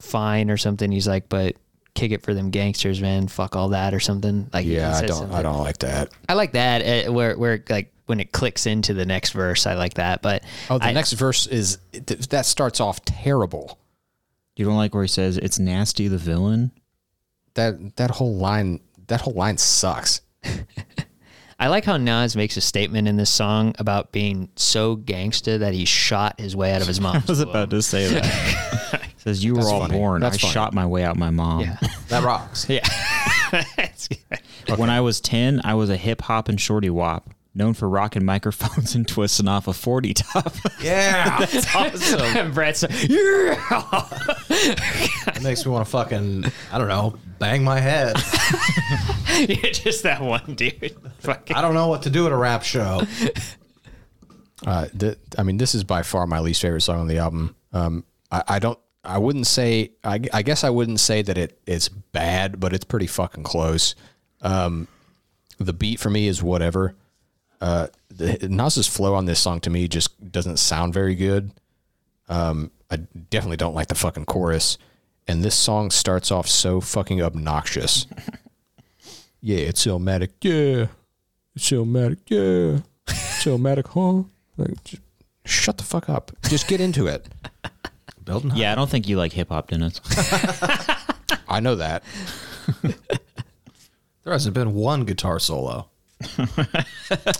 fine or something. He's like, but kick it for them gangsters, man. Fuck all that or something. Like he
Yeah, I
says
don't.
something.
I don't like that.
I like that uh, where where like when it clicks into the next verse. I like that, but
Oh, the
I-
next verse is th- that starts off terrible.
You don't like where he says it's nasty the villain?
That that whole line. That whole line sucks.
I like how Nas makes a statement in this song about being so gangsta that he shot his way out of his mom's. womb.
to say that. says you were all
funny.
born.
That's
I
funny.
shot my way out my mom.
Yeah.
That rocks.
When I was 10, I was a hip hop and shorty wop, known for rocking microphones and twisting off a 40 top.
Yeah.
And Brett's like, "Yeah!"
It makes me want to fucking I don't know, bang my head.
Yeah, just that one dude. Fucking-
I don't know what to do at a rap show.
Uh, th- I mean, this is by far my least favorite song on the album. Um, I, I don't. I wouldn't say. I, g- I guess I wouldn't say that it it's bad, but it's pretty fucking close. Um, the beat for me is whatever. Uh, the, Nas's flow on this song to me just doesn't sound very good. Um, I definitely don't like the fucking chorus, and this song starts off so fucking obnoxious. yeah, it's Illmatic. Yeah, it's Illmatic. Yeah, it's Illmatic, huh? Like, just shut the fuck up. Just get into it.
Building
yeah, I don't think you like hip hop, Dennis.
I know that.
There hasn't been one guitar solo.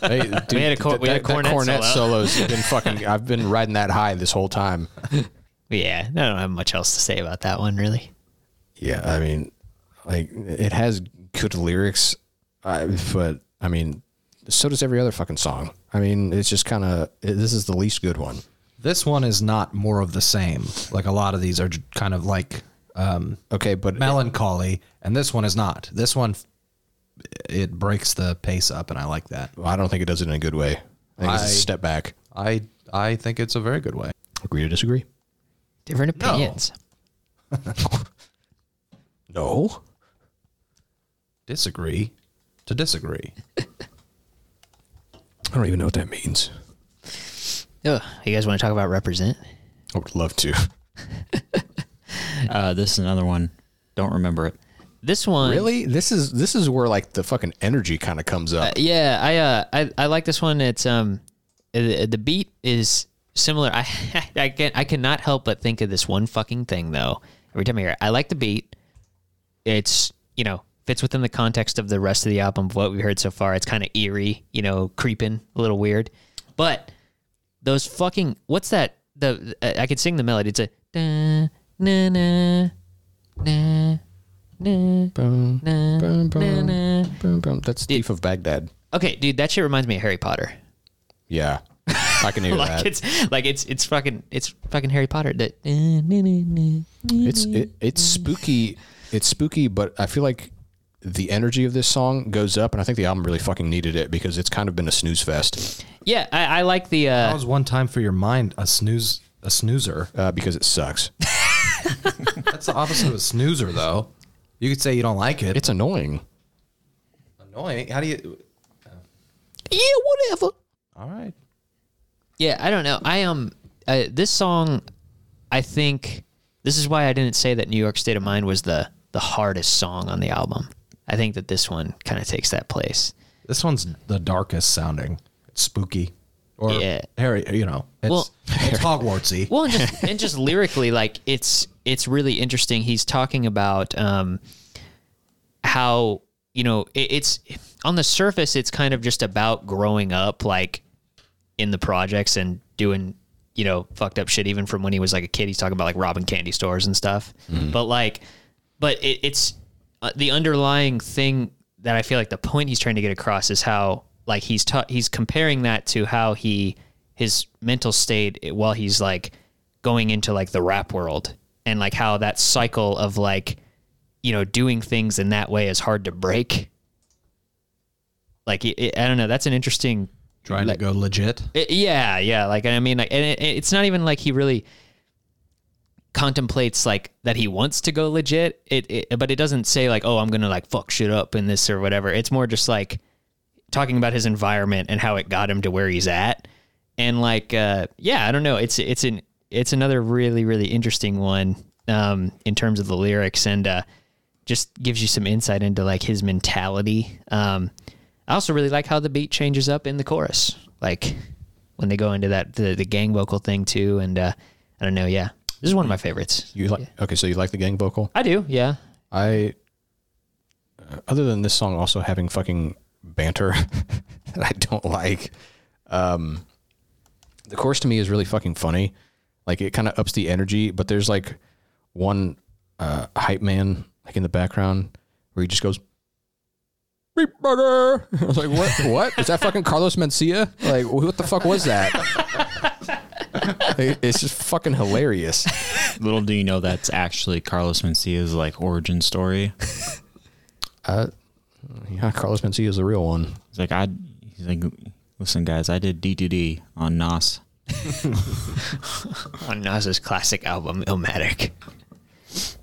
Hey, dude,
We had a cor- we had a cornet solo.
solo's been fucking. I've been riding that high this whole time.
yeah, I don't have much else to say about that one, really.
Yeah, I mean, like it has good lyrics, I, but I mean, so does every other fucking song. I mean, it's just kind of this is the least good one.
This one is not more of the same. Like a lot of these are j- kind of like um,
Okay, but
melancholy, and this one is not. This one, it breaks the pace up, and I like that.
I don't think it does it in a good way. I think it's a
I-
step back.
I I think it's a very good way.
Agree to disagree?
Different
No.
opinions.
No.
Disagree. to disagree.
I don't even know what that means.
Ugh, you guys want to talk about represent?
I would love to.
Uh, this is another one. Don't remember it.
This one
Really? This is this is where like the fucking energy kind of comes up.
Yeah, I uh, I I like this one. It's um, the, the beat is similar. I I can I cannot help but think of this one fucking thing though. Every time I hear it, I like the beat. It's you know fits within the context of the rest of the album of what we heard so far. It's kind of eerie, you know, creeping, a little weird, but those fucking what's that? The I I could sing the melody. It's a da na na na na
Boom,
na
boom,
na
boom,
na.
boom, boom. That's Thief of Baghdad.
Okay, dude, that shit reminds me of Harry Potter.
Yeah, I can hear
like
that. It's
it's like it's it's fucking it's fucking Harry Potter. That eh, yeah,
it's, it, it's spooky. It's spooky, but I feel like the energy of this song goes up, and I think the album really fucking needed it because it's kind of been a snooze fest
I, I like the
That
uh,
was one time for your mind a snooze a snoozer.
uh, because it sucks.
That's the opposite of a snoozer, though. You could say you don't like it.
It's annoying.
annoying. How do you?
yeah whatever.
All right.
Yeah, I don't know. I um uh, this song, I think this is why I didn't say that New York State of Mind was the the hardest song on the album. I think that this one kind of takes that place.
This one's the darkest sounding. It's spooky. Or
Yeah.
Harry, you know, it's,
Well-
it's Hogwartsy.
Well, and just, and just lyrically, like it's it's really interesting. He's talking about um, how you know it, it's on the surface, it's kind of just about growing up, like in the projects and doing you know fucked up shit. Even from when he was like a kid, he's talking about like robbing candy stores and stuff. But like, but it, it's uh, the underlying thing that I feel like the point he's trying to get across is how like he's ta- he's comparing that to how he his mental state while he's like going into like the rap world and like how that cycle of like you know doing things in that way is hard to break like it, it- i don't know that's an interesting
Trying to go legit.
it- yeah, yeah. Like I mean, like, and it, it's not even like he really contemplates like that he wants to go legit. It, it, but it doesn't say like, oh, I'm gonna like fuck shit up in this or whatever. It's more just like talking about his environment and how it got him to where he's at. And like, uh, yeah, I don't know. It's it's an it's another really really interesting one um, in terms of the lyrics and uh, just gives you some insight into like his mentality. Um, I also really like how the beat changes up in the chorus, like when they go into that the, the gang vocal thing too. And uh, I don't know, yeah, this is one of my favorites.
You like? Okay, so you like the gang vocal?
I do, yeah.
I, uh, other than this song, also having fucking banter that I don't like. Um, the chorus to me is really fucking funny. Like it kind of ups the energy, but there's like one uh, hype man like in the background where he just goes, "Beep burger." I was like, "What? What is that? Fucking Carlos Mencia? Like, wh- what the fuck was that?" Like, it's just fucking hilarious.
Little do you know that's actually Carlos Mencia's like origin story.
Yeah, Carlos Mencia is the real one.
He's like, I. He's like, listen, guys, I did DDD on Nas.
On Oh, Nas's classic album Illmatic.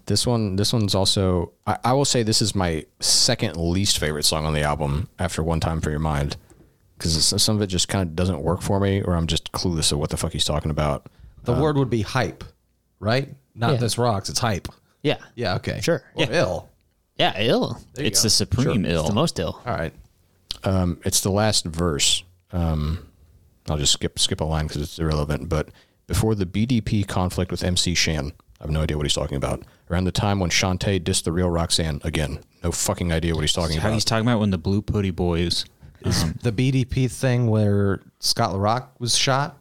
This one, this one's also. I, I will say this is my second least favorite song on the album after "One Time for Your Mind," because some of it just kind of doesn't work for me, or I'm just clueless of what the fuck he's talking about.
The word would be hype, right? Not
Yeah.
this rocks. It's hype.
Yeah,
Yeah. Okay.
Sure.
Or ill.
yeah. Ill.
It's the supreme ill.
It's the most ill.
All right.
Um, it's the last verse. Um, I'll just skip skip a line because it's irrelevant. But before the BDP conflict with MC Shan, I have no idea what he's talking about. Around the time when Shantae dissed the real Roxanne again, no fucking idea what he's talking
How
about.
he's talking about when the Blue Putty Boys. Um,
The BDP thing where Scott LaRock was shot.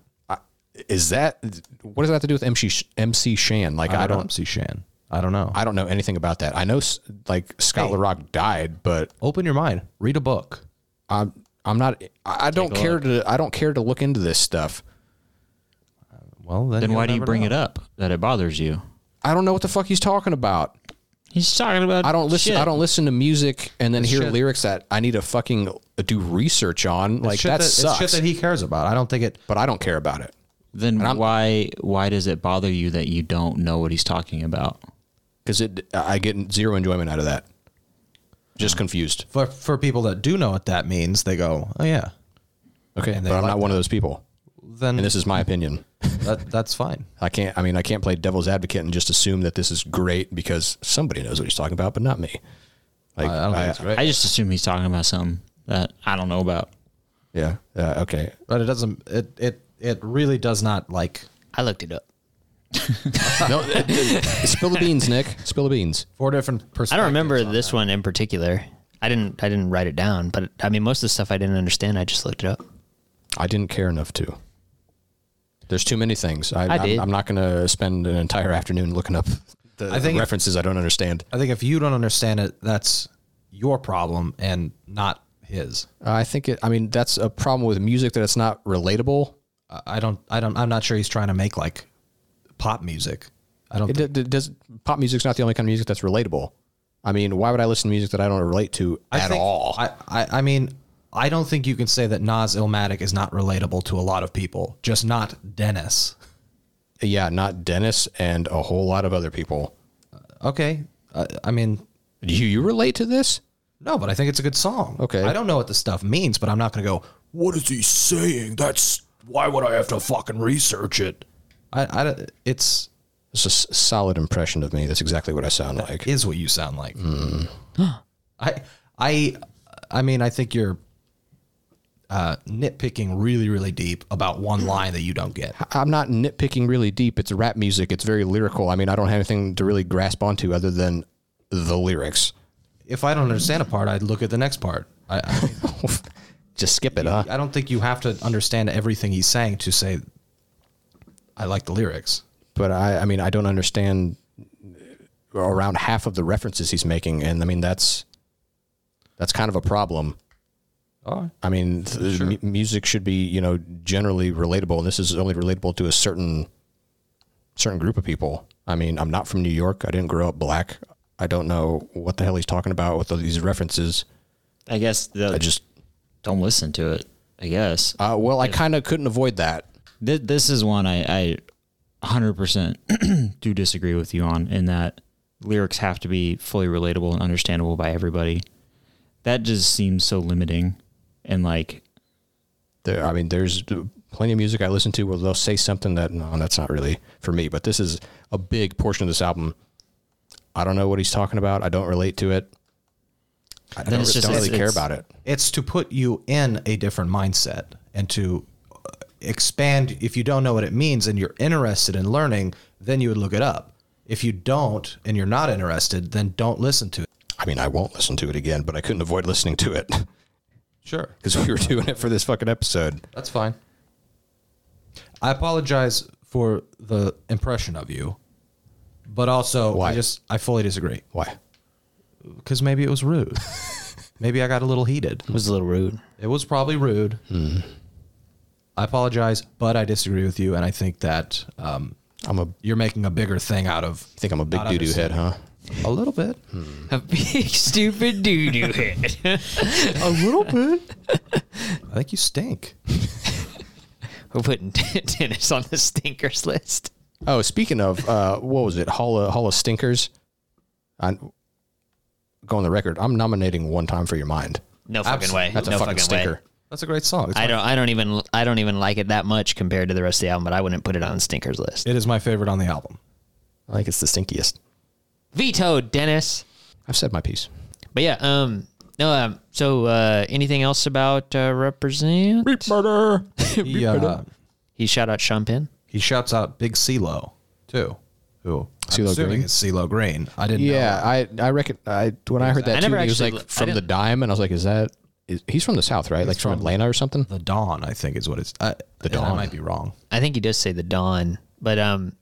Is that what does that have to do with MC Sh- MC Shan? Like I don't
see Shan. I don't know.
I don't know anything about that. I know s- like Scott LaRock died, but
Open your mind. Read a book.
I'm I'm not. I, I don't care to. I don't care to look into this stuff.
Well, then,
then
you'll
why do you
never
bring
know.
it up? That it bothers you.
I don't know what the fuck he's talking about.
He's talking about.
I don't listen.
shit.
I don't listen to music and then hear lyrics that I need to fucking uh, do research on. Like
Shit
that
that, It's shit
sucks.
that he cares about. I don't think it.
but I don't care about it.
Then why why does it bother you that you don't know what he's talking about?
because it I get zero enjoyment out of that. Just confused.
For for people that do know what that means, they go, "Oh yeah."
Okay,
And
but
they
I'm
like
not one of those people,
Then
and this is my opinion.
that, that's fine.
I can't. I mean, I can't play devil's advocate and just assume that this is great because somebody knows what he's talking about, but not me. Like,
I don't think it's great.
I just assume he's talking about something that I don't know about.
yeah, uh, okay.
but it doesn't it it it really does not like
I looked it up.
No, it- it- spill the beans, Nick. Spill the beans.
four different perspectives.
I don't remember
on
this one in particular. I didn't. I didn't write it down, but I mean, most of the stuff I didn't understand. I just looked it up.
I didn't care enough to. There's too many things. I,
I
I'm-
did.
I'm, not going to spend an entire afternoon looking up the
I think-
references I don't understand.
I think if you don't understand it, that's your problem and not his.
Uh, I think it. I mean, that's a problem with music that it's not relatable.
I- I don't I don't I'm not sure he's trying to make like pop music. I don't
It,
think,
d- d- does pop music's not the only kind of music that's relatable. I mean, why would I listen to music that I don't relate to
I
at
think-
all?
I, I I mean I don't think you can say that Nas Illmatic is not relatable to a lot of people, just not Dennis.
yeah, not Dennis and a whole lot of other people.
Okay, uh, I mean
Do you relate to this?
no, but I think it's a good song.
Okay.
I don't know what the stuff means, but I'm not going to go.
What is he saying? That's why would I have to fucking research it?
I, I don't- it's
It's a s- solid impression of me. That's exactly what I sound like.
is what you sound like. I I I mean I think you're uh, nitpicking really really deep about one line that you don't get.
I'm not nitpicking really deep. It's rap music. It's very lyrical. I mean, I don't have anything to really grasp onto other than the lyrics.
If I don't understand a part, I'd look at the next part. I I,
Just skip it, huh?
I don't think you have to understand everything he's saying to say I like the lyrics.
But I, I mean, I don't understand around half of the references he's making, and I mean that's that's kind of a problem.
Oh,
I mean, th- mu- music should be you know generally relatable, and this is only relatable to a certain certain group of people. I mean, I'm not from New York. I didn't grow up black. I don't know what the hell he's talking about with all these references.
I guess the,
I just
don't listen to it. I guess
uh, well, I kind of couldn't avoid that.
Th- this is one I, I 100% do disagree with you on in that lyrics have to be fully relatable and understandable by everybody. That just seems so limiting. And like,
There, I mean, there's plenty of music I listen to where they'll say something that no, that's not really for me. But this is a big portion of this album. I don't know what he's talking about. I don't relate to it. I don't,
it's just-
don't really
it's-
care
it's-
about it.
It's to put you in a different mindset and to uh, expand. If you don't know what it means and you're interested in learning, then you would look it up. If you don't and you're not interested, then don't listen to it.
I mean, I won't listen to it again, but I couldn't avoid listening to it
Sure.
because we were doing it for this fucking episode.
That's fine. I apologize for the impression of you, but also
Why?
I just I fully disagree
Why?
because maybe it was rude. maybe I got a little heated.
It was a little rude.
It was probably rude. I apologize, but I disagree with you, and I think that um,
I'm a
you're making a bigger thing out of
think I'm a big
Not
doo doo head, huh?
a little bit.
A big stupid doo doo head.
a little bit. I think you stink.
We're putting Dennis on the stinkers list.
Oh, speaking of, uh, what was it? Hall of, Hall of Stinkers. I go on the record. I'm nominating one time for your mind.
No fucking way.
That's a
no
fucking stinker.
way.
That's a great song. It's
I
my-
don't. I don't even. I don't even like it that much compared to the rest of the album. But I wouldn't put it on the stinkers list.
it is my favorite on the album.
I think it's the stinkiest.
Vetoed, Dennis.
I've said my piece.
But yeah. Um. No. Um. So, uh, anything else about uh, represent?
murder.
He, uh,
He shout out Sean Penn.
he shouts out Big CeeLo too. Who?
CeeLo
I'm assuming
Green?
it's CeeLo Green. I didn't.
Yeah,
know.
I I reckon I when I heard that
I
too,
never
he was
actually
like
l- I
from the
didn't-
dime, and I was like, is that is, he's from the south, right? Like from, Atlanta or something?
the Dawn. I think is what it's. I, the Dawn. I might be wrong.
I think he does say the Dawn. But um.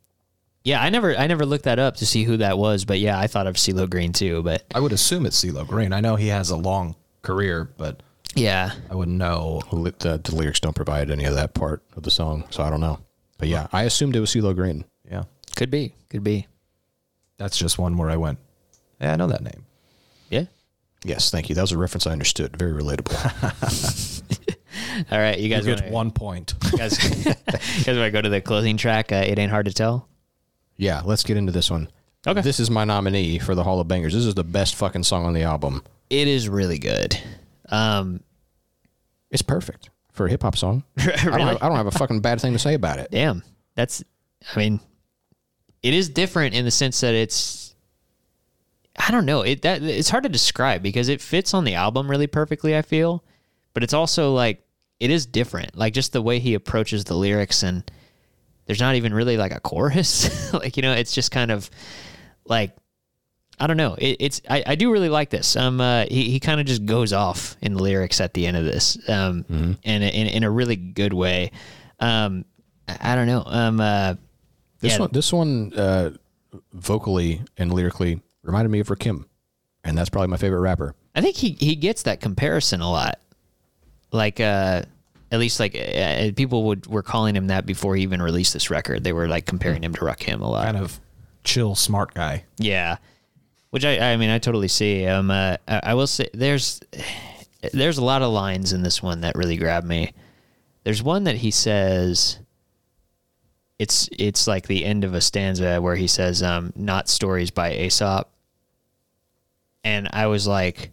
Yeah, I never. I never looked that up to see who that was. But yeah, I thought of CeeLo Green too. But
I would assume it's CeeLo Green. I know he has a long career, but
yeah.
I wouldn't know.
Well, it- The, the lyrics don't provide any of that part of the song, so I don't know. But yeah, I assumed it was CeeLo Green.
Yeah,
Could be. Could be.
that's just one where I went. Yeah, I know that name.
Yeah.
Yes, thank you. That was a reference I understood. Very relatable.
All right, you guys.
You get
wanna-
one point.
you guys, you guys want to go to the closing track? Uh, it ain't hard to tell.
yeah, let's get into this one.
Okay.
This is my nominee for the Hall of Bangers. This is the best fucking song on the album.
It is really good. Um,
It's perfect for a hip hop song. I, don't have, I don't have a fucking bad thing to say about it.
damn that's i mean it is different in the sense that it's i don't know it that it's hard to describe because it fits on the album really perfectly i feel but it's also like it is different like just the way he approaches the lyrics and there's not even really like a chorus like you know it's just kind of like I don't know. It, it's I, I do really like this. Um, uh, he he kind of just goes off in lyrics at the end of this, um,
Mm-hmm.
and in in a really good way. Um, I, I don't know. Um, uh,
This
yeah,
one, this one, uh, vocally and lyrically reminded me of Rakim, and that's probably my favorite rapper.
I think he he gets that comparison a lot. Like uh, at least like uh, uh, people would were calling him that before he even released this record. They were like comparing him to Rakim a lot.
Kind of chill, smart guy.
Yeah, which I, I mean I totally see. Um, uh, I, I will say there's there's a lot of lines in this one that really grab me. There's one that he says. It's it's like the end of a stanza where he says, um, "Not stories by Aesop," and I was like,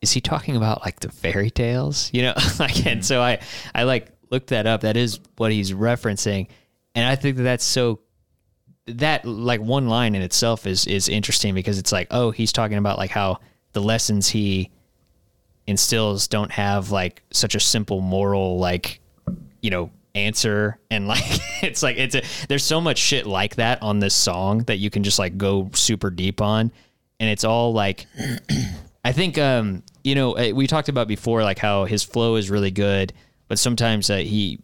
"Is he talking about like the fairy tales?" You know, like and so I I like looked that up. That is what he's referencing, and I think that that's so that like one line in itself is is interesting because it's like oh he's talking about like how the lessons he instills don't have like such a simple moral like you know answer and like it's like it's a there's so much shit like that on this song that you can just like go super deep on and it's all like I think um, you know eh, we talked about before like how his flow is really good, but sometimes uh, he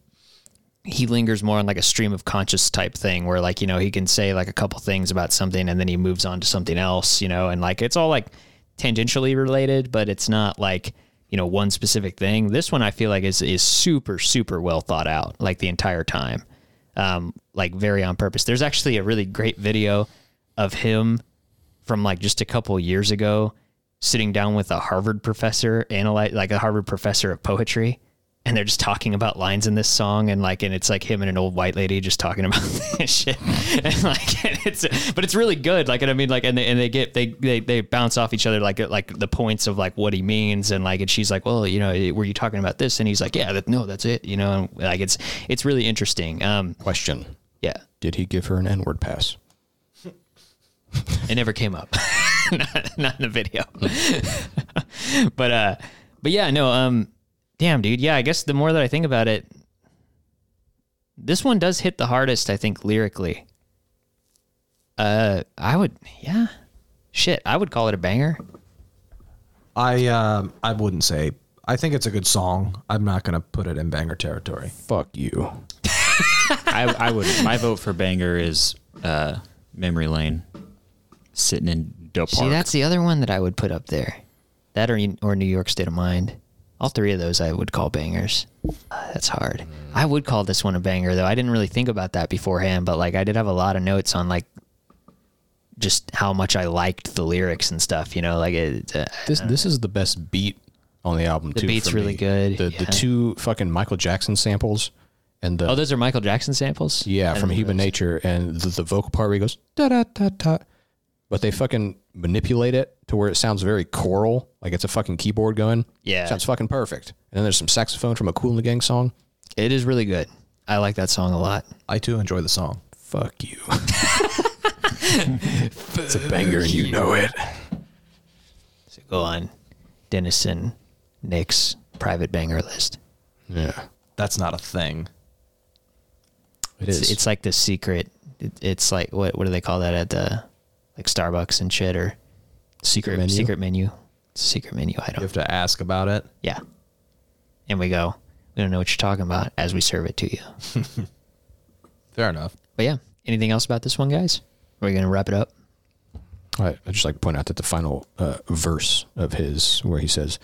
he lingers more on like a stream of conscious type thing where like you know he can say like a couple things about something and then he moves on to something else, you know, and like it's all like tangentially related, but it's not like you know one specific thing. This one I feel like is is super super well thought out like the entire time, um, like very on purpose. There's actually a really great video of him from like just a couple years ago sitting down with a Harvard professor, analyze like a Harvard professor of poetry, and they're just talking about lines in this song and like and it's like him and an old white lady just talking about shit. And like and it's but it's really good. Like and I mean like and they and they get they they, they bounce off each other like like the points of like what he means and like and she's like, "Well, you know, eh, were you talking about this?" and he's like, "Yeah, that, no, that's it." You know, and like it's it's really interesting. Um
Question:
yeah.
Did he give her an N word pass?
It never came up. not, not in the video. but uh but yeah, no, um damn dude. Yeah, I guess the more that I think about it, this one does hit the hardest, I think, lyrically. Uh I would yeah. Shit, I would call it a banger.
I um, I wouldn't say. I think it's a good song. I'm not gonna put it in banger territory.
Fuck you.
I, I would. My vote for banger is uh, Memory Lane, sitting in the park.
See, that's the other one that I would put up there. That or or New York State of Mind. All three of those I would call bangers. Uh, that's hard. I would call this one a banger though. I didn't really think about that beforehand, but like I did have a lot of notes on like just how much I liked the lyrics and stuff. You know, like it, uh,
This this is the best beat on the album. The too,
beat's
for
really
me.
good,
The
yeah.
the two fucking Michael Jackson samples and the
oh, those are Michael Jackson samples.
yeah from Human Nature and the, the vocal part where he goes da da da da, but they fucking manipulate it to where it sounds very choral, like it's a fucking keyboard going.
Yeah.
sounds fucking perfect. And then there's some saxophone from a Cool and the Gang song.
It is really good. I like that song a lot.
I too enjoy the song.
Fuck you. it's a banger, and you know it.
So go on, Dennison, Nick's private banger list.
Yeah,
That's not a thing.
it
It's,
is.
it's like the secret. It, it's like what what do they call that at the like Starbucks and shit or secret
menu?
secret menu It's a secret menu
You
item.
have to ask about it.
Yeah, and we go. We don't know what you're talking about as we serve it to you.
Fair enough.
But yeah, anything else about this one, guys? Are we gonna wrap it up?
I I just like to point out that the final uh, verse of his, where he says,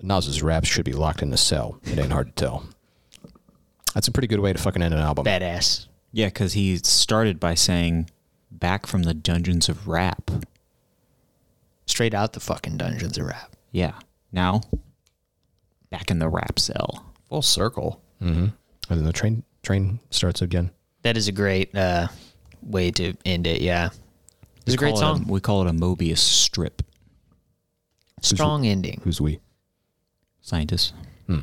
"Nas's raps should be locked in a cell. It ain't hard to tell." That's a pretty good way to fucking end an album.
Badass.
Yeah, because he started by saying, "Back from the dungeons of rap."
Straight out the fucking dungeons of rap.
Yeah. Now, back in the rap cell.
Full circle.
Mm-hmm. And then the train train starts again.
That is a great uh, way to end it. Yeah. It's a great
call it
song.
we call it a Mobius strip.
Strong ending.
Who's we?
Scientists.
All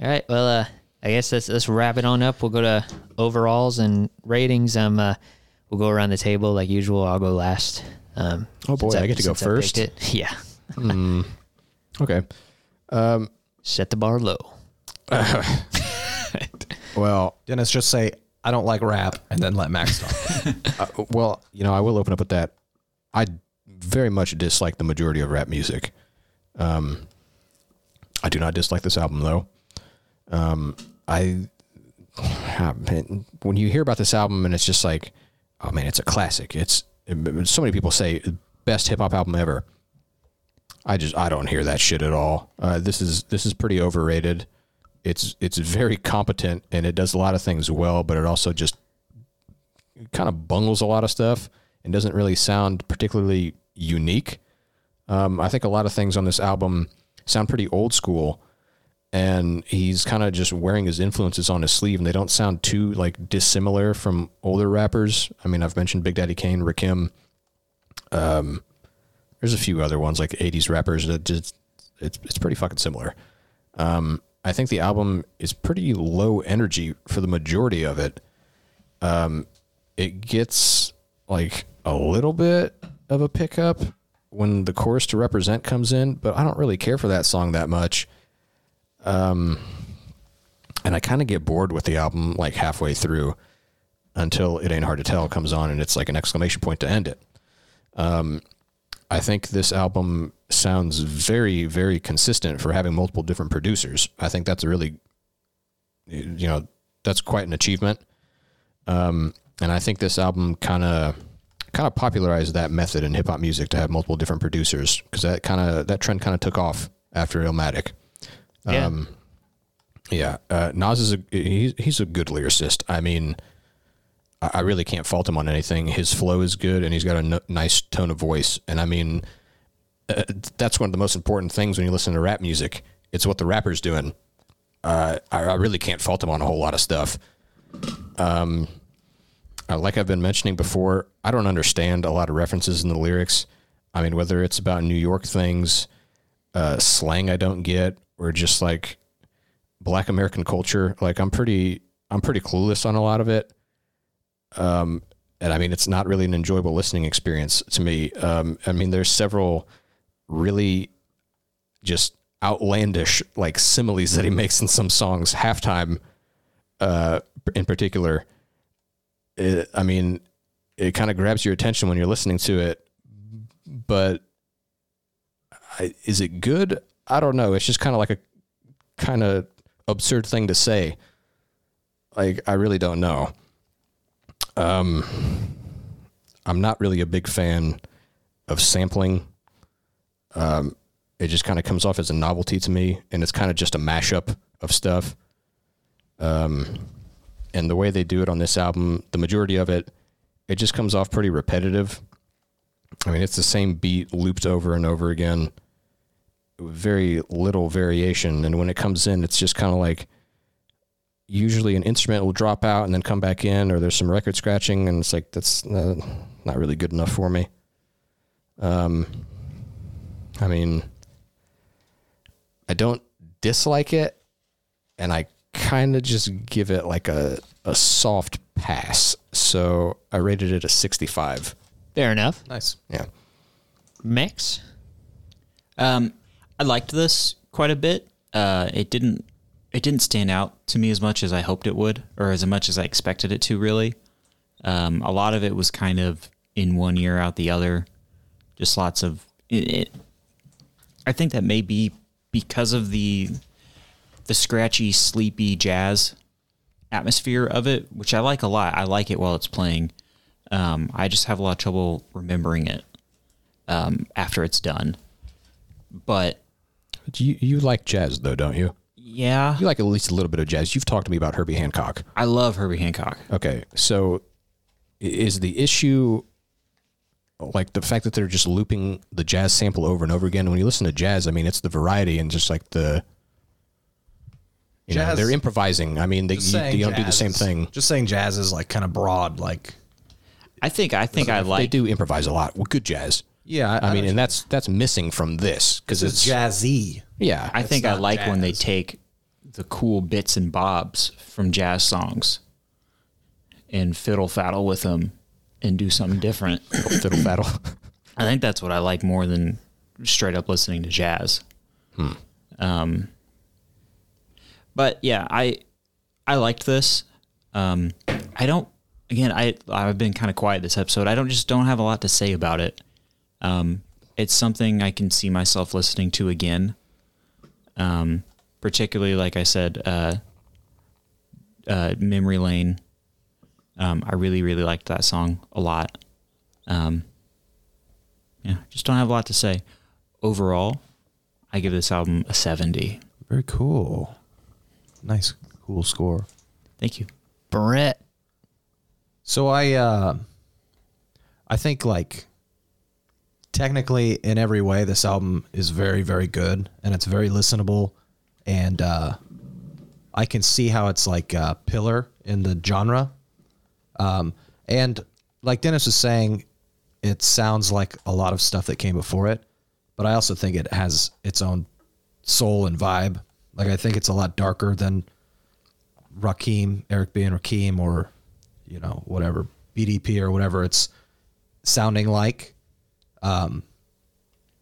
right. Well, uh, I guess let's let's wrap it on up. We'll go to overalls and ratings. Um, uh, we'll go around the table like usual. I'll go last. Um,
Oh, boy,
since
I get to go
since I picked
first?
it. Yeah.
Hmm. Okay. Um,
Set the bar low.
Well,
Dennis, just say, I don't like rap, and then let Max talk.
Uh, well, you know, I will open up with that. I very much dislike the majority of rap music. Um, I do not dislike this album though. Um, I ah, man, when you hear about this album and it's just like, oh man, it's a classic. It's so many people say best hip hop album ever. I just I don't hear that shit at all. Uh, this is this is pretty overrated. It's it's very competent and it does a lot of things well, but it also just kind of bungles a lot of stuff and doesn't really sound particularly unique. Um, I think a lot of things on this album sound pretty old school, and he's kind of just wearing his influences on his sleeve, and they don't sound too like dissimilar from older rappers. I mean, I've mentioned Big Daddy Kane, Rakim. Um, there's a few other ones like '80s rappers that just it's it's pretty fucking similar. Um, I think the album is pretty low energy for the majority of it it gets like a little bit of a pickup when the chorus to represent comes in, but I don't really care for that song that much. Um, and I kind of get bored with the album like halfway through until it ain't hard to tell comes on and it's like an exclamation point to end it. Um, I think this album sounds very, very consistent for having multiple different producers. I think that's a really, you know, that's quite an achievement Um, and I think this album kind of kind of popularized that method in hip hop music to have multiple different producers because that kind of that trend kind of took off after Illmatic. Um,
Yeah.
Yeah, uh, Nas is a he's, he's a good lyricist. I mean, I, I really can't fault him on anything. His flow is good, and he's got a no, nice tone of voice. And I mean, uh, that's one of the most important things when you listen to rap music. It's what the rapper's doing. Uh, I, I really can't fault him on a whole lot of stuff. Um, Uh, like I've been mentioning before, I don't understand a lot of references in the lyrics. I mean, whether it's about New York things, uh, slang I don't get, or just like Black American culture. Like I'm pretty, I'm pretty clueless on a lot of it. Um, and I mean, it's not really an enjoyable listening experience to me. Um, I mean, there's several really just outlandish like similes that he makes in some songs. Halftime, uh, in particular it, I mean, it kind of grabs your attention when you're listening to it, but I, is it good? I don't know. It's just kind of like a kind of absurd thing to say. Like, I really don't know. Um, I'm not really a big fan of sampling. Um, it just kind of comes off as a novelty to me, and it's kind of just a mashup of stuff Um, and the way they do it on this album, the majority of it, it just comes off pretty repetitive. I mean, it's the same beat looped over and over again, with very little variation. And when it comes in, it's just kind of like usually an instrument will drop out and then come back in, or there's some record scratching, and it's like that's uh, not really good enough for me. Um, I mean, I don't dislike it and I kind of just give it like a, a soft pass. So I rated it a 65.
Fair enough.
nice.
Yeah.
Max.
Um, I liked this quite a bit. Uh, it didn't it didn't stand out to me as much as I hoped it would, or as much as I expected it to. Really, um, a lot of it was kind of in one ear out the other. Just lots of it, it, I think that may be because of the the scratchy, sleepy jazz atmosphere of it, which I like a lot. I like it while it's playing. Um, I just have a lot of trouble remembering it um, after it's done. But
You, you like jazz, though, don't you?
yeah,
You like at least a little bit of jazz. You've talked to me about Herbie Hancock.
I love Herbie Hancock.
Okay. So i- is the issue like the fact that they're just looping the jazz sample over and over again? When you listen to jazz, I mean, it's the variety and just like the. You know,
Jazz-
they're improvising. I mean, they, you,
Saying
they don't do the
jazz
same
is-
thing.
Just saying jazz is like kind of broad, like
I think I think I
they
like
do improvise a lot. Well, good jazz.
Yeah, I- I
I,
know
mean,
what you
and that's that's missing from this because it's
jazzy.
yeah.
I think I like when they take the cool bits and bobs from jazz songs and fiddle faddle with them and do something different.
fiddle battle.
I think that's what I like more than straight up listening to jazz. Um, but yeah, I I liked this. Um, I don't. Again, I I've been kind of quiet this episode. I don't just don't have a lot to say about it. Um, it's something I can see myself listening to again. Um, particularly, like I said, uh, uh, Memory Lane. Um, I really really liked that song a lot. Um, yeah, just don't have a lot to say. Overall, I give this album a 70.
Very cool. Nice, cool score.
Thank you.
Brett.
So I, uh, I think like technically in every way, this album is very, very good, and it's very listenable, and uh, I can see how it's like a pillar in the genre. Um, and like Dennis was saying, it sounds like a lot of stuff that came before it, but I also think it has its own soul and vibe. Like I think it's a lot darker than Rakim, Eric B. and Rakim, or you know whatever BDP or whatever it's sounding like.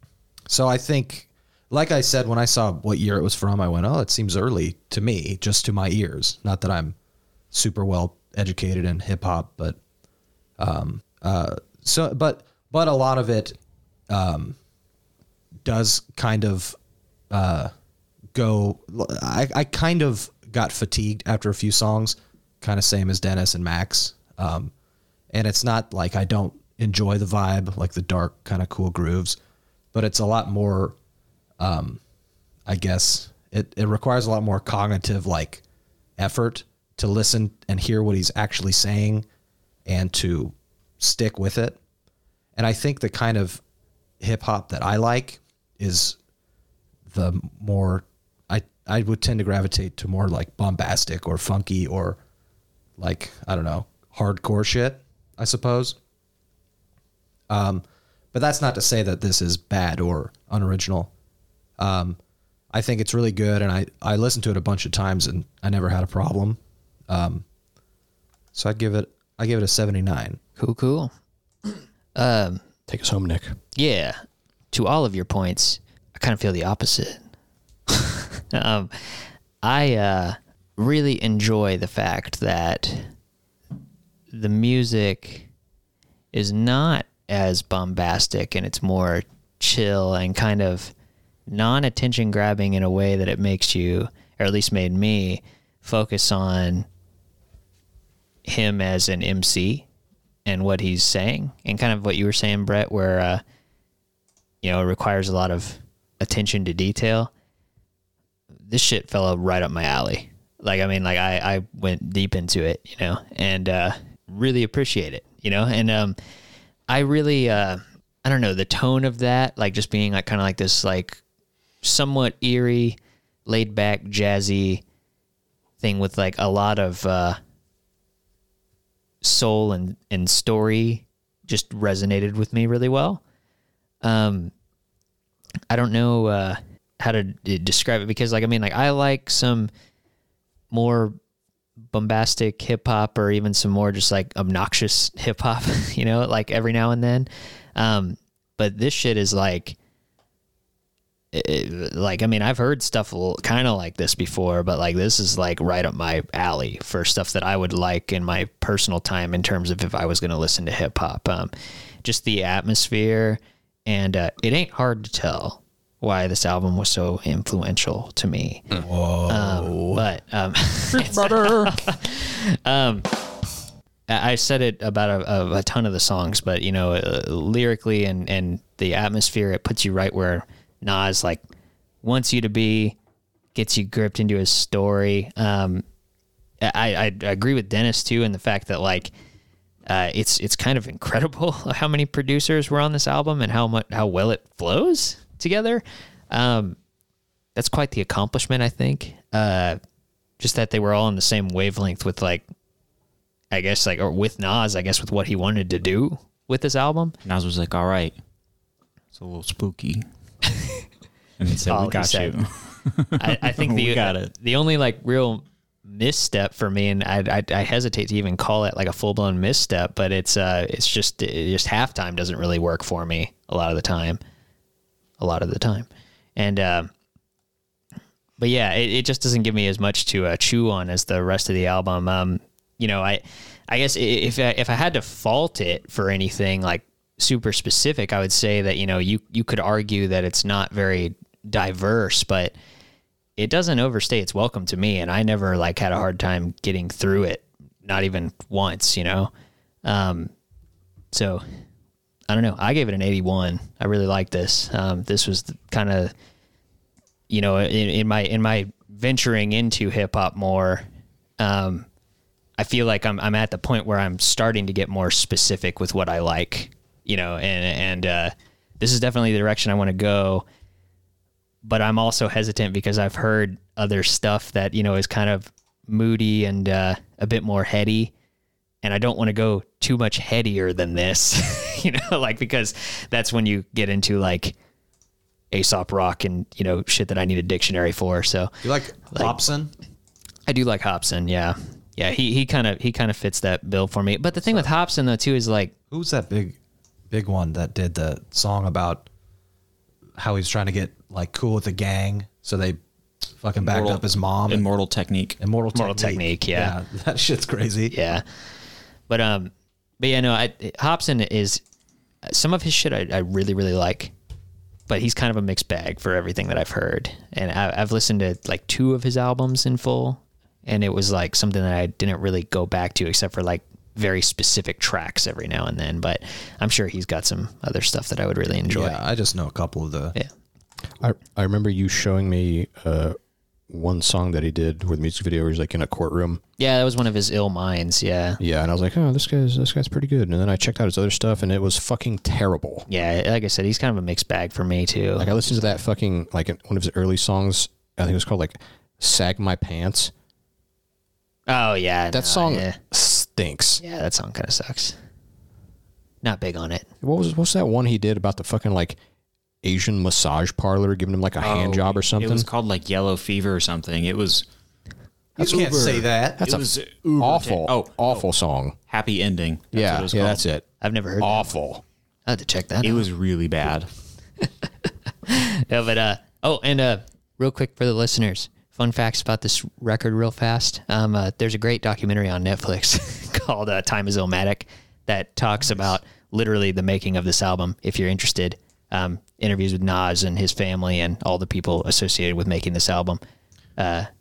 Um, so I think, like I said, when I saw what year it was from, I went, "Oh, it seems early to me, just to my ears." Not that I'm super well educated in hip hop, but um, uh, so but but a lot of it um, does kind of uh, go. I, I kind of got fatigued after a few songs, kind of same as Dennis and Max. Um, and it's not like I don't enjoy the vibe, like the dark kind of cool grooves, but it's a lot more. Um, I guess it it requires a lot more cognitive like effort to listen and hear what he's actually saying, and to stick with it. And I think the kind of hip hop that I like is the more I I would tend to gravitate to more like bombastic or funky or like I don't know hardcore shit I suppose. Um, but that's not to say that this is bad or unoriginal. Um, I think it's really good, and I I listened to it a bunch of times and I never had a problem. Um, so I give it I give it a seventy nine.
Cool, cool.
Take us home, Nick.
Yeah. To all of your points, I kind of feel the opposite. um, I uh, really enjoy the fact that the music is not as bombastic and it's more chill and kind of non attention grabbing in a way that it makes you, or at least made me, focus on him as an MC and what he's saying and kind of what you were saying, Brett, where, uh, you know, it requires a lot of attention to detail. This shit fell right up my alley. Like, I mean, like I, I went deep into it, you know, and, uh, really appreciate it, you know, and, um, I really, uh, I don't know the tone of that, like just being like kind of like this, like somewhat eerie, laid back, jazzy thing with like a lot of, uh, soul and, and story just resonated with me really well. Um, I don't know uh, how to d- describe it because, like, I mean, like, I like some more bombastic hip hop or even some more just like obnoxious hip hop, you know, like every now and then. Um, but this shit is like, it- it- like I mean, I've heard stuff kind of like this before, but like this is like right up my alley for stuff that I would like in my personal time in terms of if I was going to listen to hip hop. Um, just the atmosphere, and uh, it ain't hard to tell why this album was so influential to me. Whoa! Um, but um, I I said it about a, a, a ton of the songs, but you know, uh, lyrically and and the atmosphere, it puts you right where Nas like wants you to be, gets you gripped into his story. Um, I, I I agree with Dennis too in the fact that like. Uh, it's it's kind of incredible how many producers were on this album and how much how well it flows together. Um, that's quite the accomplishment, I think. Uh, just that they were all on the same wavelength with like I guess like or with Nas, I guess with what he wanted to do with this album.
Nas was like, all right, it's a little spooky. and he said,
Oh,
all
we
Oh, he
got
said.
you.
I, I think
We
the
got it.
the only like real misstep for me, and I, I I hesitate to even call it like a full blown misstep, but it's uh it's just it just halftime doesn't really work for me a lot of the time, a lot of the time, and uh, but yeah, it, it just doesn't give me as much to uh, chew on as the rest of the album. Um, you know, I I guess i- if I, if I had to fault it for anything like super specific, I would say that you know you you could argue that it's not very diverse, but it doesn't overstay its welcome to me and i never like had a hard time getting through it not even once you know um so i don't know i gave it an 81 i really like this um this was kind of you know in, in my in my venturing into hip hop more um i feel like i'm i'm at the point where i'm starting to get more specific with what i like you know and and uh this is definitely the direction i want to go but I'm also hesitant because I've heard other stuff that you know is kind of moody and uh, a bit more heady, and I don't want to go too much headier than this, you know, like because that's when you get into like Aesop rock and you know shit that I need a dictionary for. So
You like, Hobson?
I do like Hobson, yeah, yeah. He he kind of he kind of fits that bill for me. But the thing with Hobson though too is like
Who's that big, big one that did the song about how he's trying to get like cool with the gang? So they fucking backed
Immortal-
up his mom. and
Immortal technique.
Immortal,
Immortal Technique, yeah.
that shit's crazy.
yeah. But um, but yeah, no, I Hobson is some of his shit I, I really really like, but he's kind of a mixed bag for everything that I've heard, and I, I've listened to like two of his albums in full, and it was like something that I didn't really go back to except for like very specific tracks every now and then. But I'm sure he's got some other stuff that I would really enjoy.
Yeah, I just know a couple of the.
yeah.
I, I remember you showing me uh, one song that he did with music video where he's like in a courtroom.
Yeah, that was one of his ill minds. Yeah.
Yeah, and I was like, oh, this guy's this guy's pretty good. And then I checked out his other stuff, and it was fucking terrible.
Yeah, like I said, he's kind of a mixed bag for me too.
Like I listened to that fucking like one of his early songs. I think it was called like "Sag My Pants."
oh yeah,
That
no,
song
Yeah.
stinks.
Yeah, that song kind of sucks. Not big on it.
What was what's that one he did about the fucking like Asian massage parlor giving him like a hand job or something?
Oh, It was called like Yellow Fever or something. It was
You can't say that.
That's
it
a
was
f-
uber
awful,
ta- oh,
awful song.
Happy Ending. That's
yeah,
what it was
yeah,
called.
that's it.
I've never heard.
Awful.
I had to check that.
It
out.
was really bad.
Yeah, but uh, oh, and uh, real quick for the listeners, fun facts about this record, real fast. Um, uh, there's a great documentary on Netflix called uh, "Time Is Illmatic" that talks about literally the making of this album. If you're interested, um, interviews with Nas and his family and all the people associated with making this album.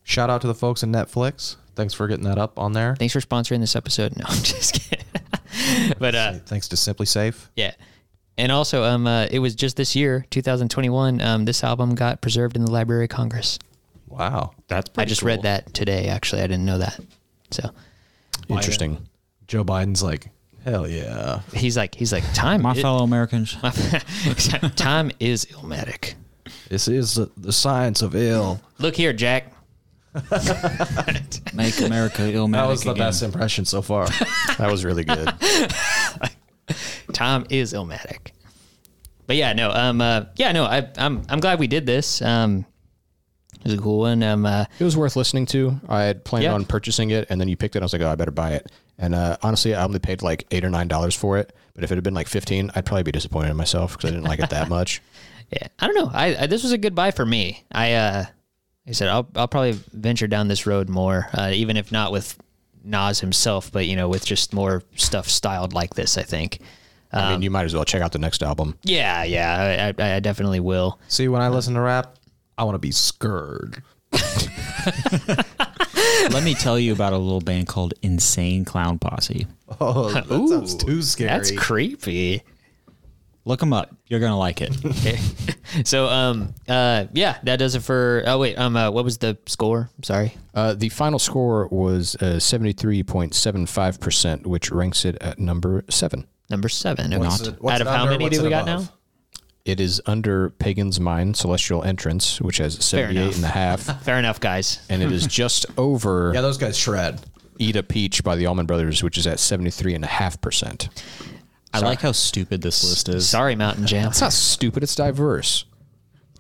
Shout out to the folks in Netflix. Thanks for getting that up on there.
Thanks for sponsoring this episode. No, I'm just kidding. but uh,
Thanks to Simply Safe.
Yeah. And also, um, uh, it was just this year, 2021. Um, this album got preserved in the Library of Congress.
Wow.
That's
I
pretty
just
cool.
read that today. Actually, I didn't know that. So
Interesting.
Joe Biden's like, hell yeah.
he's like, he's like, time. i-
My fellow Americans.
time is illmatic.
This is the, the science of ill.
Look here, Jack.
Make America Illmatic
That was the
again.
best impression so far.
That was really good.
Time is illmatic. But yeah, no, um, uh, yeah, no, I, I'm, I'm glad we did this. Um, it was a cool one. Um, uh,
It was worth listening to. I had planned
Yeah.
on purchasing it, and then you picked it. I was like, oh, I better buy it. And uh, honestly, I only paid like eight or nine dollars for it. But if it had been like fifteen, I'd probably be disappointed in myself because I didn't like it that much.
Yeah, I don't know. I, I this was a good buy for me. I uh, like I said I'll I'll probably venture down this road more, uh, even if not with Nas himself, but you know with just more stuff styled like this. I think.
I
Um,
mean, you might as well check out the next album.
Yeah, yeah, I, I, I definitely will.
See, when I listen to rap, I want to be scourged.
Let me tell you about a little band called Insane Clown Posse.
Oh, that sounds too scary.
That's creepy.
Look them up. You're gonna like it.
Okay. so um uh yeah, that does it for. Oh wait, um uh, what was the score? I'm sorry.
Uh, the final score was seventy three point seven five percent, which ranks it at number seven.
Number seven.
What's
Not-
it- what's
out of
it
how
under,
many
what's
do
it
we got
above?
now?
It is under Pagan's Mind, Celestial Entrance, which has
enough.
78 and a half,
Fair enough, guys.
and it is just over
Yeah, those guys shred.
Eat a Peach by the Allman Brothers, which is at 73.5%.
I like how stupid this list is.
Sorry, Mountain Jam.
It's not stupid, it's diverse.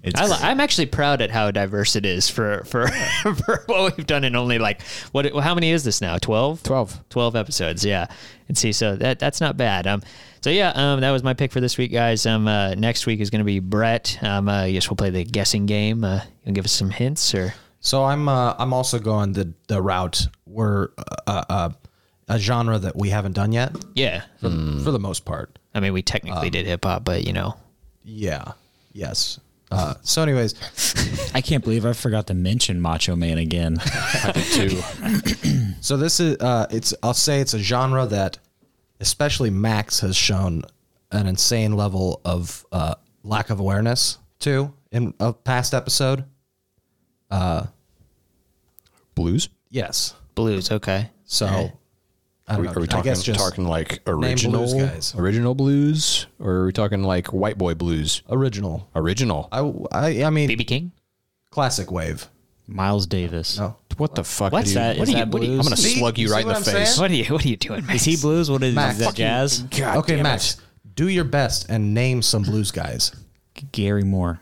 It's,
I li- I'm actually proud at how diverse it is for for, for what we've done in only like what how many is this now 12
12.
12 episodes yeah and see so that that's not bad um so yeah um that was my pick for this week guys um uh, next week is going to be Brett um uh, I guess we'll play the guessing game uh, you'll give us some hints or
So I'm uh, I'm also going the the route where uh, uh, uh, a genre that we haven't done yet
yeah
for,
Hmm.
for the most part.
I mean we technically did hip hop but you know
Yeah. Yes. Uh, so, anyways,
I can't believe I forgot to mention Macho Man again.
Two.
so this is uh, it's I'll say it's a genre that, especially Max has shown an insane level of uh, lack of awareness to in a past episode.
Blues?
Yes.
blues okay
So, I
Are
don't
we,
know.
are we
I
talking,
guess just
talking like
blues
original
guys.
original blues, or are we talking like white boy blues?
original.
Original.
I, I, I mean,
BB King
classic wave.
Miles Davis.
No.
what the fuck?
what's
dude?
that is
do you-
that
what do you-
blues
I'm gonna
See?
slug you,
You see
right in the
what I'm
face.
saying?
what are you what are you doing Max?
Is he blues? What is,
Max.
is that?
Fucking
Jazz?
God
okay,
damn
Max,
it.
do your best and name some blues guys.
Gary Moore.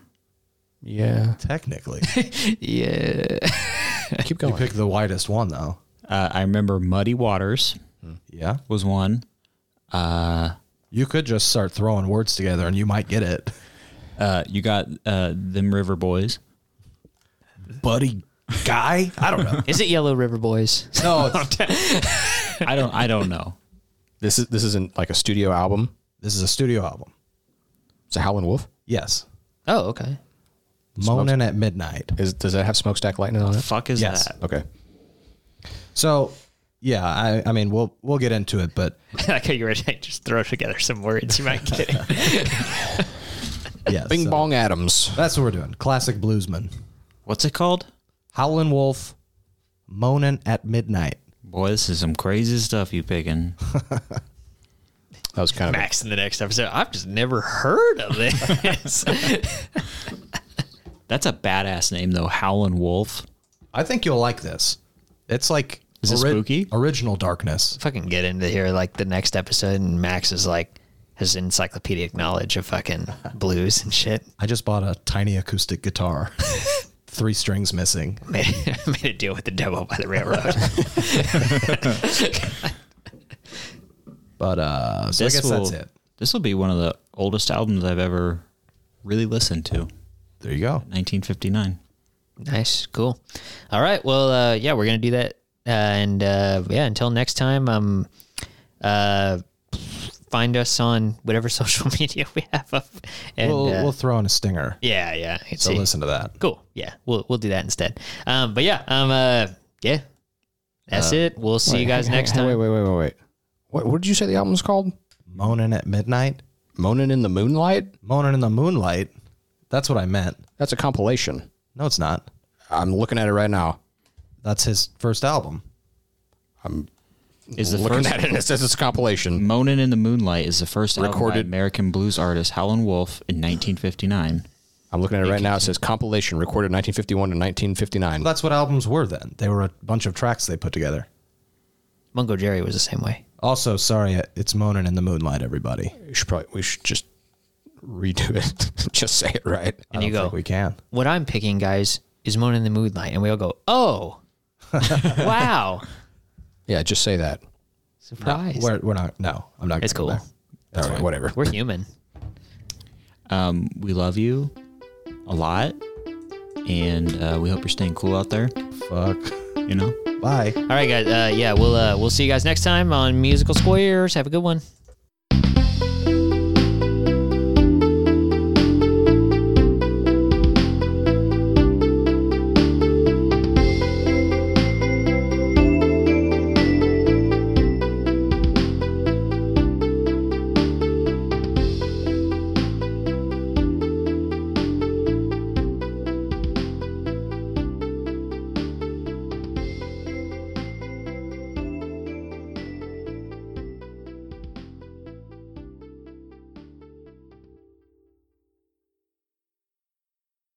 Yeah.
Technically,
yeah
Keep
you
going.
pick the widest one though.
Uh, I remember Muddy Waters
Yeah,
was one.
you could just start throwing words together and you might get it.
Uh, you got uh, them River Boys.
Buddy, guy, I don't know.
is it Yellow River Boys
No, it's,
I don't. I don't know.
This is this isn't like a studio album.
this is a studio album.
It's a Howlin' Wolf.
Yes,
oh okay
moaning at midnight.
Is does that have smokestack lightning on it?
Fuck is
Yes.
that?
Okay.
So, yeah, I, I mean, we'll we'll get into it, but
like how you were saying, just throw together some words. You might get it.
yeah,
Bing
so
Bong Adams.
That's what we're doing. Classic bluesman,
What's it called?
Howlin' Wolf, moaning at midnight.
Boy, this is some crazy stuff you picking.
That was kind of
Max in the next episode. I've just never heard of this.
That's a badass name though. Howlin' Wolf.
I think you'll like this. It's like
Is it spooky?
Original darkness.
fucking get into here like the next episode, and Max is like his encyclopedic knowledge of fucking blues and shit.
I just bought a tiny acoustic guitar, three strings missing.
Made, made a deal with the devil by the railroad.
But uh, so I guess
will,
that's it.
This will be one of the oldest albums I've ever really listened to.
There you go.
1959.
nice, cool. All right, well, uh, yeah, we're gonna do that, uh, and uh, yeah, until next time, um, uh. Find us on whatever social media we have up, and
we'll
uh,
we'll throw in a stinger.
yeah, yeah.
So
See.
listen to that.
cool. Yeah, we'll we'll do that instead. Um, but yeah, um, uh, yeah, that's it. We'll see you guys next time.
Wait, wait, wait, wait, wait. What what did you say the album's called?
Moaning at midnight,
Moaning in the Moonlight?
moaning in the moonlight. That's what I meant.
That's a compilation.
No, it's not.
I'm looking at it right now.
That's his first album.
Is the
looking
first
at it and it says it's a compilation.
Moanin' in the Moonlight is the first recorded
Recorded-
American blues artist Howlin' Wolf in 1959.
I'm looking at it right now. It says compilation recorded 1951 to 1959.
That's what albums were then. They were a bunch of tracks they put together.
Mungo Jerry was the same way.
Also, sorry, it's moaning in the moonlight. Everybody,
We should probably we should just redo it. just say it right.
And you
I
go,
think we can.
what I'm picking, guys, is Moon in the Moonlight, and we all go, oh, wow,
Yeah, just say that.
surprise.
We're, we're not. No, I'm not.
It's
gonna go
cool.
back.
All right, whatever.
We're human.
Um, we love you a lot, and uh, we hope you're staying cool out there.
Fuck.
You know.
Bye.
All right, guys. Uh, yeah, we'll uh, we'll see you guys next time on Musical Squares. Have a good one.